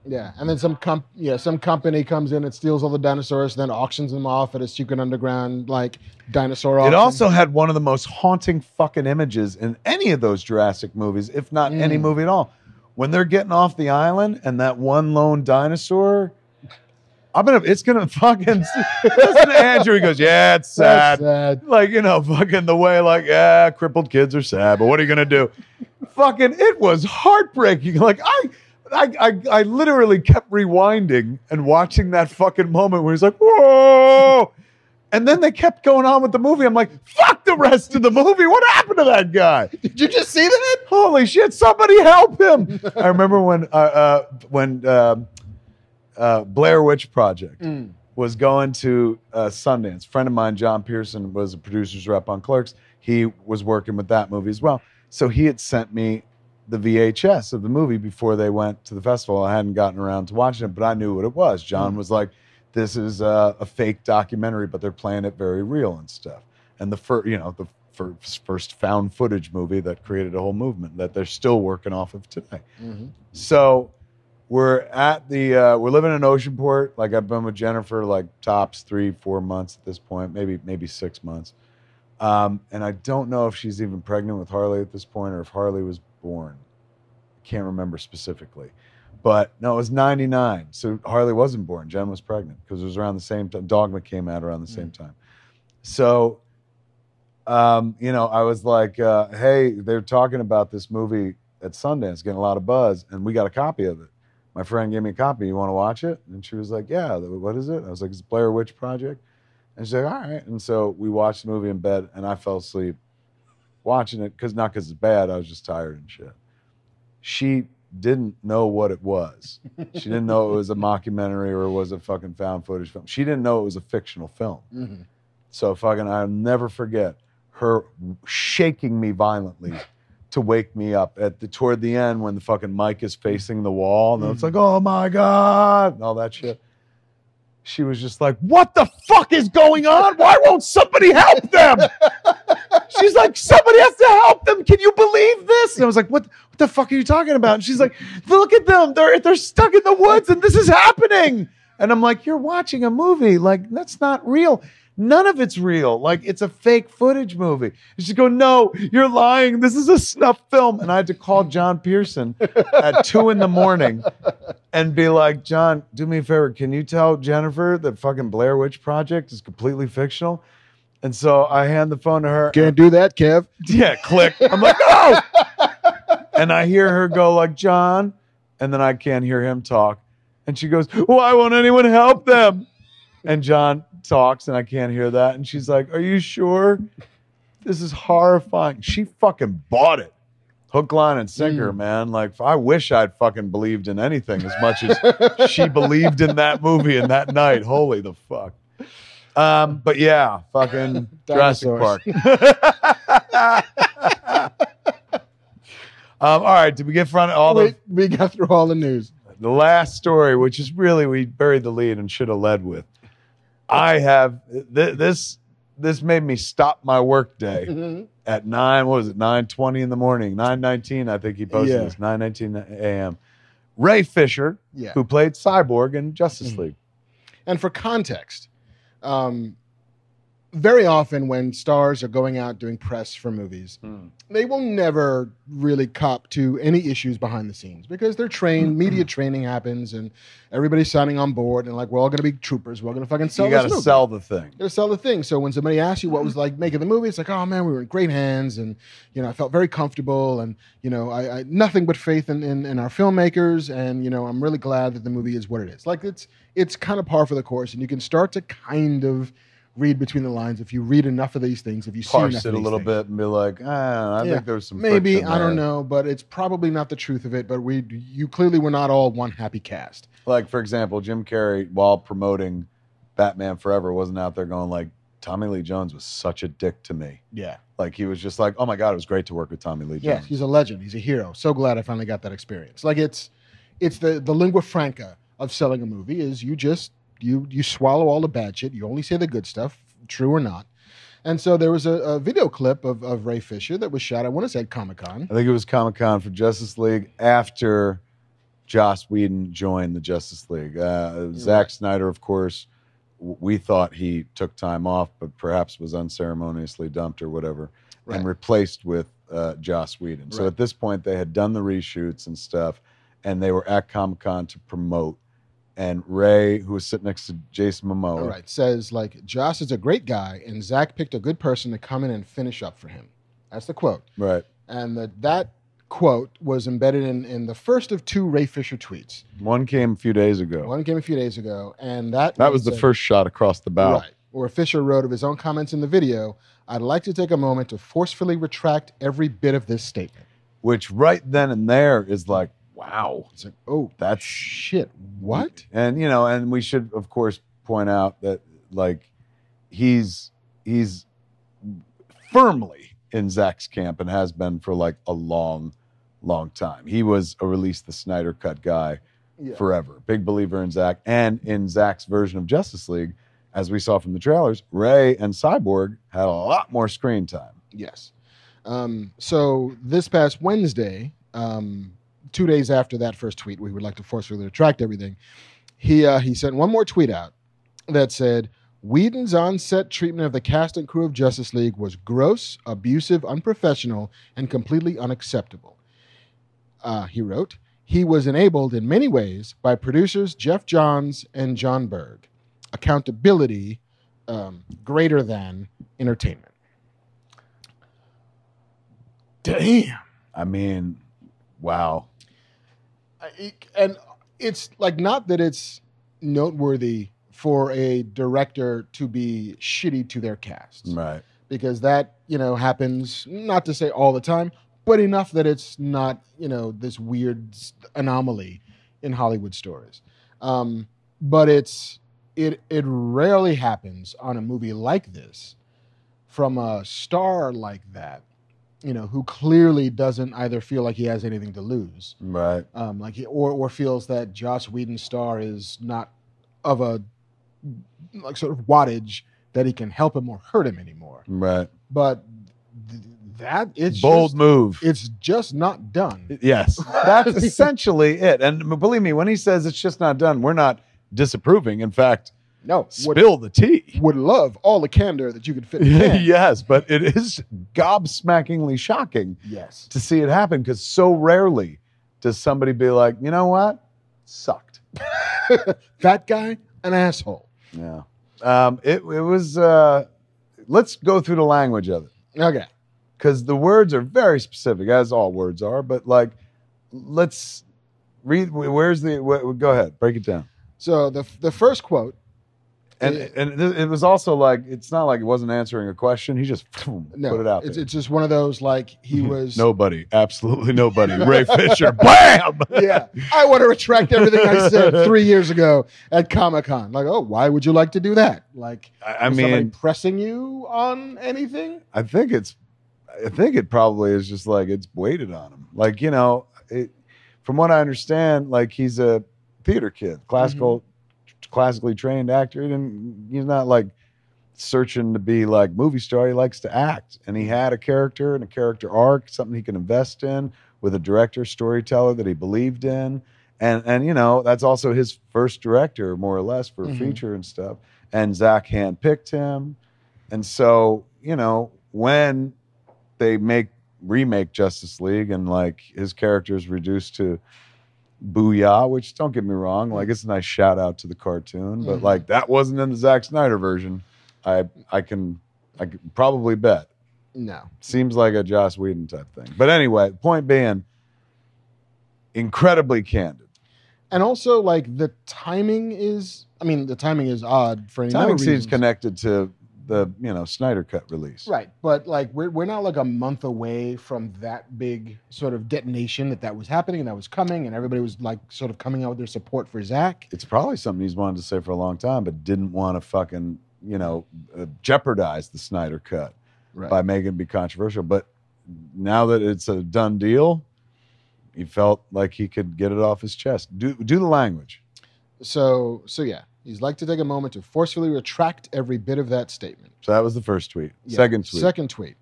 B: Yeah, and then some comp- yeah, some company comes in and steals all the dinosaurs, then auctions them off at a secret underground like dinosaur auction.
A: It also had one of the most haunting fucking images in any of those Jurassic movies, if not any
B: Mm.
A: movie at all. When they're getting off the island and that one lone dinosaur, I'm gonna, it's gonna fucking. listen to Andrew. He goes, yeah, it's sad.
B: That's sad.
A: Like you know, fucking the way, like yeah, crippled kids are sad, but what are you gonna do? fucking, it was heartbreaking. Like I. I, I, I literally kept rewinding and watching that fucking moment where he's like, whoa. And then they kept going on with the movie. I'm like, fuck the rest of the movie. What happened to that guy?
B: Did you just see that?
A: Holy shit! Somebody help him! um, I remember when uh, uh, when uh, uh, Blair Witch Project. was going to uh, Sundance. A friend of mine, John Pearson, was a producer's rep on Clerks. He was working with that movie as well. So he had sent me the VHS of the movie before they went to the festival. I hadn't gotten around to watching it, but I knew what it was. John was like, "This is a, a fake documentary, but they're playing it very real and stuff." And the first, you know, the first, first found footage movie that created a whole movement that they're still working off of today.
B: Mhm.
A: So we're at the uh, we're living in Oceanport. Like I've been with Jennifer like tops three four months at this point, maybe maybe six months. Um, and I don't know if she's even pregnant with Harley at this point or if Harley was born. I can't remember specifically. But no, it was 99. So Harley wasn't born. Jen was pregnant because it was around the same time. Dogma came out around the same time. So, um, you know, I was like, uh, hey, they're talking about this movie at Sundance, getting a lot of buzz, and we got a copy of it. My friend gave me a copy. You want to watch it? And she was like, yeah, what is it? I was like, it's Blair Witch Project. And she's like, all right. And so we watched the movie in bed, and I fell asleep watching it because not because it's bad. I was just tired and shit. She didn't know what it was. She didn't know it was a mockumentary or it was a fucking found footage film. She didn't know it was a fictional film.
B: Mhm.
A: So fucking, I'll never forget her shaking me violently to wake me up at the toward the end when the fucking mic is facing the wall and it's like, oh my god, and all that shit. She was just like, what the fuck is going on? Why won't somebody help them? She's like, somebody has to help them. Can you believe this? And I was like, what, what the fuck are you talking about? And she's like, look at them. They're they're stuck in the woods and this is happening. And I'm like, you're watching a movie. Like, that's not real. None of it's real. Like, it's a fake footage movie. And she's going, no, you're lying. This is a snuff film. And I had to call John Pearson at two in the morning and be like, John, do me a favor. Can you tell Jennifer that fucking Blair Witch Project is completely fictional? And so I hand the phone to her.
B: Can't do that, Kev.
A: Yeah, click. I'm like, oh. and I hear her go like, John, and then I can't hear him talk. And she goes, Why won't anyone help them? And John talks, and I can't hear that. And she's like, Are you sure? This is horrifying. She fucking bought it. Hook, line, and sinker, man. Like, I wish I'd fucking believed in anything as much as she believed in that movie and that night. Holy the fuck. Um, but yeah, fucking Jurassic Park.
B: Dinosaurs.
A: Um, all right, did we get front all the,
B: Wait, we got through all the news.
A: the last story, which is really we buried the lead and should have led with? I have th- this. This made me stop my work day
B: Mhm.
A: at nine. What was it? Nine twenty in the morning. Nine nineteen. I think he posted
B: Yeah.
A: this. Nine nineteen a.m. Ray Fisher,
B: Yeah.
A: who played Cyborg in Justice
B: Mhm.
A: League.
B: And for context, um, very often when stars are going out doing press for movies, they will never really cop to any issues behind the scenes because they're trained,
A: Mm-hmm.
B: media training happens, and everybody's signing on board and like, we're all going to be troopers. We're going to fucking sell
A: you
B: this
A: got to
B: movie.
A: sell the thing.
B: Gotta sell the thing. So when somebody asks you what was like making the movie, it's like, oh man, we were in great hands, and you know, I felt very comfortable, and you know, I, I nothing but faith in, in in our filmmakers, and you know, I'm really glad that the movie is what it is. Like it's it's kind of par for the course, and you can start to kind of read between the lines if you read enough of these things, if you see enough
A: Parse
B: of
A: it a
B: these
A: little
B: things.
A: bit and be like, ah, I
B: Yeah.
A: think there's some
B: Maybe
A: friction
B: I don't
A: there."
B: know, but it's probably not the truth of it. But we, you clearly were not all one happy cast.
A: like for example, Jim Carrey while promoting Batman Forever wasn't out there going like Tommy Lee Jones was such a dick to me.
B: Yeah,
A: Like he was just like, oh my god, it was great to work with Tommy Lee
B: Yes,
A: Jones.
B: he's a legend. He's a hero. So glad I finally got that experience. Like it's it's the the lingua franca of selling a movie is you just you you swallow all the bad shit. You only say the good stuff, true or not. And so there was a, a video clip of, of Ray Fisher that was shot. I want to say at Comic Con.
A: I think it was Comic Con for Justice League after Joss Whedon joined the Justice League. Uh, Zack Snyder, of course, w- we thought he took time off, but perhaps was unceremoniously dumped or whatever,
B: Right.
A: and replaced with uh, Joss Whedon. So
B: Right.
A: at this point, they had done the reshoots and stuff, and they were at Comic Con to promote. And Ray, who was sitting next to Jason Momoa,
B: All right, says like Josh is a great guy, and Zach picked a good person to come in and finish up for him. That's the quote.
A: right,
B: And that that quote was embedded in, in the first of two Ray Fisher tweets.
A: one came a few days ago.
B: One came a few days ago, and that
A: That was the
B: a-
A: first shot across the bow.
B: Right. Where Fisher wrote of his own comments in the video, I'd like to take a moment to forcefully retract every bit of this statement.
A: which right then and there is like, wow,
B: It's like, oh,
A: that's
B: shit, what?
A: And you know, and we should of course point out that like he's he's firmly in Zach's camp and has been for like a long, long time. He was a release the Snyder Cut guy
B: Yeah.
A: forever. Big believer in Zach and in Zach's version of Justice League, as we saw from the trailers. Ray and Cyborg had a lot more screen time.
B: Yes. Um, so this past Wednesday, um, two days after that first tweet, we would like to forcefully retract everything. He uh, he sent one more tweet out that said Whedon's on-set treatment of the cast and crew of Justice League was gross, abusive, unprofessional, and completely unacceptable. Uh, he wrote. He was enabled in many ways by producers Jeff Johns and John Berg. Accountability um, greater than entertainment.
C: Damn.
A: I mean, wow.
B: I- it- and it's like not that it's noteworthy for a director to be shitty to their cast
A: Right.
B: because that you know happens not to say all the time but enough that it's not you know this weird s- anomaly in hollywood stories um, but it's it it rarely happens on a movie like this from a star like that you know who clearly doesn't either feel like he has anything to lose
A: Right.
B: um, like he, or or feels that Joss Whedon's star is not of a like sort of wattage that he can help him or hurt him anymore.
A: Right.
B: But th- that it's
A: Bold
B: just,
A: move.
B: it's just not done.
A: Yes, that's essentially it. And believe me, when he says it's just not done, we're not disapproving. In fact,
B: No, would,
A: spill the tea.
B: would love all the candor that you could fit. In. a can.
A: yes, but it is gobsmackingly shocking
B: Yes.
A: to see it happen because so rarely does somebody be like, you know what, sucked.
B: That guy, an asshole.
A: Yeah, um, it it was. Uh, let's go through the language of it.
B: Okay.
A: because the words are very specific, as all words are. But like, let's read. Where's the? Wh- go ahead, break it down.
B: So the the first quote.
A: And
B: It-
A: and it it was also like it's not like it wasn't answering a question. He just
B: No,
A: put it out
B: it's,
A: there.
B: it's just one of those like he was.
A: nobody, absolutely nobody. Ray Fisher, bam.
B: yeah, I want to retract everything I said three years ago at Comic Con. Like, oh, why would you like to do that? Like,
A: I, I
B: is somebody
A: mean,
B: pressing you on anything?
A: I think it's, I think it probably is just like it's weighted on him. Like you know, it, from what I understand, like he's a theater kid, classical,
B: Mm-hmm.
A: classically trained actor, and he's not like searching to be like movie star. He likes to act, and he
B: Mm-hmm.
A: had a character and a character arc, something he can invest in with a director, storyteller that he believed in, and and you know that's also his first director, more or less, for
B: Mhm.
A: a feature and stuff. And Zach handpicked him, and so you know when they make remake Justice League and like his character is reduced to Booyah, which don't get me wrong, like it's a nice shout out to the cartoon, but
B: Mhm.
A: like that wasn't in the Zack Snyder version. I I can I can probably bet.
B: No.
A: Seems like a Joss Whedon type thing. But anyway, point being, incredibly candid.
B: And also, like the timing is. I mean, the timing is odd for any number
A: Timing
B: of
A: seems
B: reasons.
A: connected to the you know Snyder cut release.
B: Right, but like we're we're not like a month away from that big sort of detonation that that was happening and that was coming and everybody was like sort of coming out with their support for Zach.
A: It's probably something he's wanted to say for a long time, but didn't want to fucking you know uh, jeopardize the Snyder cut.
B: Right.
A: by making it be controversial. But now that it's a done deal, he felt like he could get it off his chest. Do do the language.
B: So so yeah, he's like to take a moment to forcefully retract every bit of that statement.
A: So that was the first tweet.
B: Yeah.
A: Second tweet.
B: Second tweet.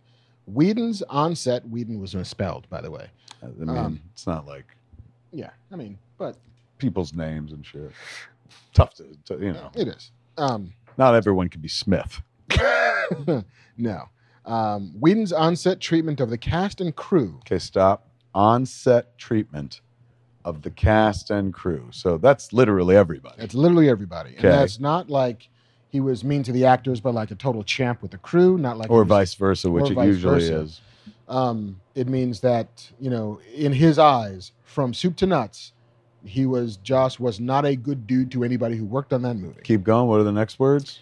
B: Whedon's onset. Whedon was misspelled, by the way.
A: I mean,
B: um,
A: it's not like
B: Yeah, I mean, but
A: people's names and shit. Tough to, to you know.
B: it is. Um,
A: Not everyone can be Smith.
B: no. Um, Whedon's onset treatment of the cast and crew.
A: Okay, stop. On-set treatment of the cast and crew. So that's literally everybody.
B: That's literally everybody,
A: Okay.
B: and that's not like he was mean to the actors, but like a total champ with the crew. Not like he
A: or
B: was-
A: vice versa, which
B: or
A: it
B: vice
A: usually
B: versa.
A: is.
B: Um, it means that you know, in his eyes, from soup to nuts, he was Joss was not a good dude to anybody who worked on that movie.
A: Keep going. What are the next words?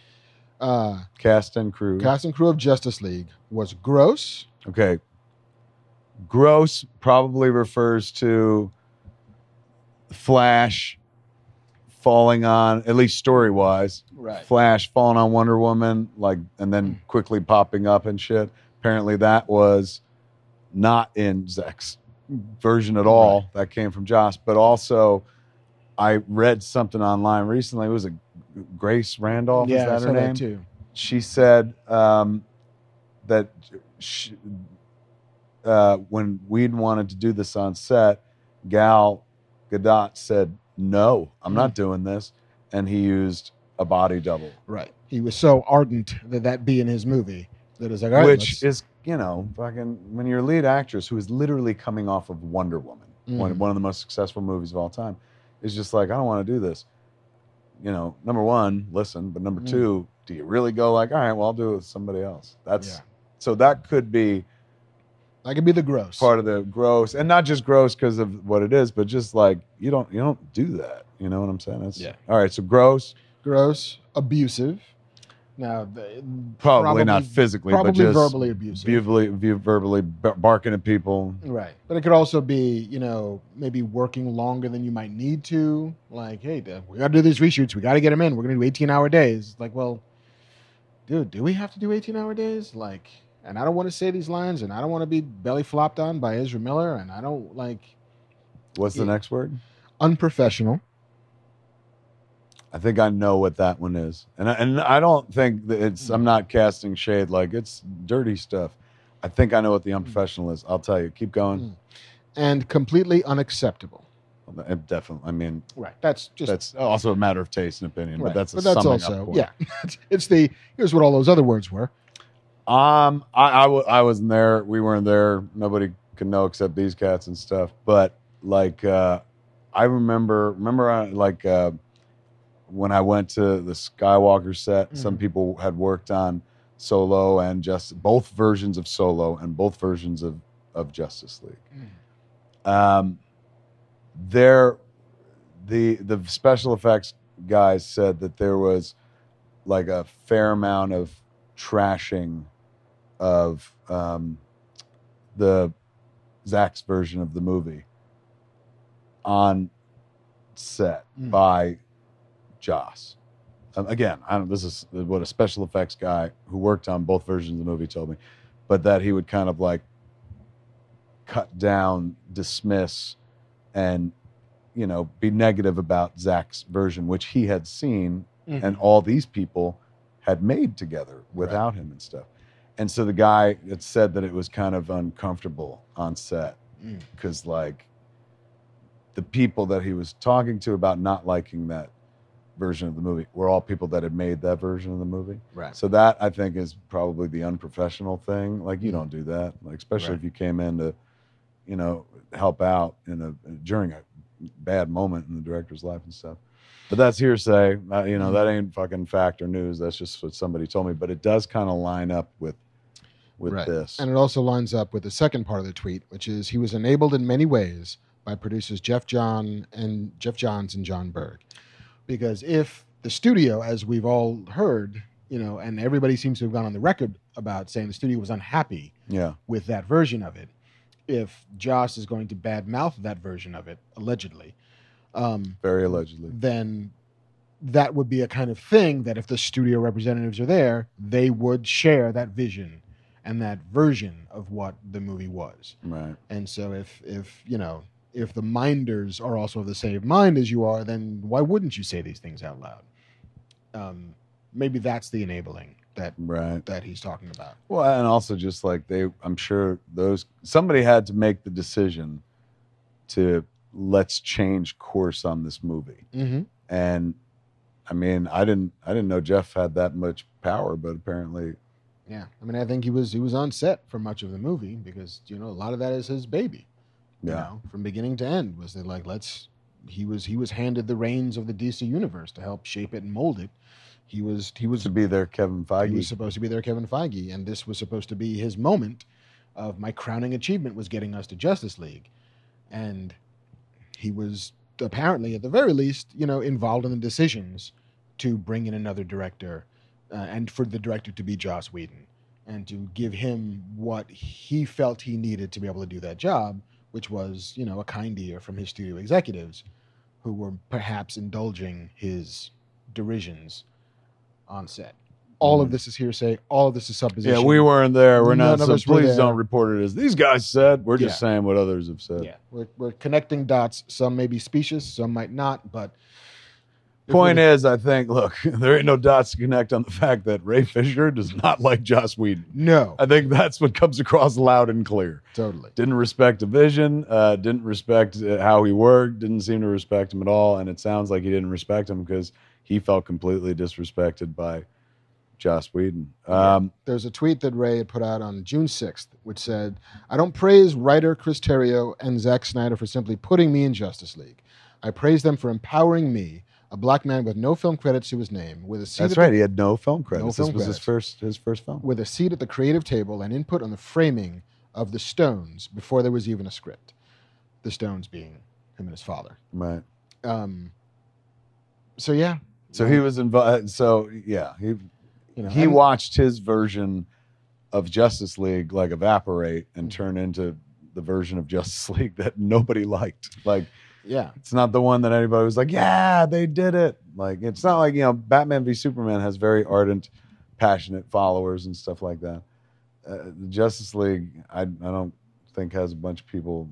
B: Uh,
A: Cast and crew.
B: cast and crew of Justice League was gross.
A: Okay. Gross probably refers to Flash, falling on, at least story wise,
B: Right.
A: Flash falling on Wonder Woman, like, and
B: Mm.
A: then quickly popping up and shit. Apparently, that was not in Zek's version at all. That came from Josh. But also, I read something online recently. It was a Grace Randolph.
B: yeah, I
A: is
B: saw
A: that her name?
B: too.
A: she said um, that sh uh, when Weed wanted to do this on set, Gal Gadot said, "No, I'm
B: Mm.
A: not doing this," and he used a body double,
B: Right. He was so ardent that that be in his movie that it was like, all right,
A: which
B: let's-
A: is you know fucking when your lead actress who is literally coming off of Wonder Woman, one,
B: Mm.
A: one of the most successful movies of all time, is just like, I don't want to do this. You know, number one, listen, but number
B: Mm.
A: two, do you really go like, all right, well, I'll do it with somebody else? That's
B: yeah.
A: So that could be
B: I could be the gross.
A: part of the gross, and not just gross because of what it is, but just like you don't you don't do that. You know what I'm saying? That's,
B: Yeah.
A: All right. So gross,
B: gross, abusive. Now, th-
A: probably, not physically,
B: probably
A: but just
B: verbally abusive.
A: verbally, bu- verbally bar- barking at people.
B: Right. But it could also be, you know, maybe working longer than you might need to. Like, hey, Dev, we got to do these reshoots. We got to get them in. We're going to do 18 hour days. It's Like, well, dude, do we have to do 18 hour days? Like, and I don't want to say these lines and I don't want to be belly flopped on by Ezra Miller. And I don't like
A: What's the
B: Yeah.
A: next word?
B: unprofessional.
A: I think I know what that one is, and I, and I don't think that it's. I'm not casting shade. Like it's dirty stuff. I think I know what the unprofessional is. I'll tell you. Keep going.
B: and completely unacceptable.
A: It Definitely. I mean,
B: Right. That's just
A: that's also a matter of taste and opinion,
B: right.
A: but that's a summing up point.
B: yeah. it's the here's what all those other words were.
A: Um, I I w- I wasn't there. We weren't there. Nobody could know except these cats and stuff. But like, uh, I remember remember uh, like uh, when I went to the Skywalker set. Some
B: Mhm.
A: people had worked on Solo and just both versions of Solo and both versions of of Justice League um, there the the special effects guys said that there was like a fair amount of trashing of um, the Zach's version of the movie on set
B: Mm.
A: by Joss. Um, again, I don't, this is what a special effects guy who worked on both versions of the movie told me, but that he would kind of like cut down, dismiss, and you know be negative about Zach's version, which he had seen
B: Mm-hmm.
A: and all these people had made together without him and stuff. And so the guy had said that it was kind of uncomfortable on set
B: Mm.
A: because like the people that he was talking to about not liking that version of the movie were all people that had made that version of the movie.
B: Right.
A: So that I think is probably the unprofessional thing. Like you don't do that, like especially
B: Mm-hmm. Right.
A: if you came in to, you know, help out in a during a bad moment in the director's life and stuff. But that's hearsay. Uh, you know, that
B: Mm-hmm.
A: ain't fucking fact or news. That's just what somebody told me. But it does kind of line up with with
B: Right.
A: this.
B: And it also lines up with the second part of the tweet, which is he was enabled in many ways by producers Jeff John and Jeff Johns and John Berg. Because if the studio, as we've all heard, you know, and everybody seems to have gone on the record about saying the studio was unhappy
A: yeah,
B: with that version of it, if Joss is going to badmouth that version of it, allegedly, um,
A: very allegedly.
B: then that would be a kind of thing that if the studio representatives are there, they would share that vision and that version of what the movie was.
A: Right.
B: And so if if you know if the minders are also of the same mind as you are, then why wouldn't you say these things out loud? Um, maybe that's the enabling that
A: Right.
B: that he's talking about.
A: Well, and also just like they, I'm sure those somebody had to make the decision to let's change course on this movie.
B: Mm-hmm.
A: And I mean, I didn't, I didn't know Jeff had that much power, but apparently,
B: Yeah, I mean, I think he was he was on set for much of the movie because you know a lot of that is his baby. You
A: Yeah.
B: know, from beginning to end was that like let's he was he was handed the reins of the DC universe to help shape it and mold it. He was he was
A: to be there, Kevin
B: he was
A: Feige.
B: supposed to be there, Kevin Feige, and this was supposed to be his moment of my crowning achievement was getting us to Justice League, and he was apparently at the very least you know involved in the decisions to bring in another director uh, and for the director to be Joss Whedon and to give him what he felt he needed to be able to do that job, which was you know a kind ear from his studio executives who were perhaps indulging his derisions on set. All of this is hearsay. All of this is supposition.
A: Mm-hmm. Yeah, we weren't there. We're not.
B: None of
A: So
B: us were
A: please
B: there.
A: don't report it as these guys said. We're just
B: Yeah.
A: saying what others have said.
B: Yeah, we're, we're connecting dots. Some may be specious, some might not. But if
A: Point
B: we're-
A: is, I think, look, there ain't no dots to connect on the fact that Ray Fisher does not like Joss Whedon.
B: no,
A: I think that's what comes across loud and clear.
B: totally.
A: Didn't respect a vision, uh, didn't respect uh, how he worked, didn't seem to respect him at all. And it sounds like he didn't respect him because he felt completely disrespected by Joss Whedon. Um,
B: There's a tweet that Ray had put out on June 6th, which said, I don't praise writer Chris Terrio and Zack Snyder for simply putting me in Justice League. I praise them for empowering me, a black man with no film credits to his name, with a seat,
A: That's
B: at, the-
A: right. He had no film credits. this
B: film
A: was his
B: credits.
A: first his first film.
B: with a seat at the creative table and input on the framing of the Stones before there was even a script. The Stones being him and his father.
A: Right.
B: Um, so, yeah.
A: So he was involved. So yeah, he
B: You know,
A: he
B: I'm-
A: watched his version of Justice League like evaporate
B: Mm.
A: and turn into the version of Justice League that nobody liked. Like
B: yeah.
A: it's not the one that anybody was like, yeah, they did it. Like it's not like you know, Batman v Superman has very ardent, passionate followers and stuff like that. Uh, the Justice League, I I don't think has a bunch of people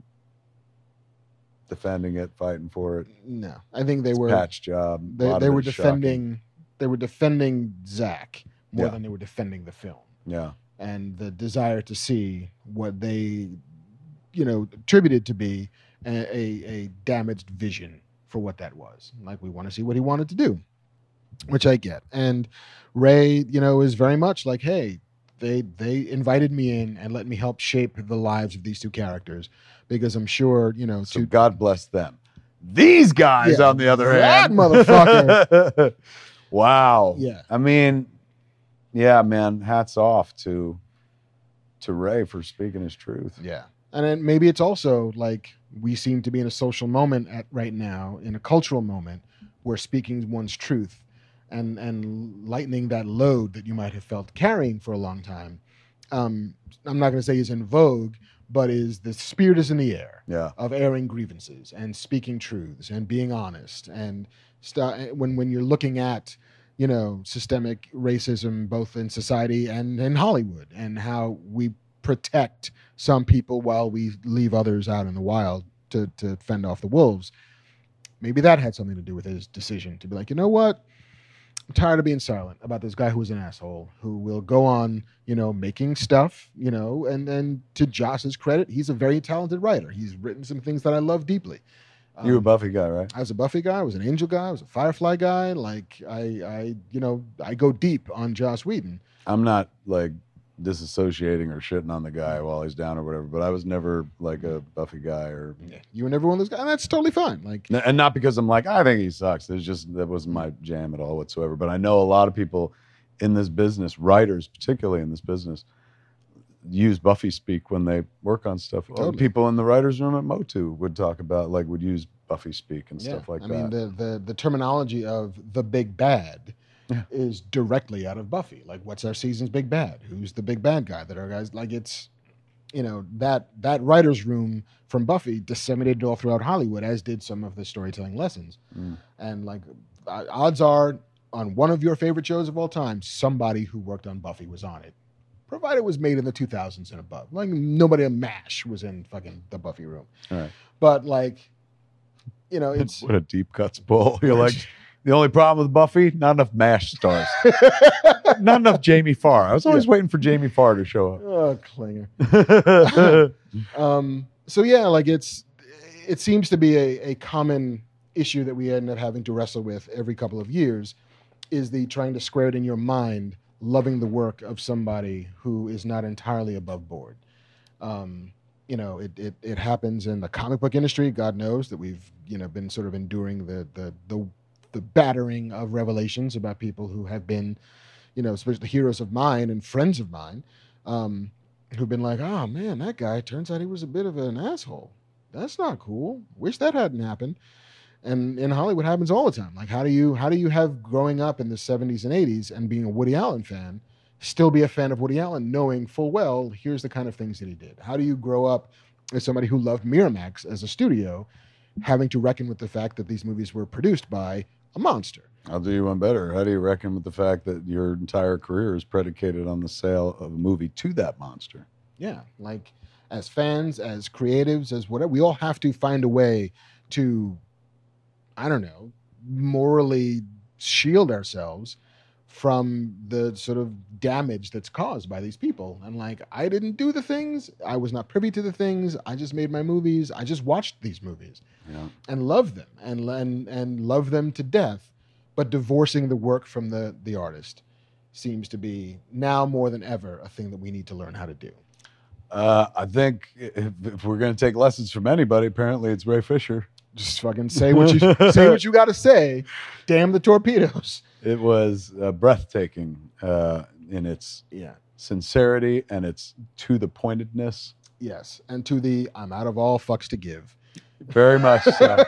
A: defending it, fighting for it.
B: No, I think they
A: It's
B: were.
A: patch job. A
B: they,
A: lot
B: they
A: of
B: were
A: it's shocking.
B: defending they were defending Zach more
A: Yeah.
B: than they were defending the film
A: Yeah,
B: and the desire to see what they you know attributed to be a, a, a damaged vision for what that was like we want to see what he wanted to do which i get and ray you know is very much like hey they they invited me in and let me help shape the lives of these two characters because i'm sure you know
A: so
B: two
A: God bless them. These guys,
B: Yeah,
A: on the other
B: that
A: hand,
B: motherfucker.
A: wow.
B: Yeah.
A: I mean, yeah, man. Hats off to to Ray for speaking his truth.
B: Yeah. And then maybe it's also like we seem to be in a social moment at right now, in a cultural moment where speaking one's truth and and lightening that load that you might have felt carrying for a long time. Um, I'm not going to say is in vogue, but is the spirit is in the air
A: Yeah.
B: of airing grievances and speaking truths and being honest and st- when when you're looking at you know systemic racism both in society and in Hollywood and how we protect some people while we leave others out in the wild to to fend off the wolves maybe that had something to do with his decision to be like you know what I'm tired of being silent about this guy who's an asshole who will go on, you know, making stuff, you know, and and to Josh's credit, he's a very talented writer. He's written some things that I love deeply.
A: you were a
B: Um,
A: Buffy guy, right?
B: I was a Buffy guy. I was an Angel guy. I was a Firefly guy. Like I, I, you know, I go deep on Joss Whedon.
A: I'm not like disassociating or shitting on the guy while he's down or whatever, but I was never like a Buffy guy or
B: You and everyone, those guys, and that's totally fine. Like
A: N- and not because I'm like I think he sucks. There's just that wasn't my jam at all whatsoever. But I know a lot of people in this business, writers particularly in this business, use Buffy speak when they work on stuff. Or
B: Totally.
A: People in the writers' room at Motu would talk about like would use Buffy speak and stuff like
B: I
A: that.
B: mean, the, the the terminology of the big bad
A: Yeah.
B: is directly out of Buffy. Like, what's our season's big bad? Who's the big bad guy that our guys like? It's you know that that writers' room from Buffy disseminated all throughout Hollywood, as did some of the storytelling lessons.
A: Mm.
B: And like, o- uh, odds are, on one of your favorite shows of all time, somebody who worked on Buffy was on it. Provided it was made in the 2000s and above. Like nobody in MASH was in fucking the Buffy room.
A: Right.
B: But like, you know, it's
A: what a deep cuts pull. You're like the only problem with Buffy, not enough Mash stars, not enough Jamie Farr. I was always waiting for Jamie Farr to show up.
B: oh, clinger. Um, so yeah, like it's it seems to be a, a common issue that we end up having to wrestle with every couple of years is the trying to square it in your mind, loving the work of somebody who is not entirely above board. Um, you know, it, it it happens in the comic book industry. God knows that we've you know been sort of enduring the the the the battering of revelations about people who have been, you know, especially heroes of mine and friends of mine. Um, who've been like, oh man, that guy turns out he was a bit of an asshole. That's not cool. Wish that hadn't happened. And in Hollywood happens all the time. Like how do you how do you have growing up in the 70s and 80s and being a Woody Allen fan, still be a fan of Woody Allen, knowing full well here's the kind of things that he did? How do you grow up as somebody who loved Miramax as a studio having to reckon with the fact that these movies were produced by a monster.
A: I'll do you one better. How do you reckon with the fact that your entire career is predicated on the sale of a movie to that monster?
B: Yeah, like as fans, as creatives, as whatever, we all have to find a way to, I don't know, morally shield ourselves from the sort of damage that's caused by these people. And like, I didn't do the things, I was not privy to the things, I just made my movies, I just watched these movies
A: Yeah.
B: and love them and and and love them to death, but divorcing the work from the the artist seems to be now more than ever a thing that we need to learn how to do.
A: Uh, I think if, if we're going to take lessons from anybody, apparently it's Ray Fisher.
B: Just fucking say what you say what you got to say. Damn the torpedoes.
A: It was uh, breathtaking uh, in its
B: Yeah.
A: sincerity and its to the pointedness.
B: Yes, and to the I'm out of all fucks to give.
A: Very much so.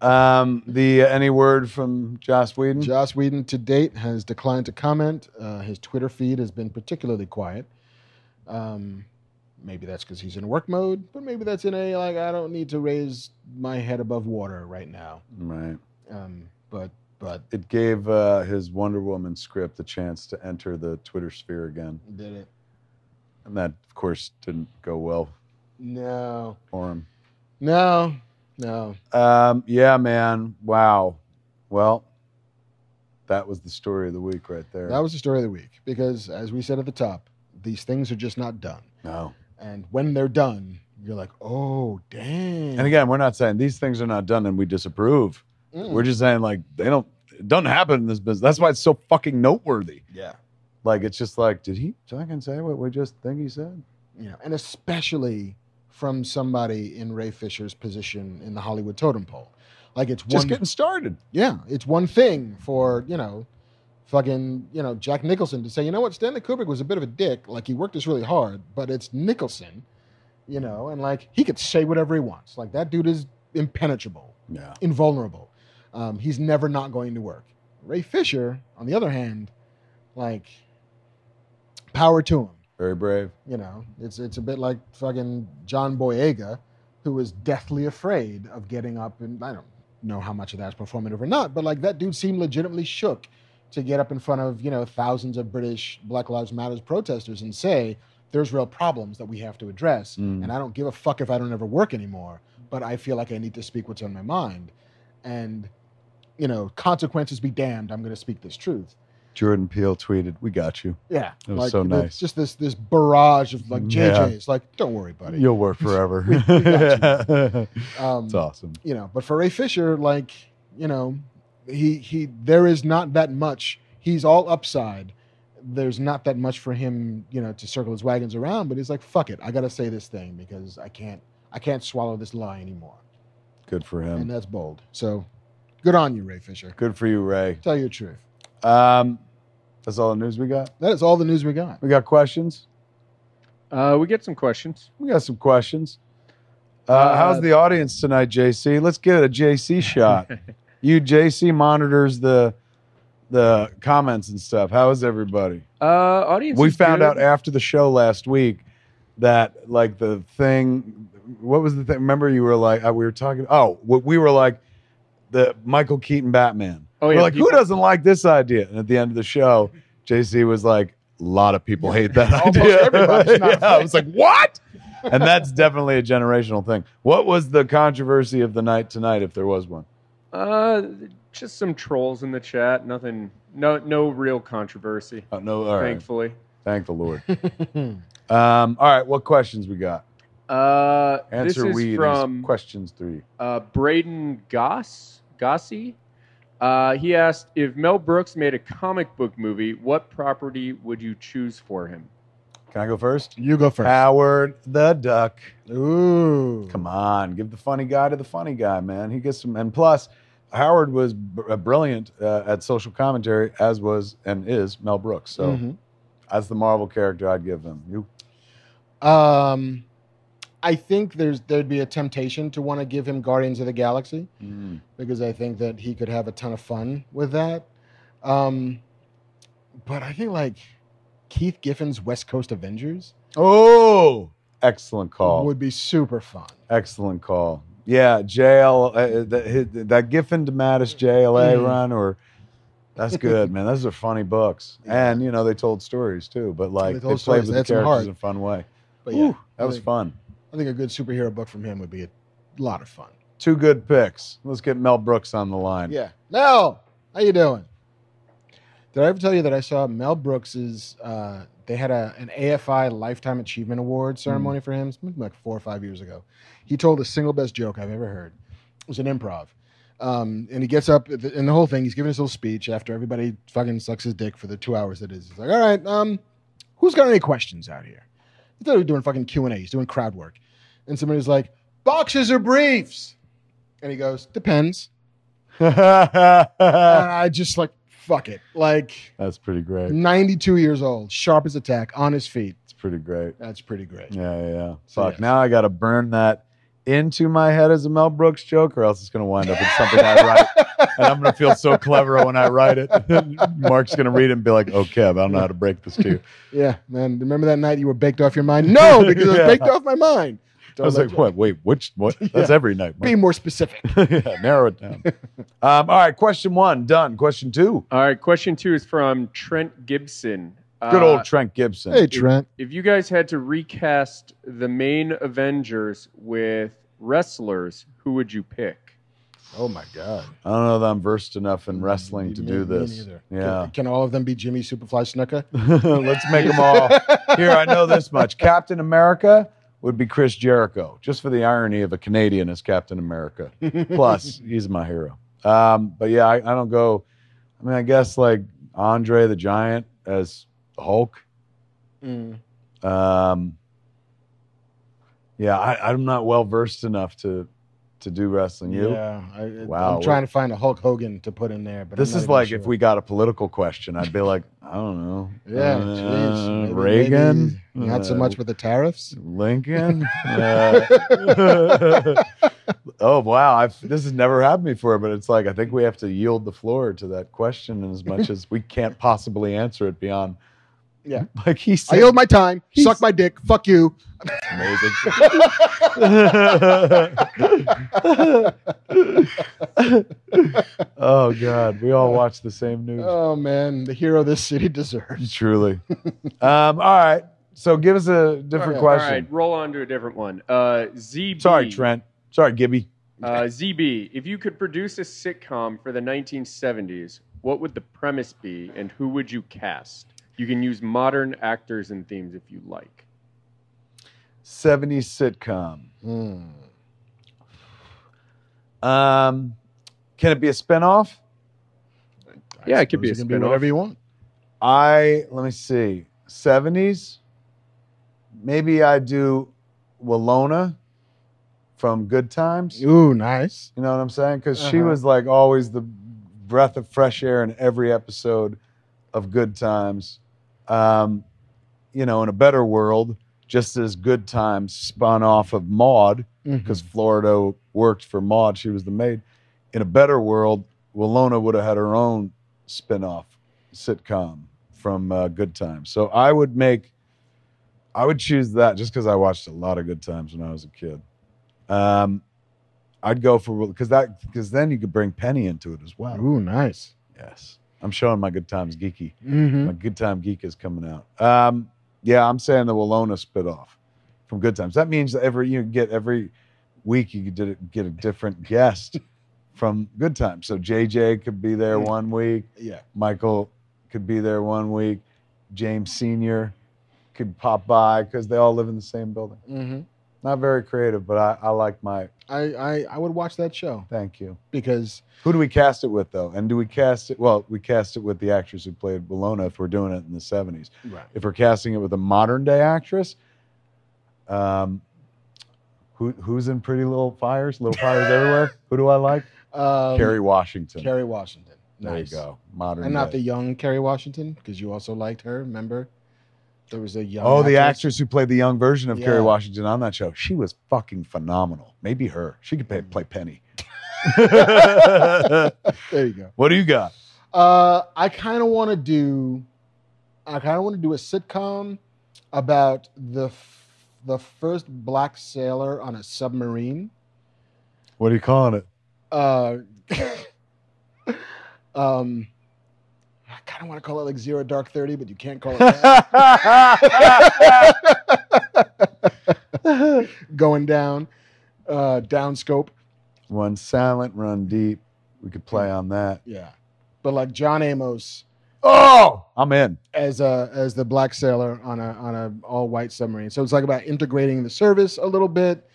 A: um, the any word from Joss Whedon?
B: Joss Whedon to date has declined to comment. Uh, his Twitter feed has been particularly quiet. Um, maybe that's because he's in work mode, but maybe that's in a like I don't need to raise my head above water right now.
A: right.
B: Um, but but
A: It gave uh, his Wonder Woman script a chance to enter the Twitter sphere again,
B: did it?
A: and that of course didn't go well
B: No,
A: for him.
B: no, no.
A: Um, yeah, man. Wow. Well, that was the story of the week right there.
B: That was the story of the week because, as we said at the top, these things are just not done.
A: no.
B: And when they're done, you're like, oh damn.
A: And again, we're not saying these things are not done and we disapprove.
B: Mm.
A: We're just saying like they don't. It doesn't happen in this business. That's why it's so fucking noteworthy.
B: yeah.
A: Like it's just like, did he fucking say what we just think he said?
B: you know, and especially from somebody in Ray Fisher's position in the Hollywood totem pole. Like it's
A: Just
B: one,
A: getting started.
B: yeah, it's one thing for you know, fucking you know Jack Nicholson to say, you know what, Stanley Kubrick was a bit of a dick. Like he worked us really hard, but it's Nicholson, you know, and like he could say whatever he wants. Like that dude is impenetrable
A: Yeah.
B: invulnerable. Um, he's never not going to work. Ray Fisher, on the other hand, like power to him.
A: Very brave.
B: You know, it's it's a bit like fucking John Boyega, who was deathly afraid of getting up and I don't know how much of that's performative or not, but like that dude seemed legitimately shook to get up in front of you know thousands of British Black Lives Matters protesters and say there's real problems that we have to address,
A: Mm.
B: and I don't give a fuck if I don't ever work anymore, but I feel like I need to speak what's on my mind, and you know consequences be damned, I'm going to speak this truth.
A: Jordan Peele tweeted, "We got you.
B: Yeah,
A: It was
B: like
A: so
B: the-
A: nice.
B: Just this this barrage of like
A: Yeah.
B: JJ's. Like, don't worry, buddy.
A: You'll work forever."
B: We- we got um,
A: it's awesome.
B: You know, but for Ray Fisher, like you know, he he there is not that much. He's all upside. There's not that much for him, you know, to circle his wagons around. But he's like, fuck it, I gotta say this thing because I can't I can't swallow this lie anymore.
A: Good for
B: And
A: him.
B: that's bold. So, good on you, Ray Fisher.
A: Good for you, Ray.
B: Tell you the truth.
A: Um, that's all the news we got.
B: That is all the news we got.
A: We got questions.
E: Uh, we get some questions.
A: We got some questions. Uh,
E: Uh,
A: how's the audience tonight, JC? Let's get a JC shot. you JC monitors the the comments and stuff. How is everybody?
E: Uh, audience.
A: we
E: is
A: found
E: good.
A: out after the show last week that like the thing what was the thing remember you were like uh, we were talking oh what we were like the michael keaton batman
E: Oh,
A: we're
E: yeah,
A: like
E: people-
A: who doesn't like this idea and at the end of the show jc was like a lot of people hate that
B: Almost
A: idea
B: everybody's not
A: yeah, i was like what and that's definitely a generational thing what was the controversy of the night tonight if there was one
E: Uh, just some trolls in the chat. Nothing. No, no real controversy.
A: oh, no all right
E: thankfully.
A: thank the lord um, all right what questions we got
E: Uh, this
A: answer
E: is
A: we these
E: from
A: questions three
E: uh, Braden Goss Gossi. Uh, he asked if Mel Brooks made a comic book movie, what property would you choose for him?
A: Can I go first?
B: You go first.
A: Howard the Duck.
B: Ooh,
A: Ah. Come on, give the funny guy to the funny guy, man. He gets some. And plus, Howard was br- uh, brilliant uh, at social commentary, as was and is Mel Brooks. So
B: Mhm.
A: that's the Marvel character I'd give him. You
B: Um, I think there's there'd be a temptation to want to give him Guardians of the Galaxy because I think that he could have a ton of fun with that. Um, but I think like Keith Giffen's West Coast Avengers
A: Oh, excellent call.
B: would be super fun.
A: excellent call. Yeah, JL, uh, that, his- that Giffen to Mattis JLA
B: Mhm.
A: run, or that's good, man. Those are funny books,
B: Yeah.
A: and you know they told stories too. But like
B: They
A: they, played
B: told stories,
A: with
B: they
A: the
B: had some
A: characters
B: heart.
A: in a fun way.
B: But yeah,
A: Whew, that was
B: like-
A: fun.
B: I think a good superhero book from him would be a lot of fun.
A: Two good picks. Let's get Mel Brooks on the line.
B: Yeah. Mel, how you doing? Did I ever tell you that I saw Mel Brooks's? Uh, they had a an AFI Lifetime Achievement Award ceremony for him, something like four or five years ago. He told the single best joke I've ever heard. It was an improv, um, and he gets up at the- and the whole thing. He's giving his little speech after everybody fucking sucks his dick for the two hours it is. He's like, "All right, um, who's got any questions out here?" He thought he was doing fucking Q and A. He's doing crowd work, and somebody's like, "Boxes or briefs?" And he goes, "Depends." and I just like fuck it. Like
A: that's pretty great.
B: 92 years old, sharp as a tack, on his feet.
A: It's pretty great.
B: That's pretty great.
A: Yeah, yeah. yeah.
B: So,
A: Fuck.
B: yes.
A: Now I got to burn that into my head as a Mel Brooks joke, or else it's gonna wind up in something I write, and I'm gonna feel so clever when I write it. Mark's gonna read it and be like, "Oh, Kev, I don't know how to break this to you."
B: Yeah, man. Remember that night you were baked off your mind? No, because I
A: Yeah.
B: was baked off my mind.
A: I was
B: let
A: like, "What? Wait, which? What? That's every night."
B: Be
A: Mark.
B: more specific.
A: yeah, narrow it down. um, all right, question one done. Question two.
E: All right, question two is from Trent Gibson.
A: Good
E: Uh,
A: old Trent Gibson.
B: Hey, Trent.
E: if you guys had to recast the main Avengers with wrestlers, who would you pick?
B: Oh my God.
A: I don't know that I'm versed enough in wrestling to
B: Mm, Me-
A: do
B: me
A: this.
B: neither.
A: Yeah.
B: Can, can all of them be Jimmy Superfly Snuka?
A: Let's make them all. Here, I know this much. Captain America would be Chris Jericho, just for the irony of a Canadian as Captain America. Plus, he's my hero. Um, but yeah, I, I don't go. I mean, I guess like Andre the Giant as Hulk.
B: Mm.
A: Um, yeah, I, I'm not well versed enough to to do wrestling. You.
B: Yeah. I,
A: Wow.
B: I'm trying to find a Hulk Hogan to put in there, but I'm
A: this
B: not
A: is
B: even
A: like
B: sure.
A: if we got a political question, I'd be like, I don't know.
B: Yeah.
A: Uh,
B: jeez. Maybe-
A: Reagan.
B: maybe not so
A: Uh,
B: much with the tariffs.
A: Lincoln. Uh, oh wow! I've, this has never happened before, but it's like I think we have to yield the floor to that question in as much as we can't possibly answer it beyond.
B: Yeah.
A: like he
B: I
A: said,
B: yield my time.
A: He's-
B: Suck my dick. Fuck you.
A: amazing. oh God, we all watch the same news.
B: Oh man, the hero this city deserves.
A: Truly. um, all right. So give us a different
B: All right.
A: question.
E: All right, roll on to a different one. Uh, ZB.
A: Sorry, Trent. Sorry, Gibby.
E: Uh, ZB, if you could produce a sitcom for the 1970s, what would the premise be and who would you cast? You can use modern actors and themes if you like.
A: 70s sitcom.
B: Hmm.
A: Um, can it be a spinoff?
E: Yeah, it could be
B: suppose
E: a
B: can
E: spin-off.
B: whatever you want.
A: I let me see. 70s. Maybe I do Walona from Good Times. You
B: Ooh, nice.
A: know what I'm saying? Because she
B: Uh-huh.
A: was like always the breath of fresh air in every episode of Good Times. Um, you know, in a better world, just as Good Times spun off of Maud,
E: Mm-hmm.
A: because Florida worked for Maud. She was the maid. In a better world, Willona would have had her own spin-off sitcom from uh, Good Times. So I would make, I would choose that just because I watched a lot of Good Times when I was a kid. Um, I'd go for because that because then you could bring Penny into it as well.
B: Ooh, nice.
A: Yes, I'm showing my Good Times geeky.
B: Mm-hmm.
A: My Good Time Geek is coming out. Um, yeah, I'm saying the Willona spit off from Good Times. That means that every you get every week you did it- get a different guest from Good Times. So JJ could be there one week,
B: Yeah.
A: Michael could be there one week, James Senior could pop by because they all live in the same building.
B: Mm-hmm.
A: Not very creative, but I, I like my
B: I, I I would watch that show
A: thank you.
B: because
A: Who do we cast it with though? And do we cast it? Well, we cast it with the actress who played Willona if we're doing it in the '70s.
B: right.
A: if we're casting it with a modern day actress, um, who who's in Pretty Little Fires? Little Fires Everywhere. Who do I like?
B: Um,
A: Carrie Washington.
B: Kerry Washington.
A: there
B: Nice.
A: you go. Modern.
B: And not the
A: day.
B: young Kerry Washington because you also liked her. Remember, there was a young.
A: oh the
B: actress.
A: actress who played the young version of Carrie
B: Yeah.
A: Washington on that show. She was fucking phenomenal. Maybe her. She could pay, play Penny.
B: There you go.
A: what do you got?
B: Uh, I kind of want to do. I kind of want to do a sitcom about the f- the first black sailor on a submarine,
A: What are you calling it?
B: Uh, um, I kind of want to call it like Zero Dark Thirty, but you can't call it that. Going down, uh, down scope.
A: One silent, run deep. We could play on that.
B: Yeah, but like John Amos
A: Oh, I'm in.
B: as a as the black sailor on a on a all white submarine. So it's like about integrating the service a little bit,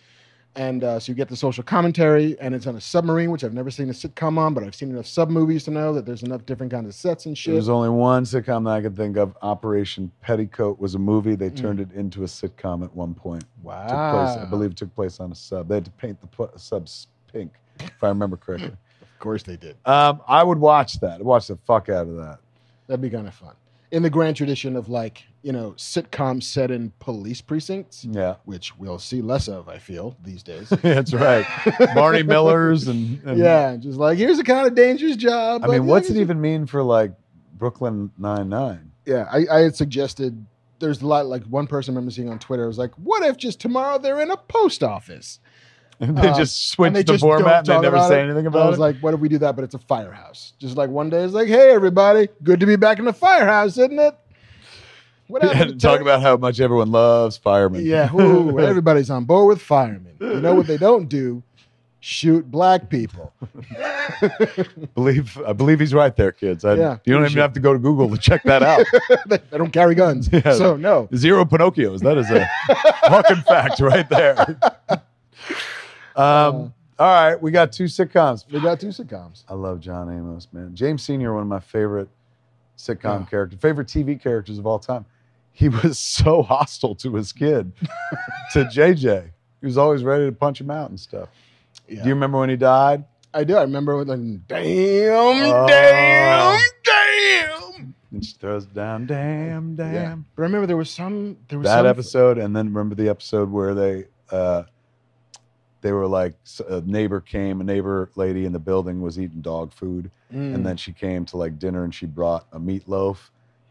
B: and uh, so you get the social commentary, and it's on a submarine, which I've never seen a sitcom on, but I've seen enough sub movies to know that there's enough different kinds of sets and shit.
A: There's only one sitcom that I can think of. Operation Petticoat was a movie. They
B: Mm.
A: turned it into a sitcom at one point.
B: wow,
A: Took place, I believe, it took place on a sub. They had to paint the pu- subs pink, if I remember correctly.
B: of course they did.
A: Um, I would watch that. I'd watch the fuck out of that.
B: That'd be kind of fun. In the grand tradition of like you know sitcoms set in police precincts,
A: Yeah,
B: which we'll see less of, I feel these days.
A: that's right. Barney Miller's and, and
B: yeah, just like here's a kind of dangerous job.
A: I
B: but
A: mean, what's it
B: here's a
A: even mean for like Brooklyn Nine Nine?
B: yeah, I, I had suggested there's a lot like one person I remember seeing on Twitter was like, what if just tomorrow they're in a post office?
A: And they
B: Uh,
A: just switch
B: and they
A: the
B: just
A: format and
B: don't
A: they
B: talk
A: never
B: about
A: say
B: it.
A: anything
B: I
A: about
B: was
A: it.
B: like, what if we do that? But it's a firehouse. Just like one day it's like, hey everybody, good to be back in the firehouse, isn't it? What happened
A: and
B: to
A: talk
B: Terry-
A: about how much everyone loves firemen.
B: Yeah, ooh, everybody's on board with firemen. You know what they don't do? Shoot black people.
A: believe I believe he's right there, kids. I,
B: Yeah,
A: you don't even
B: appreciate
A: have to go to Google to check that out.
B: they they don't carry guns.
A: Yeah.
B: So no.
A: Zero Pinocchios. That is a fucking fact right there. Um, all
B: Uh,
A: right, we got two sitcoms.
B: They got two sitcoms.
A: I love John Amos, man. James Senior, one of my favorite sitcom
B: Yeah.
A: character, favorite TV characters of all time. He was so hostile to his kid, to JJ. He was always ready to punch him out and stuff.
B: Yeah.
A: Do you remember when he died?
B: I do. I remember when, like, damn,
A: Oh.
B: damn, damn.
A: And she throws it down, damn, damn.
B: Yeah. But I remember there was some. There was
A: that
B: some,
A: episode, and then remember the episode where they uh, they were like s- a neighbor came, a neighbor lady in the building was eating dog food,
B: Mm.
A: and then she came to like dinner and she brought a meatloaf,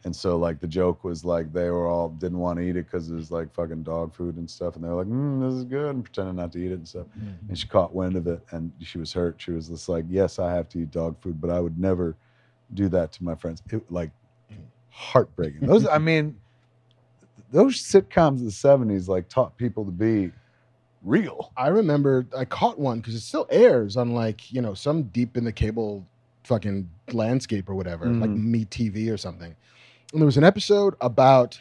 A: and so like the joke was like they were all didn't want to eat it because it was like fucking dog food and stuff, and they were like, mm, this is good, and pretending not to eat it and stuff, and she caught wind of it and she was hurt. She was just like, yes, I have to eat dog food, but I would never do that to my friends. It like heartbreaking. Those, I mean, those sitcoms of the '70s like taught people to be real.
B: I remember I caught one because it still airs on like you know some deep in the cable fucking landscape or whatever, like
A: Mhm.
B: Me TV or something. And there was an episode about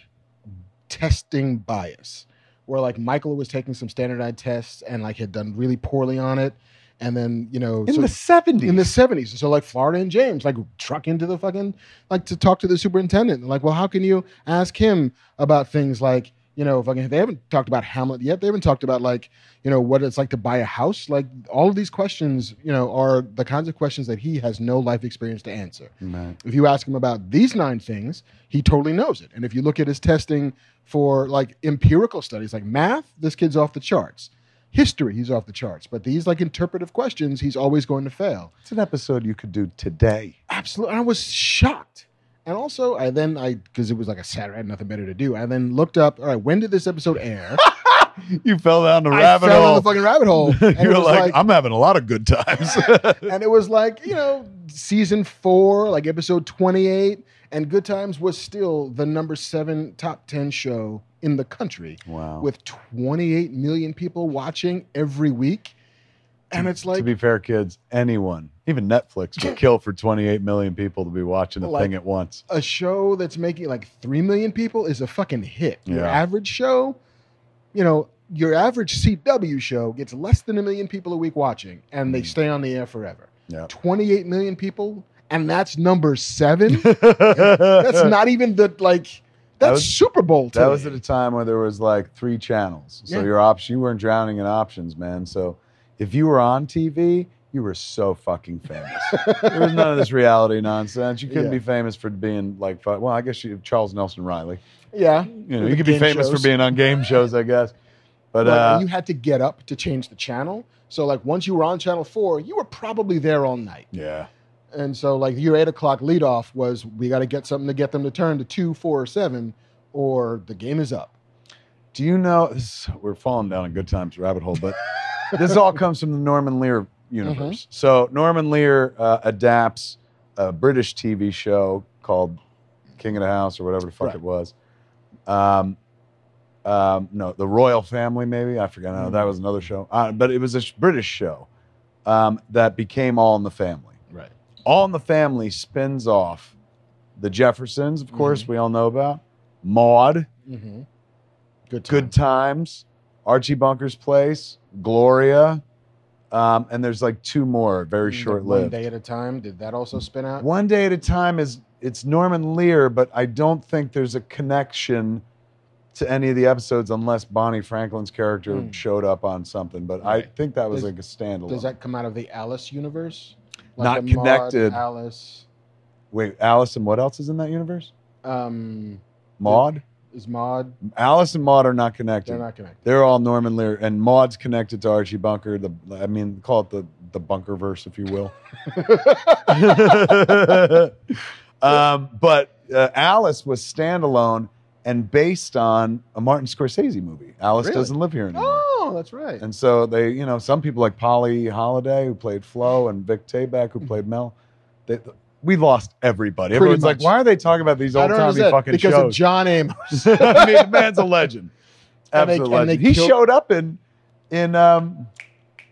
B: testing bias, where like Michael was taking some standardized tests and like had done really poorly on it, and then you know
A: In
B: so-
A: the '70s,
B: in the 70s. So like Florida and James, like truck into the fucking like to talk to the superintendent. Like, well, how can you ask him about things like, you know, fucking they haven't talked about Hamlet yet. They haven't talked about like, you know, what it's like to buy a house. Like all of these questions, you know, are the kinds of questions that he has no life experience to answer.
A: Right.
B: If you ask him about these nine things, he totally knows it. And if you look at his testing for like empirical studies, like math, this kid's off the charts. History, he's off the charts. But these like interpretive questions, he's always going to fail
A: it's an episode you could do today.
B: absolutely i was shocked and also i then i because it was like a saturday i had nothing better to do i then looked up all right when did this episode air
A: You fell down the
B: i
A: rabbit
B: fell
A: hole.
B: in the fucking rabbit hole and it
A: you were
B: was
A: like, I'm having a lot of good times.
B: and it was like you know season four like episode 28 and good times was still the number seven top 10 show in the country
A: wow.
B: with 28 million people watching every week and it's
A: to
B: like
A: be fair, kids, anyone, even Netflix, would kill for 28 million people to be watching the
B: Like-
A: thing at once.
B: a show that's making like 3 million people is a fucking hit. Your
A: Yeah.
B: average show, you know, your average CW show gets less than a million people a week watching and they
A: Mm.
B: stay on the air forever.
A: Yeah.
B: 28 million people and that's number 7. that's
A: That's
B: not even the like that's
A: was-
B: Super Bowl to
A: That
B: me.
A: was at a time where there was like three channels. So
B: Yeah.
A: your option, you weren't drowning in options, man. So if you were on TV, you were so fucking famous. there was none of this reality nonsense. You couldn't
B: Yeah.
A: be famous for being like, fu- well, I guess you Charles Nelson Riley.
B: yeah.
A: You know,
B: Or
A: you
B: the
A: could be
B: game
A: famous
B: shows.
A: for being on game shows, I guess. But
B: Like,
A: uh,
B: and you had to get up to change the channel. So like once you were on channel 4, you were probably there all night.
A: yeah,
B: And so, like your eight o'clock leadoff was, we got to get something to get them to turn to two, four, or seven, or the game is up.
A: Do you know this- we're falling down a good times rabbit hole? But this all comes from the Norman Lear universe. So Norman Lear uh, adapts a British TV show called King of the House or whatever the fuck
B: Right.
A: it was. Um, um, no, the Royal Family, maybe I forgot. No, that was another show, uh, but it was a sh- British show um, that became All in the Family.
B: Right.
A: All in the Family spins off the Jeffersons, of course, we all know about Maud.
B: Mm-hmm. Good. Time.
A: Good Times, Archie Bunker's Place, Gloria, um, and there's like two more, very
B: Did
A: short
B: One
A: lived.
B: day at a time. Did that also spin out?
A: One Day at a Time is it's Norman Lear, but I don't think there's a connection to any of the episodes unless Bonnie Franklin's character
B: Hmm.
A: showed up on something. But I
B: Right.
A: think that was
B: Does-
A: like a standalone.
B: Does that come out of the Alice universe?
A: Not
B: the Maude,
A: connected.
B: Alice.
A: Wait, Allison, what else is in that universe?
B: Um,
A: Maud?
B: is Maud?
A: Alice and Maud are not connected.
B: They're not connected.
A: They're all Norman Lear, and Maud's connected to Archie Bunker. The I mean, call it the the Bunker verse, if you will. um, but uh, Alice was standalone and based on a Martin Scorsese movie. Alice
B: Really?
A: doesn't live here anymore,
B: Oh, that's right.
A: and so they, you know, some people like Polly Holiday who played Flo and Vic Tayback who played Mel. They, we lost everybody.
B: Mm-hmm. Pretty
A: Everyone's like,
B: much.
A: why are they talking about these
B: I
A: old
B: don't
A: timey
B: understand,
A: fucking
B: because of
A: shows?
B: John Amos.
A: I mean, the man's a legend.
B: And they-
A: Absolute
B: and they
A: legend. He
B: killed-
A: showed up in in um,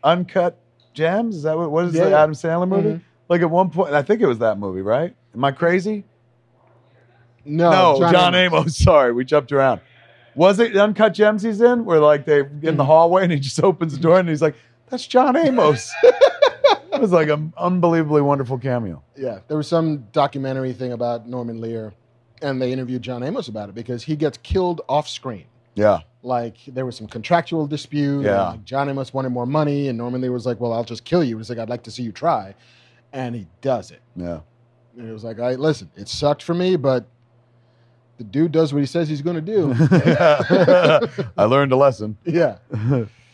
A: Uncut Gems. Is that what, what is
B: Yeah,
A: the
B: yeah.
A: Adam Sandler movie?
B: Mhm.
A: Like at one point, I think it was that movie, right? Am I crazy?
B: No,
A: no, John, Amos. Sorry, we jumped around. Was it Uncut Gems he's in? Where like they in the
B: Mm.
A: hallway and he just opens the door and he's like, "That's John Amos." it was like an unbelievably wonderful cameo.
B: Yeah, there was some documentary thing about Norman Lear, and they interviewed John Amos about it because he gets killed off screen.
A: Yeah,
B: Like there was some contractual dispute. and,
A: Yeah.
B: like, John Amos wanted more money, and Norman Lear was like, "Well, I'll just kill you." He's like, "I'd like to see you try," and he does it.
A: yeah.
B: And it was like, "I listen, it sucked for me, but the dude does what he says he's going to do."
A: I learned a lesson.
B: yeah.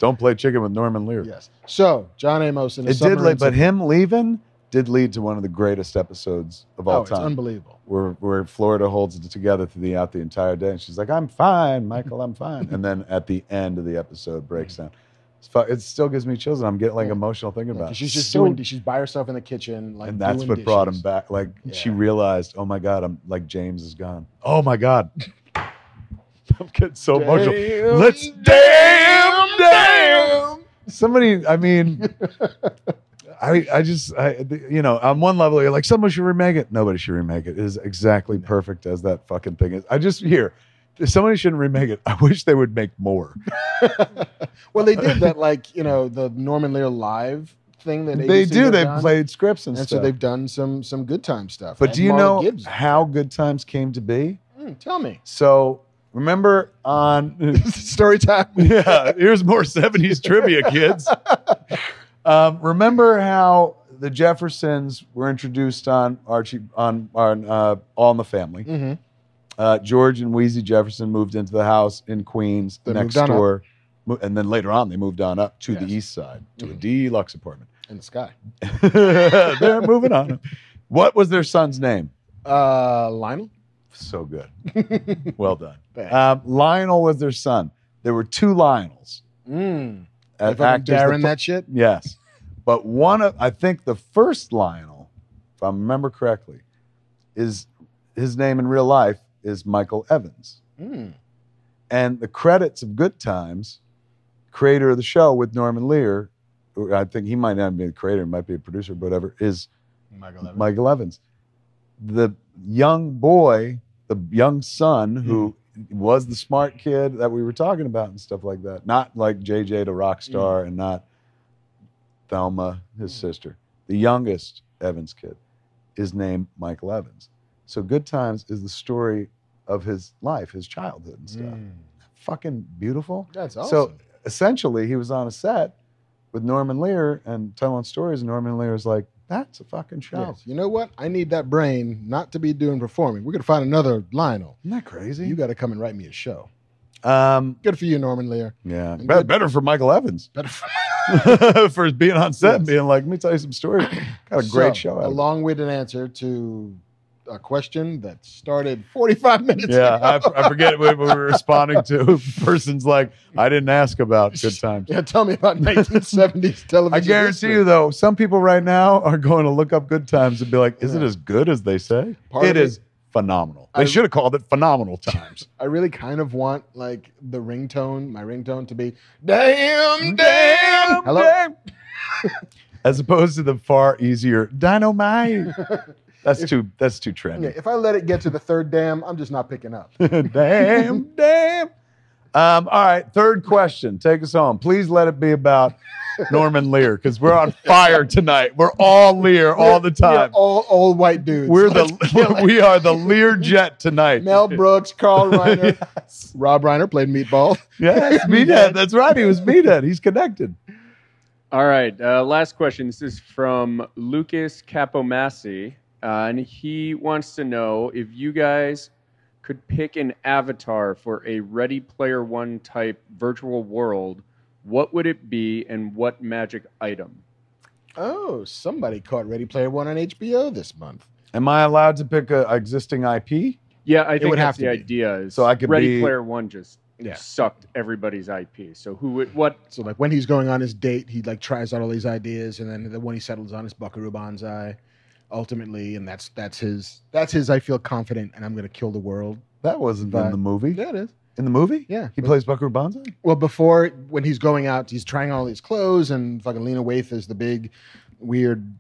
A: Don't play chicken with Norman Lear.
B: Yes. So John Amos in a
A: It did,
B: submarine
A: lead, but him leaving did lead to one of the greatest episodes of all
B: oh, it's
A: time,
B: unbelievable.
A: where where Florida holds it together throughout the entire day, and she's like, "I'm fine, Michael, I'm fine," and then at the end of the episode breaks down. It's fu- It still gives me chills, and I'm getting like
B: Mm-hmm. Yeah.
A: emotional thinking about.
B: Like,
A: it.
B: she's just
A: So-
B: doing. She's by herself in the kitchen, like
A: and that's
B: doing
A: what brought him
B: dishes.
A: back. Like she
B: Yeah.
A: realized, oh my god, I'm like James is gone. Oh my god, I'm getting so emotional.
B: Damn,
A: Let's damn, damn. Somebody, I mean, I, I just, I, the- you know, on one level, you're like, someone should remake it. Nobody should remake it. It is exactly perfect as that fucking thing is. I just here, if somebody shouldn't remake it. I wish they would make more.
B: Well, they did that, like you know, the Norman Lear live thing that
A: They
B: ABC
A: do.
B: had
A: They've
B: done.
A: played scripts and,
B: and so
A: stuff.
B: they've done some some good time stuff.
A: but
B: And
A: do you
B: Marla
A: know
B: Gibbs-
A: how Good Times came to be?
B: Mm, tell me,
A: So remember on
B: story time.
A: yeah, here's more 70s trivia, kids. Um, remember how the Jeffersons were introduced on Archie on, on uh, All in the Family.
B: Mhm.
A: Uh, George and Wheezy Jefferson moved into the house in Queens
B: They
A: next
B: moved on up.
A: door, Mo- and then later on they moved on up to
B: Yes.
A: the east side to
B: Mhm.
A: a deluxe apartment.
B: In the sky,
A: They're moving on. What was their son's name?
B: uh, Lionel.
A: So good. Well done.
B: Thanks.
A: Um, Lionel was their son. There were two Lionels.
B: Mm.
A: uh,
B: They fucking
A: that
B: Darren
A: pl-
B: that shit.
A: Yes. But one of I think the first Lionel, if I remember correctly, is his name in real life is Michael Evans.
B: Mm.
A: And the credits of Good Times, creator of the show with Norman Lear, who I think he might not be the creator, he might be a producer, but whatever, is
B: Michael Evans.
A: Michael Evans. The young boy, the young son who
B: Mm-hmm.
A: was the smart kid that we were talking about and stuff like that. Not like JJ the rock
B: Mm-hmm.
A: star and not Thelma, his sister. The youngest Evans kid is named Michael Evans. So Good Times is the story of his life, his childhood and stuff.
B: Mm.
A: Fucking beautiful
B: That's awesome.
A: So- essentially he was on a set with Norman Lear and telling stories, and Norman Lear was like, "That's a fucking show."
B: Yes. You know what? I need that brain not to be doing performing. We're gonna find another Lionel.
A: Isn't that crazy?
B: You got to come and write me a show.
A: um,
B: Good for you, Norman Lear.
A: yeah,
B: And
A: Be-
B: good-
A: better for Michael Evans
B: Better for
A: for being on set and
B: Yes.
A: being like, "Let me tell you some stories." Got a great
B: So,
A: show.
B: A
A: Out of it.
B: long-winded answer to a question that started 45 minutes
A: Yeah,
B: ago.
A: I, I forget what we were responding to. Person's like, I didn't ask about good times.
B: yeah, tell me about 1970s television.
A: I guarantee
B: history.
A: you, though, some people right now are going to look up good times and be like, is it
B: Yeah.
A: as good as they say?
B: Part
A: it
B: of it-
A: is phenomenal. They
B: I-
A: should have called it phenomenal times.
B: I really kind of want like the ringtone, my ringtone to be damn, damn.
A: Damn,
B: Hello.
A: damn. As opposed to the far easier dynamite. That's too that's too
B: Yeah,
A: trendy.
B: if I let it get to the third damn, I'm just not picking up.
A: damn, damn. Um, all right, third question. Take us home. Please let it be about Norman Lear, because we're on fire tonight. We're all Lear all the
B: We are
A: time.
B: all all white dudes.
A: We're
B: Let's kill
A: the
B: it.
A: we are the Lear jet tonight.
B: Mel Brooks, Carl Reiner,
A: yes,
B: Rob Reiner played Meatball.
A: yes, Meathead. That's right. He was Meathead. He's connected.
E: All right. Uh, last question. This is from Lucas Capomassi, uh, and he wants to know if you guys could pick an avatar for a Ready Player One type virtual world. What would it be, and what magic item?
B: Oh, somebody caught Ready Player One on HBO this month.
A: Am I allowed to pick an existing IP?
E: Yeah, I think
B: would
E: that's
B: have
E: the
B: to be.
E: idea. Is
A: So I could
E: Ready
A: be-
E: Player One just
B: Yeah.
E: sucked everybody's IP. So who would what?
B: So like when he's going on his date, he like tries out all these ideas, and then the one he settles on is Buckaroo Banzai, ultimately, and that's that's his that's his. I feel confident, and I'm gonna kill the world.
A: That wasn't in
B: But-
A: the movie.
B: Yeah, it is.
A: In the movie,
B: Yeah,
A: he
B: but-
A: plays Buckaroo Banzai.
B: Well, before when he's going out, he's trying all these clothes, and fucking Lena Waithe is the big, weird,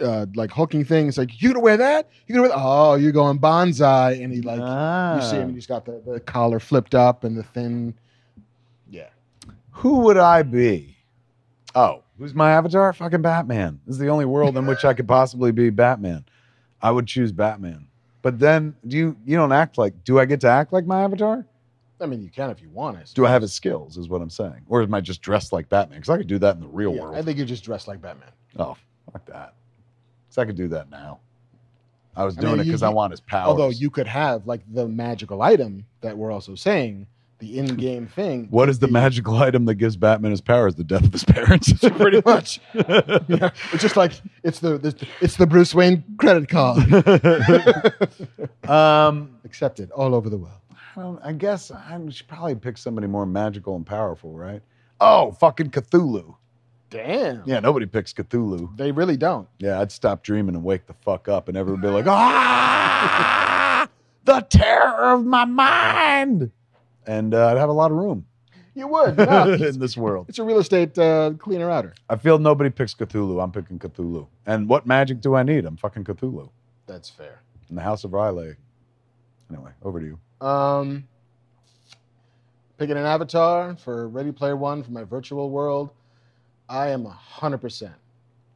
B: uh, like hooking thing. It's like you gonna wear that? You gonna wear? Oh, you're going bonsai, and he like you
A: Ah.
B: see him, and he's got the, the collar flipped up and the thin. Yeah,
A: Who would I be? Oh, who's my avatar? Fucking Batman. This is the only world in which I could possibly be Batman. I would choose Batman. But then, do you you don't act like? Do I get to act like my avatar?
B: I mean you can if you want it.
A: Do I have his skills? Is what I'm saying, or am I just dressed like Batman? Because I could do that in the real
B: Yeah,
A: world.
B: I think you're just dressed like Batman.
A: oh, fuck that. Because I could do that now. I was
B: I
A: doing
B: mean,
A: it
B: you-
A: because I want his powers.
B: Although you could have like the magical item that we're also saying the in-game thing.
A: what is the
B: be-
A: magical item that gives Batman his powers? The death of his parents.
B: Pretty much, Yeah, it's just like it's the, the it's the Bruce Wayne credit card
A: um,
B: accepted all over the world.
A: I, don't, I guess I should probably pick somebody more magical and powerful, right? Oh, fucking Cthulhu.
B: Damn.
A: Yeah, nobody picks Cthulhu.
B: They really don't.
A: Yeah, I'd stop dreaming and wake the fuck up, and everyone would be like, ah, the terror of my mind. And uh, I'd have a lot of room
B: You would. No.
A: in
B: it's,
A: this world.
B: it's a real estate uh, cleaner outer.
A: I feel nobody picks Cthulhu. I'm picking Cthulhu. And what magic do I need? I'm fucking Cthulhu
B: That's fair.
A: in the House of Riley. Anyway, over to you.
B: Um, picking an avatar for Ready Player One for my virtual world, I am 100% going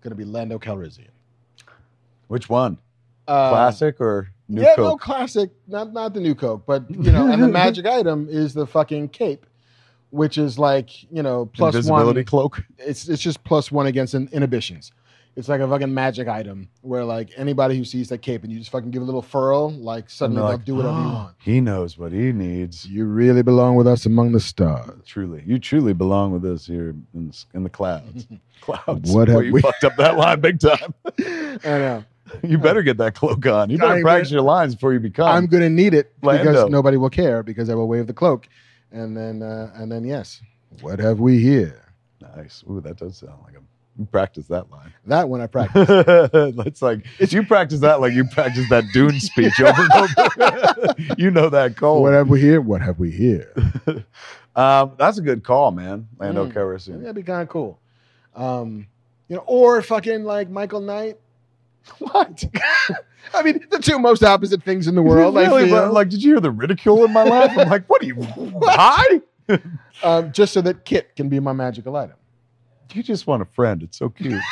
B: to be Lando Calrissian.
A: Which one?
B: Uh,
A: Classic or New
B: yeah, no
A: Coke?
B: classic, not not the new Coke, but you know, and the magic item is the fucking cape, which is like you know plus
A: Invisibility
B: one.
A: cloak?
B: It's it's just plus one against in- inhibitions. It's like a fucking magic item where like anybody who sees that cape and you just fucking give a little furl, like
A: And
B: suddenly
A: they're
B: they'll do whatever you
A: "Oh,
B: want.
A: He knows what he needs.
B: You really belong with us among the stars.
A: Truly, you truly belong with us here in the, in the clouds. Clouds.
B: What
A: Boy,
B: have
A: you
B: we-
A: fucked up that line big time.
B: I know.
A: You better get that cloak on. You better
B: I'm
A: practice your lines before you become.
B: I'm gonna need it
A: Lando.
B: because nobody will care because I will wave the cloak, and then uh, and then yes, what have we here?
A: nice. Ooh, that does sound like him. You practice that line.
B: That one I practiced.
A: That's like you practice that like you practice that Dune speech over and over. you know that cold.
B: What have we here? What have we here?
A: Um, that's a good call, man. Lando
B: Mm.
A: Calrissian.
B: That'd be kind of cool. Um, you know, or fucking like Michael Knight. What? I mean, the two most opposite things in the world. I
A: Really,
B: feel.
A: but, like, did you hear the ridicule in my laugh? I'm like, what are you high?
B: um, just so that Kit can be my magical item.
A: You just want a friend. It's so cute.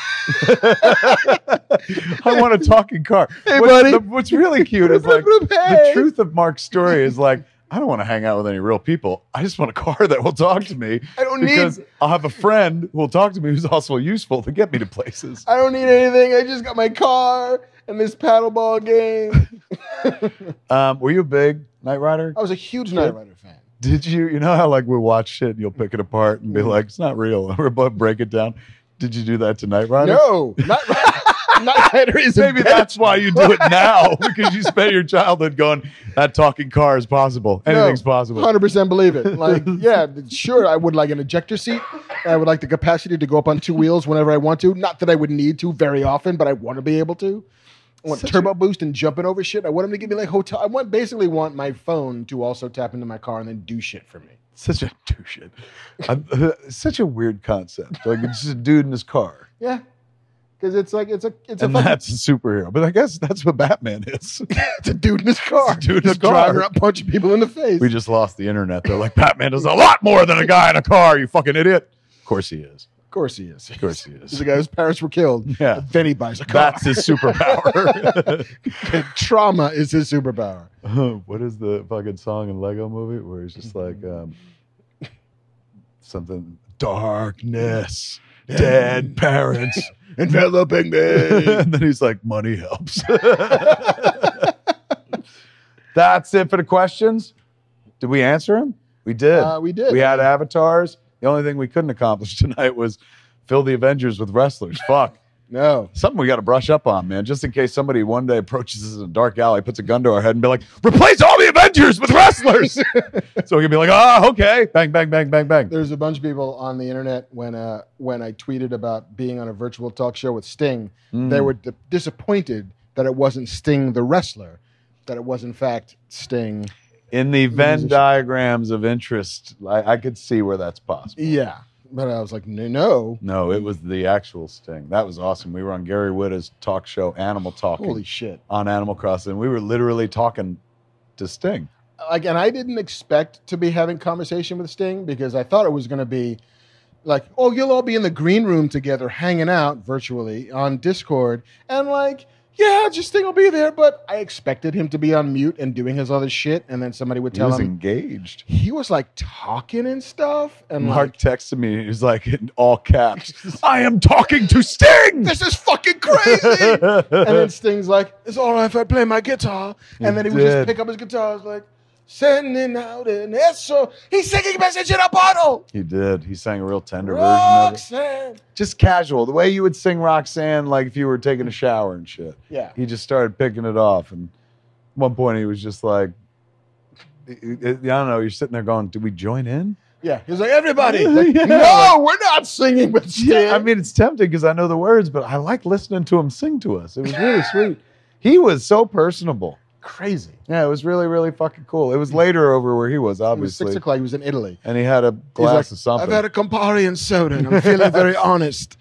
A: I want a talking car.
B: Hey,
A: what's,
B: buddy.
A: the- what's really cute is like the
B: Hey!
A: truth of Mark's story is like I don't want to hang out with any real people. I just want a car that will talk to me
B: I don't
A: because
B: need.
A: I'll have a friend who will talk to me who's also useful to get me to places.
B: I don't need anything. I just got my car and this paddleball game.
A: Um, were you a big Knight Rider?
B: I was a huge Knight Rider fan.
A: Did you? You know how like we watch shit and you'll pick it apart and be
B: Mm.
A: like, it's not real. Or break it down. Did you do that to Knight Rider?
B: No, not Knight Rider is
A: Maybe
B: a bad-
A: that's why you do it now because you spent your childhood going, that talking car is possible.
B: No.
A: Anything's possible.
B: Hundred percent believe it. Like, yeah, th- sure, I would like an ejector seat. and I would like the capacity to go up on two wheels whenever I want to. Not that I would need to very often, but I want to be able to. I want
A: Such
B: turbo boost and jumping over shit. I want them to give me like hotel. I want basically want my phone to also tap into my car and then do shit for me.
A: Such a douche. I'm- Such a weird concept. Like it's just a dude in his car.
B: Yeah, because it's like it's a it's a
A: And
B: fucking
A: that's a superhero. But I guess that's what Batman is.
B: it's a dude in his car.
A: It's a dude in
B: Just
A: his car.
B: driving around punching people in the face.
A: We just lost the internet. They're like, Batman does a lot more than a guy in a car, you fucking idiot. Of course he is.
B: of course he is.
A: Of course he
B: He's
A: is.
B: the guy whose parents were killed.
A: Yeah.
B: Then he buys a car.
A: That's his superpower.
B: Trauma is his superpower.
A: what is the fucking song in Lego movie where he's just like um, something darkness, dead parents enveloping me. and then he's like, money helps. That's it for the questions. Did we answer them? We did.
B: Uh, we did.
A: we had avatars. The only thing we couldn't accomplish tonight was fill the Avengers with wrestlers. Fuck.
B: no.
A: Something we got to brush up on, man, just in case somebody one day approaches us in a dark alley, puts a gun to our head, and be like, replace all the Avengers with wrestlers. so we can be like, ah, okay. Bang, bang, bang, bang, bang.
B: There's a bunch of people on the internet when uh, when I tweeted about being on a virtual talk show with Sting,
A: Hmm.
B: they were d- disappointed that it wasn't Sting the wrestler, that it was in fact Sting.
A: In the Venn
B: Musician.
A: diagrams of interest, I, I could see where that's possible.
B: Yeah, but I was like, no, no,
A: No, it was the actual sting. That was awesome. We were on Gary Whitta's talk show, Animal Talk,
B: holy shit!
A: on Animal Crossing. We were literally talking to Sting.
B: Like, and I didn't expect to be having conversation with Sting because I thought it was going to be like, oh, you'll all be in the green room together, hanging out virtually on Discord, and like. Yeah, just Sting will be there, but I expected him to be on mute and doing his other shit, and then somebody would
A: He
B: tell
A: was
B: him,
A: engaged.
B: he was like talking and stuff and
A: Mark
B: like
A: texted me. He was like, in all caps, I am talking to Sting.
B: this is fucking crazy and then sting's like it's all right if i play my guitar and
A: He
B: then he would just
A: did.
B: pick up his guitar it's like sending out an so he's singing message in a bottle
A: he did. He sang a real tender version of it.
B: Roxanne.
A: Just casual, the way you would sing Roxanne, like if you were taking a shower and shit.
B: yeah
A: He just started picking it off, and at one point he was just like, I I- I don't know. You're sitting there going, "Did we join in?"
B: yeah he was like everybody Like,
A: Yeah.
B: no we're not singing with sting
A: Yeah, I mean, it's tempting because I know the words, but I like listening to him sing to us. It was really sweet. He was so personable.
B: crazy
A: Yeah, it was really, really fucking cool. It was later over where he was,
B: it was
A: obviously.
B: six o'clock he was in italy
A: and he had a
B: He's
A: glass
B: like,
A: of something.
B: I've had a Campari and soda, and I'm feeling very honest.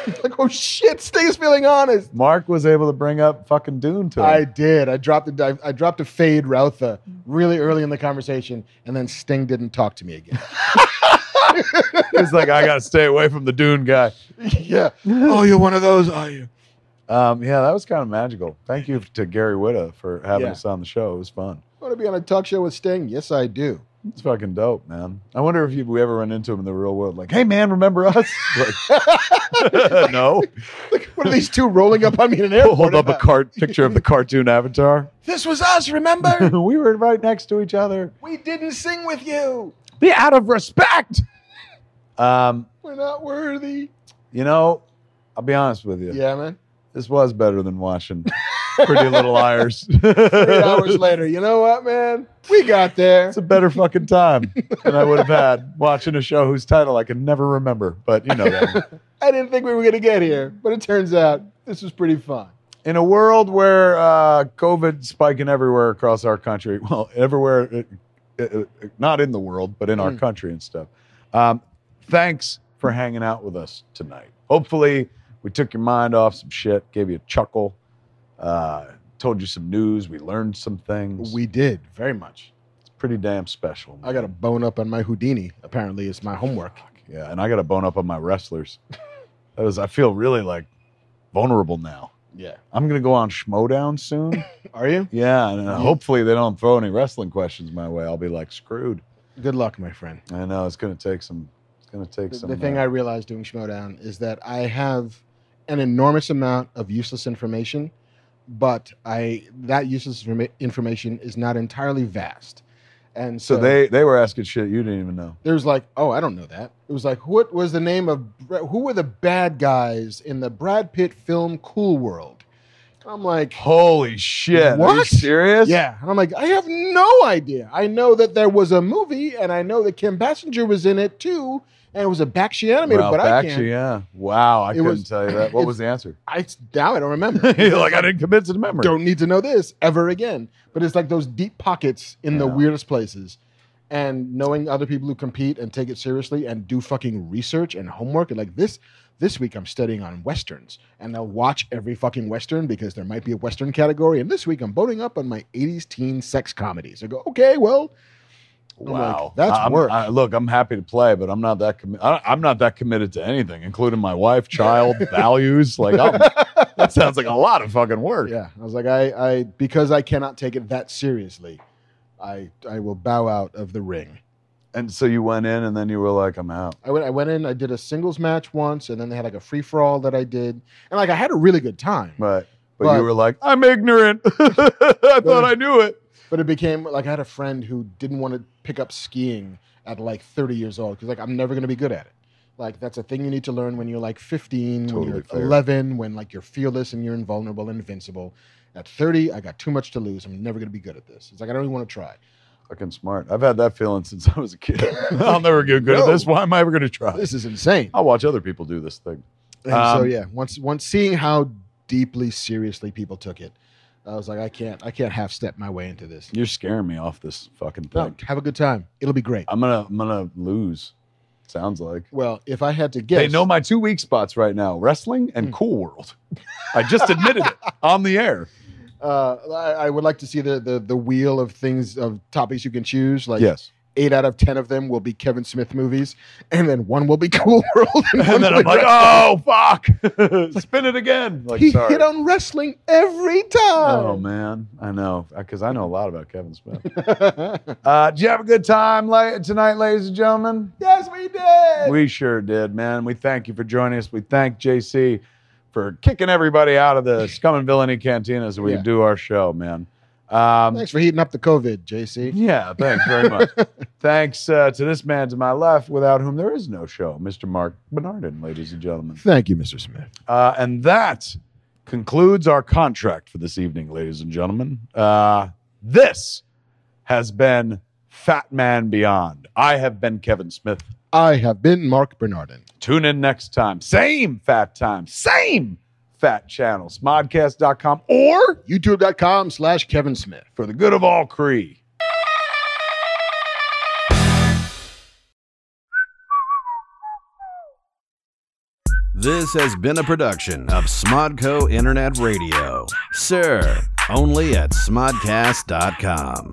B: like, oh shit, Sting's feeling honest.
A: Mark was able to bring up fucking Dune to him.
B: I did. I dropped a, I, I dropped a fade Routha really early in the conversation, and then Sting didn't talk to me again.
A: He's like, I gotta stay away from the Dune guy.
B: yeah. Oh, you're one of those, are you?
A: Um, yeah, that was kind of magical. Thank you to Gary Witta for having
B: Yeah.
A: us on the show. It was fun.
B: Want to be on a talk show with Sting? Yes, I do.
A: It's fucking dope, man. I wonder if you we ever run into him in the real world. Like, hey man, remember us? Like, no.
B: Like, what are these two rolling up on me in an airport?
A: We'll hold up a
B: about?
A: cart picture of the cartoon avatar.
B: This was us, remember?
A: we were right next to each other.
B: we didn't sing with you.
A: Be out of respect. Um,
B: We're not worthy.
A: you know, I'll be honest with you.
B: Yeah, man.
A: This was better than watching Pretty Little Liars.
B: Three hours later, you know what, man? We got there.
A: It's a better fucking time than I would have had watching a show whose title I can never remember. But you know that.
B: I didn't think we were gonna get here, but it turns out this was pretty fun.
A: In a world where uh, COVID spiking everywhere across our country, well, everywhere, uh, uh, uh, not in the world, but in our
B: Mm.
A: country and stuff. Um, thanks for hanging out with us tonight. Hopefully, we took your mind off some shit, gave you a chuckle, uh, told you some news, we learned some things.
B: We did very much.
A: it's pretty damn special.
B: I got to bone up on my Houdini. Apparently, it's my homework.
A: Yeah, and I got to bone up on my wrestlers. That was, I feel really like vulnerable now.
B: Yeah.
A: I'm gonna go on Schmodown soon.
B: Are you?
A: yeah, and uh, hopefully they don't throw any wrestling questions my way. I'll be like screwed.
B: Good luck, my friend.
A: I know it's gonna take some. It's gonna take
B: The,
A: some.
B: the thing
A: uh,
B: I realized doing Schmodown is that I have an enormous amount of useless information, but I that useless informa- information is not entirely vast. And
A: So
B: so,
A: they they were asking shit you didn't even know.
B: there was like, oh, I don't know that. It was like, what was the name of Bra- who were the bad guys in the Brad Pitt film Cool World? And I'm like,
A: Holy shit! Are you
B: What?
A: serious?
B: yeah. And I'm like, I have no idea. I know that there was a movie, and I know that Kim Bassinger was in it too, and it was a Bakshi animated,
A: Ralph
B: but I can't.
A: Bakshi, yeah. Wow, I
B: It
A: couldn't
B: was-
A: tell you that. What
B: it's-
A: was the answer?
B: I now I don't remember.
A: You're like I didn't commit to the memory.
B: don't need to know this ever again. But it's like those deep pockets in the
A: Yeah.
B: weirdest places. And knowing other people who compete and take it seriously and do fucking research and homework and like this this week I'm studying on westerns and I'll watch every fucking western because there might be a western category and this week I'm boating up on my 80s teen sex comedies. I go, "Okay, well, I'm like,
A: Wow,
B: that's
A: I'm-
B: work.
A: I, look, I'm happy to play, but I'm not that commi- I, I'm not that committed to anything, including my wife, child, values. Like I'm, that sounds like a lot of fucking work.
B: yeah." I was like, "I I because I cannot take it that seriously. I I will bow out of the ring."
A: And so you went in, and then you were like, I'm out.
B: I went, I went in, I did a singles match once, and then they had like a free for all that I did. And like I had a really good time.
A: Right. But,
B: But-
A: you were like, I'm ignorant. I thought I knew it.
B: But it became like I had a friend who didn't want to pick up skiing at like 30 years old because like I'm never going to be good at it. Like that's a thing you need to learn when you're like 15, when
A: Totally
B: you're
A: fair.
B: 11, when like you're fearless and you're invulnerable and invincible. At 30, I got too much to lose. I'm never going to be good at this. It's like I don't even want to try.
A: Fucking smart. I've had that feeling since I was a kid. I'll never get good at
B: No.
A: this. Why am I ever going to try?
B: This is insane.
A: I'll watch other people do this thing.
B: And so
A: Um,
B: yeah, once once seeing how deeply seriously people took it, I was like I can't I can't half step my way into this.
A: You're scaring me off this fucking thing.
B: No, have a good time. It'll be great.
A: I'm gonna I'm gonna lose. Sounds like.
B: Well, if I had to guess,
A: They know my two weak spots right now: wrestling
B: Hmm.
A: and Cool World. I just admitted it on the air.
B: uh, I, I would like to see the, the the wheel of things of topics you can choose. Like
A: yes,
B: eight out of ten of them will be Kevin Smith movies, and then one will be Cool World. one
A: and then
B: will
A: I'm
B: be
A: like,
B: wrestling.
A: oh fuck, spin it again. Like,
B: he
A: sorry.
B: hit on wrestling every
A: Oh
B: time.
A: man, I know because I know a lot about Kevin Smith.
B: man.
A: Uh, did you have a good time la- tonight, ladies and gentlemen?
B: yes, we did.
A: We sure did, man. We thank you for joining us. We thank JC for kicking everybody out of the scum and villainy cantina as we
B: Yeah.
A: do our show, man. Um,
B: Thanks for heating up the COVID, JC.
A: Yeah, thanks very much. thanks uh, to this man to my left, without whom there is no show, Mr. Mark Bernardin, ladies and gentlemen.
B: Thank you, Mr. Smith.
A: Uh, and that concludes our contract for this evening, ladies and gentlemen. Uh, this has been Fat Man Beyond. I have been Kevin Smith.
B: I have been Mark Bernardin.
A: Tune in next time. Same fat time, same fat channel, smodcast.com, or
B: YouTube.com slash Kevin Smith.
A: for the good of all Cree.
F: This has been a production of Smodco Internet Radio. Sir, only at smodcast.com.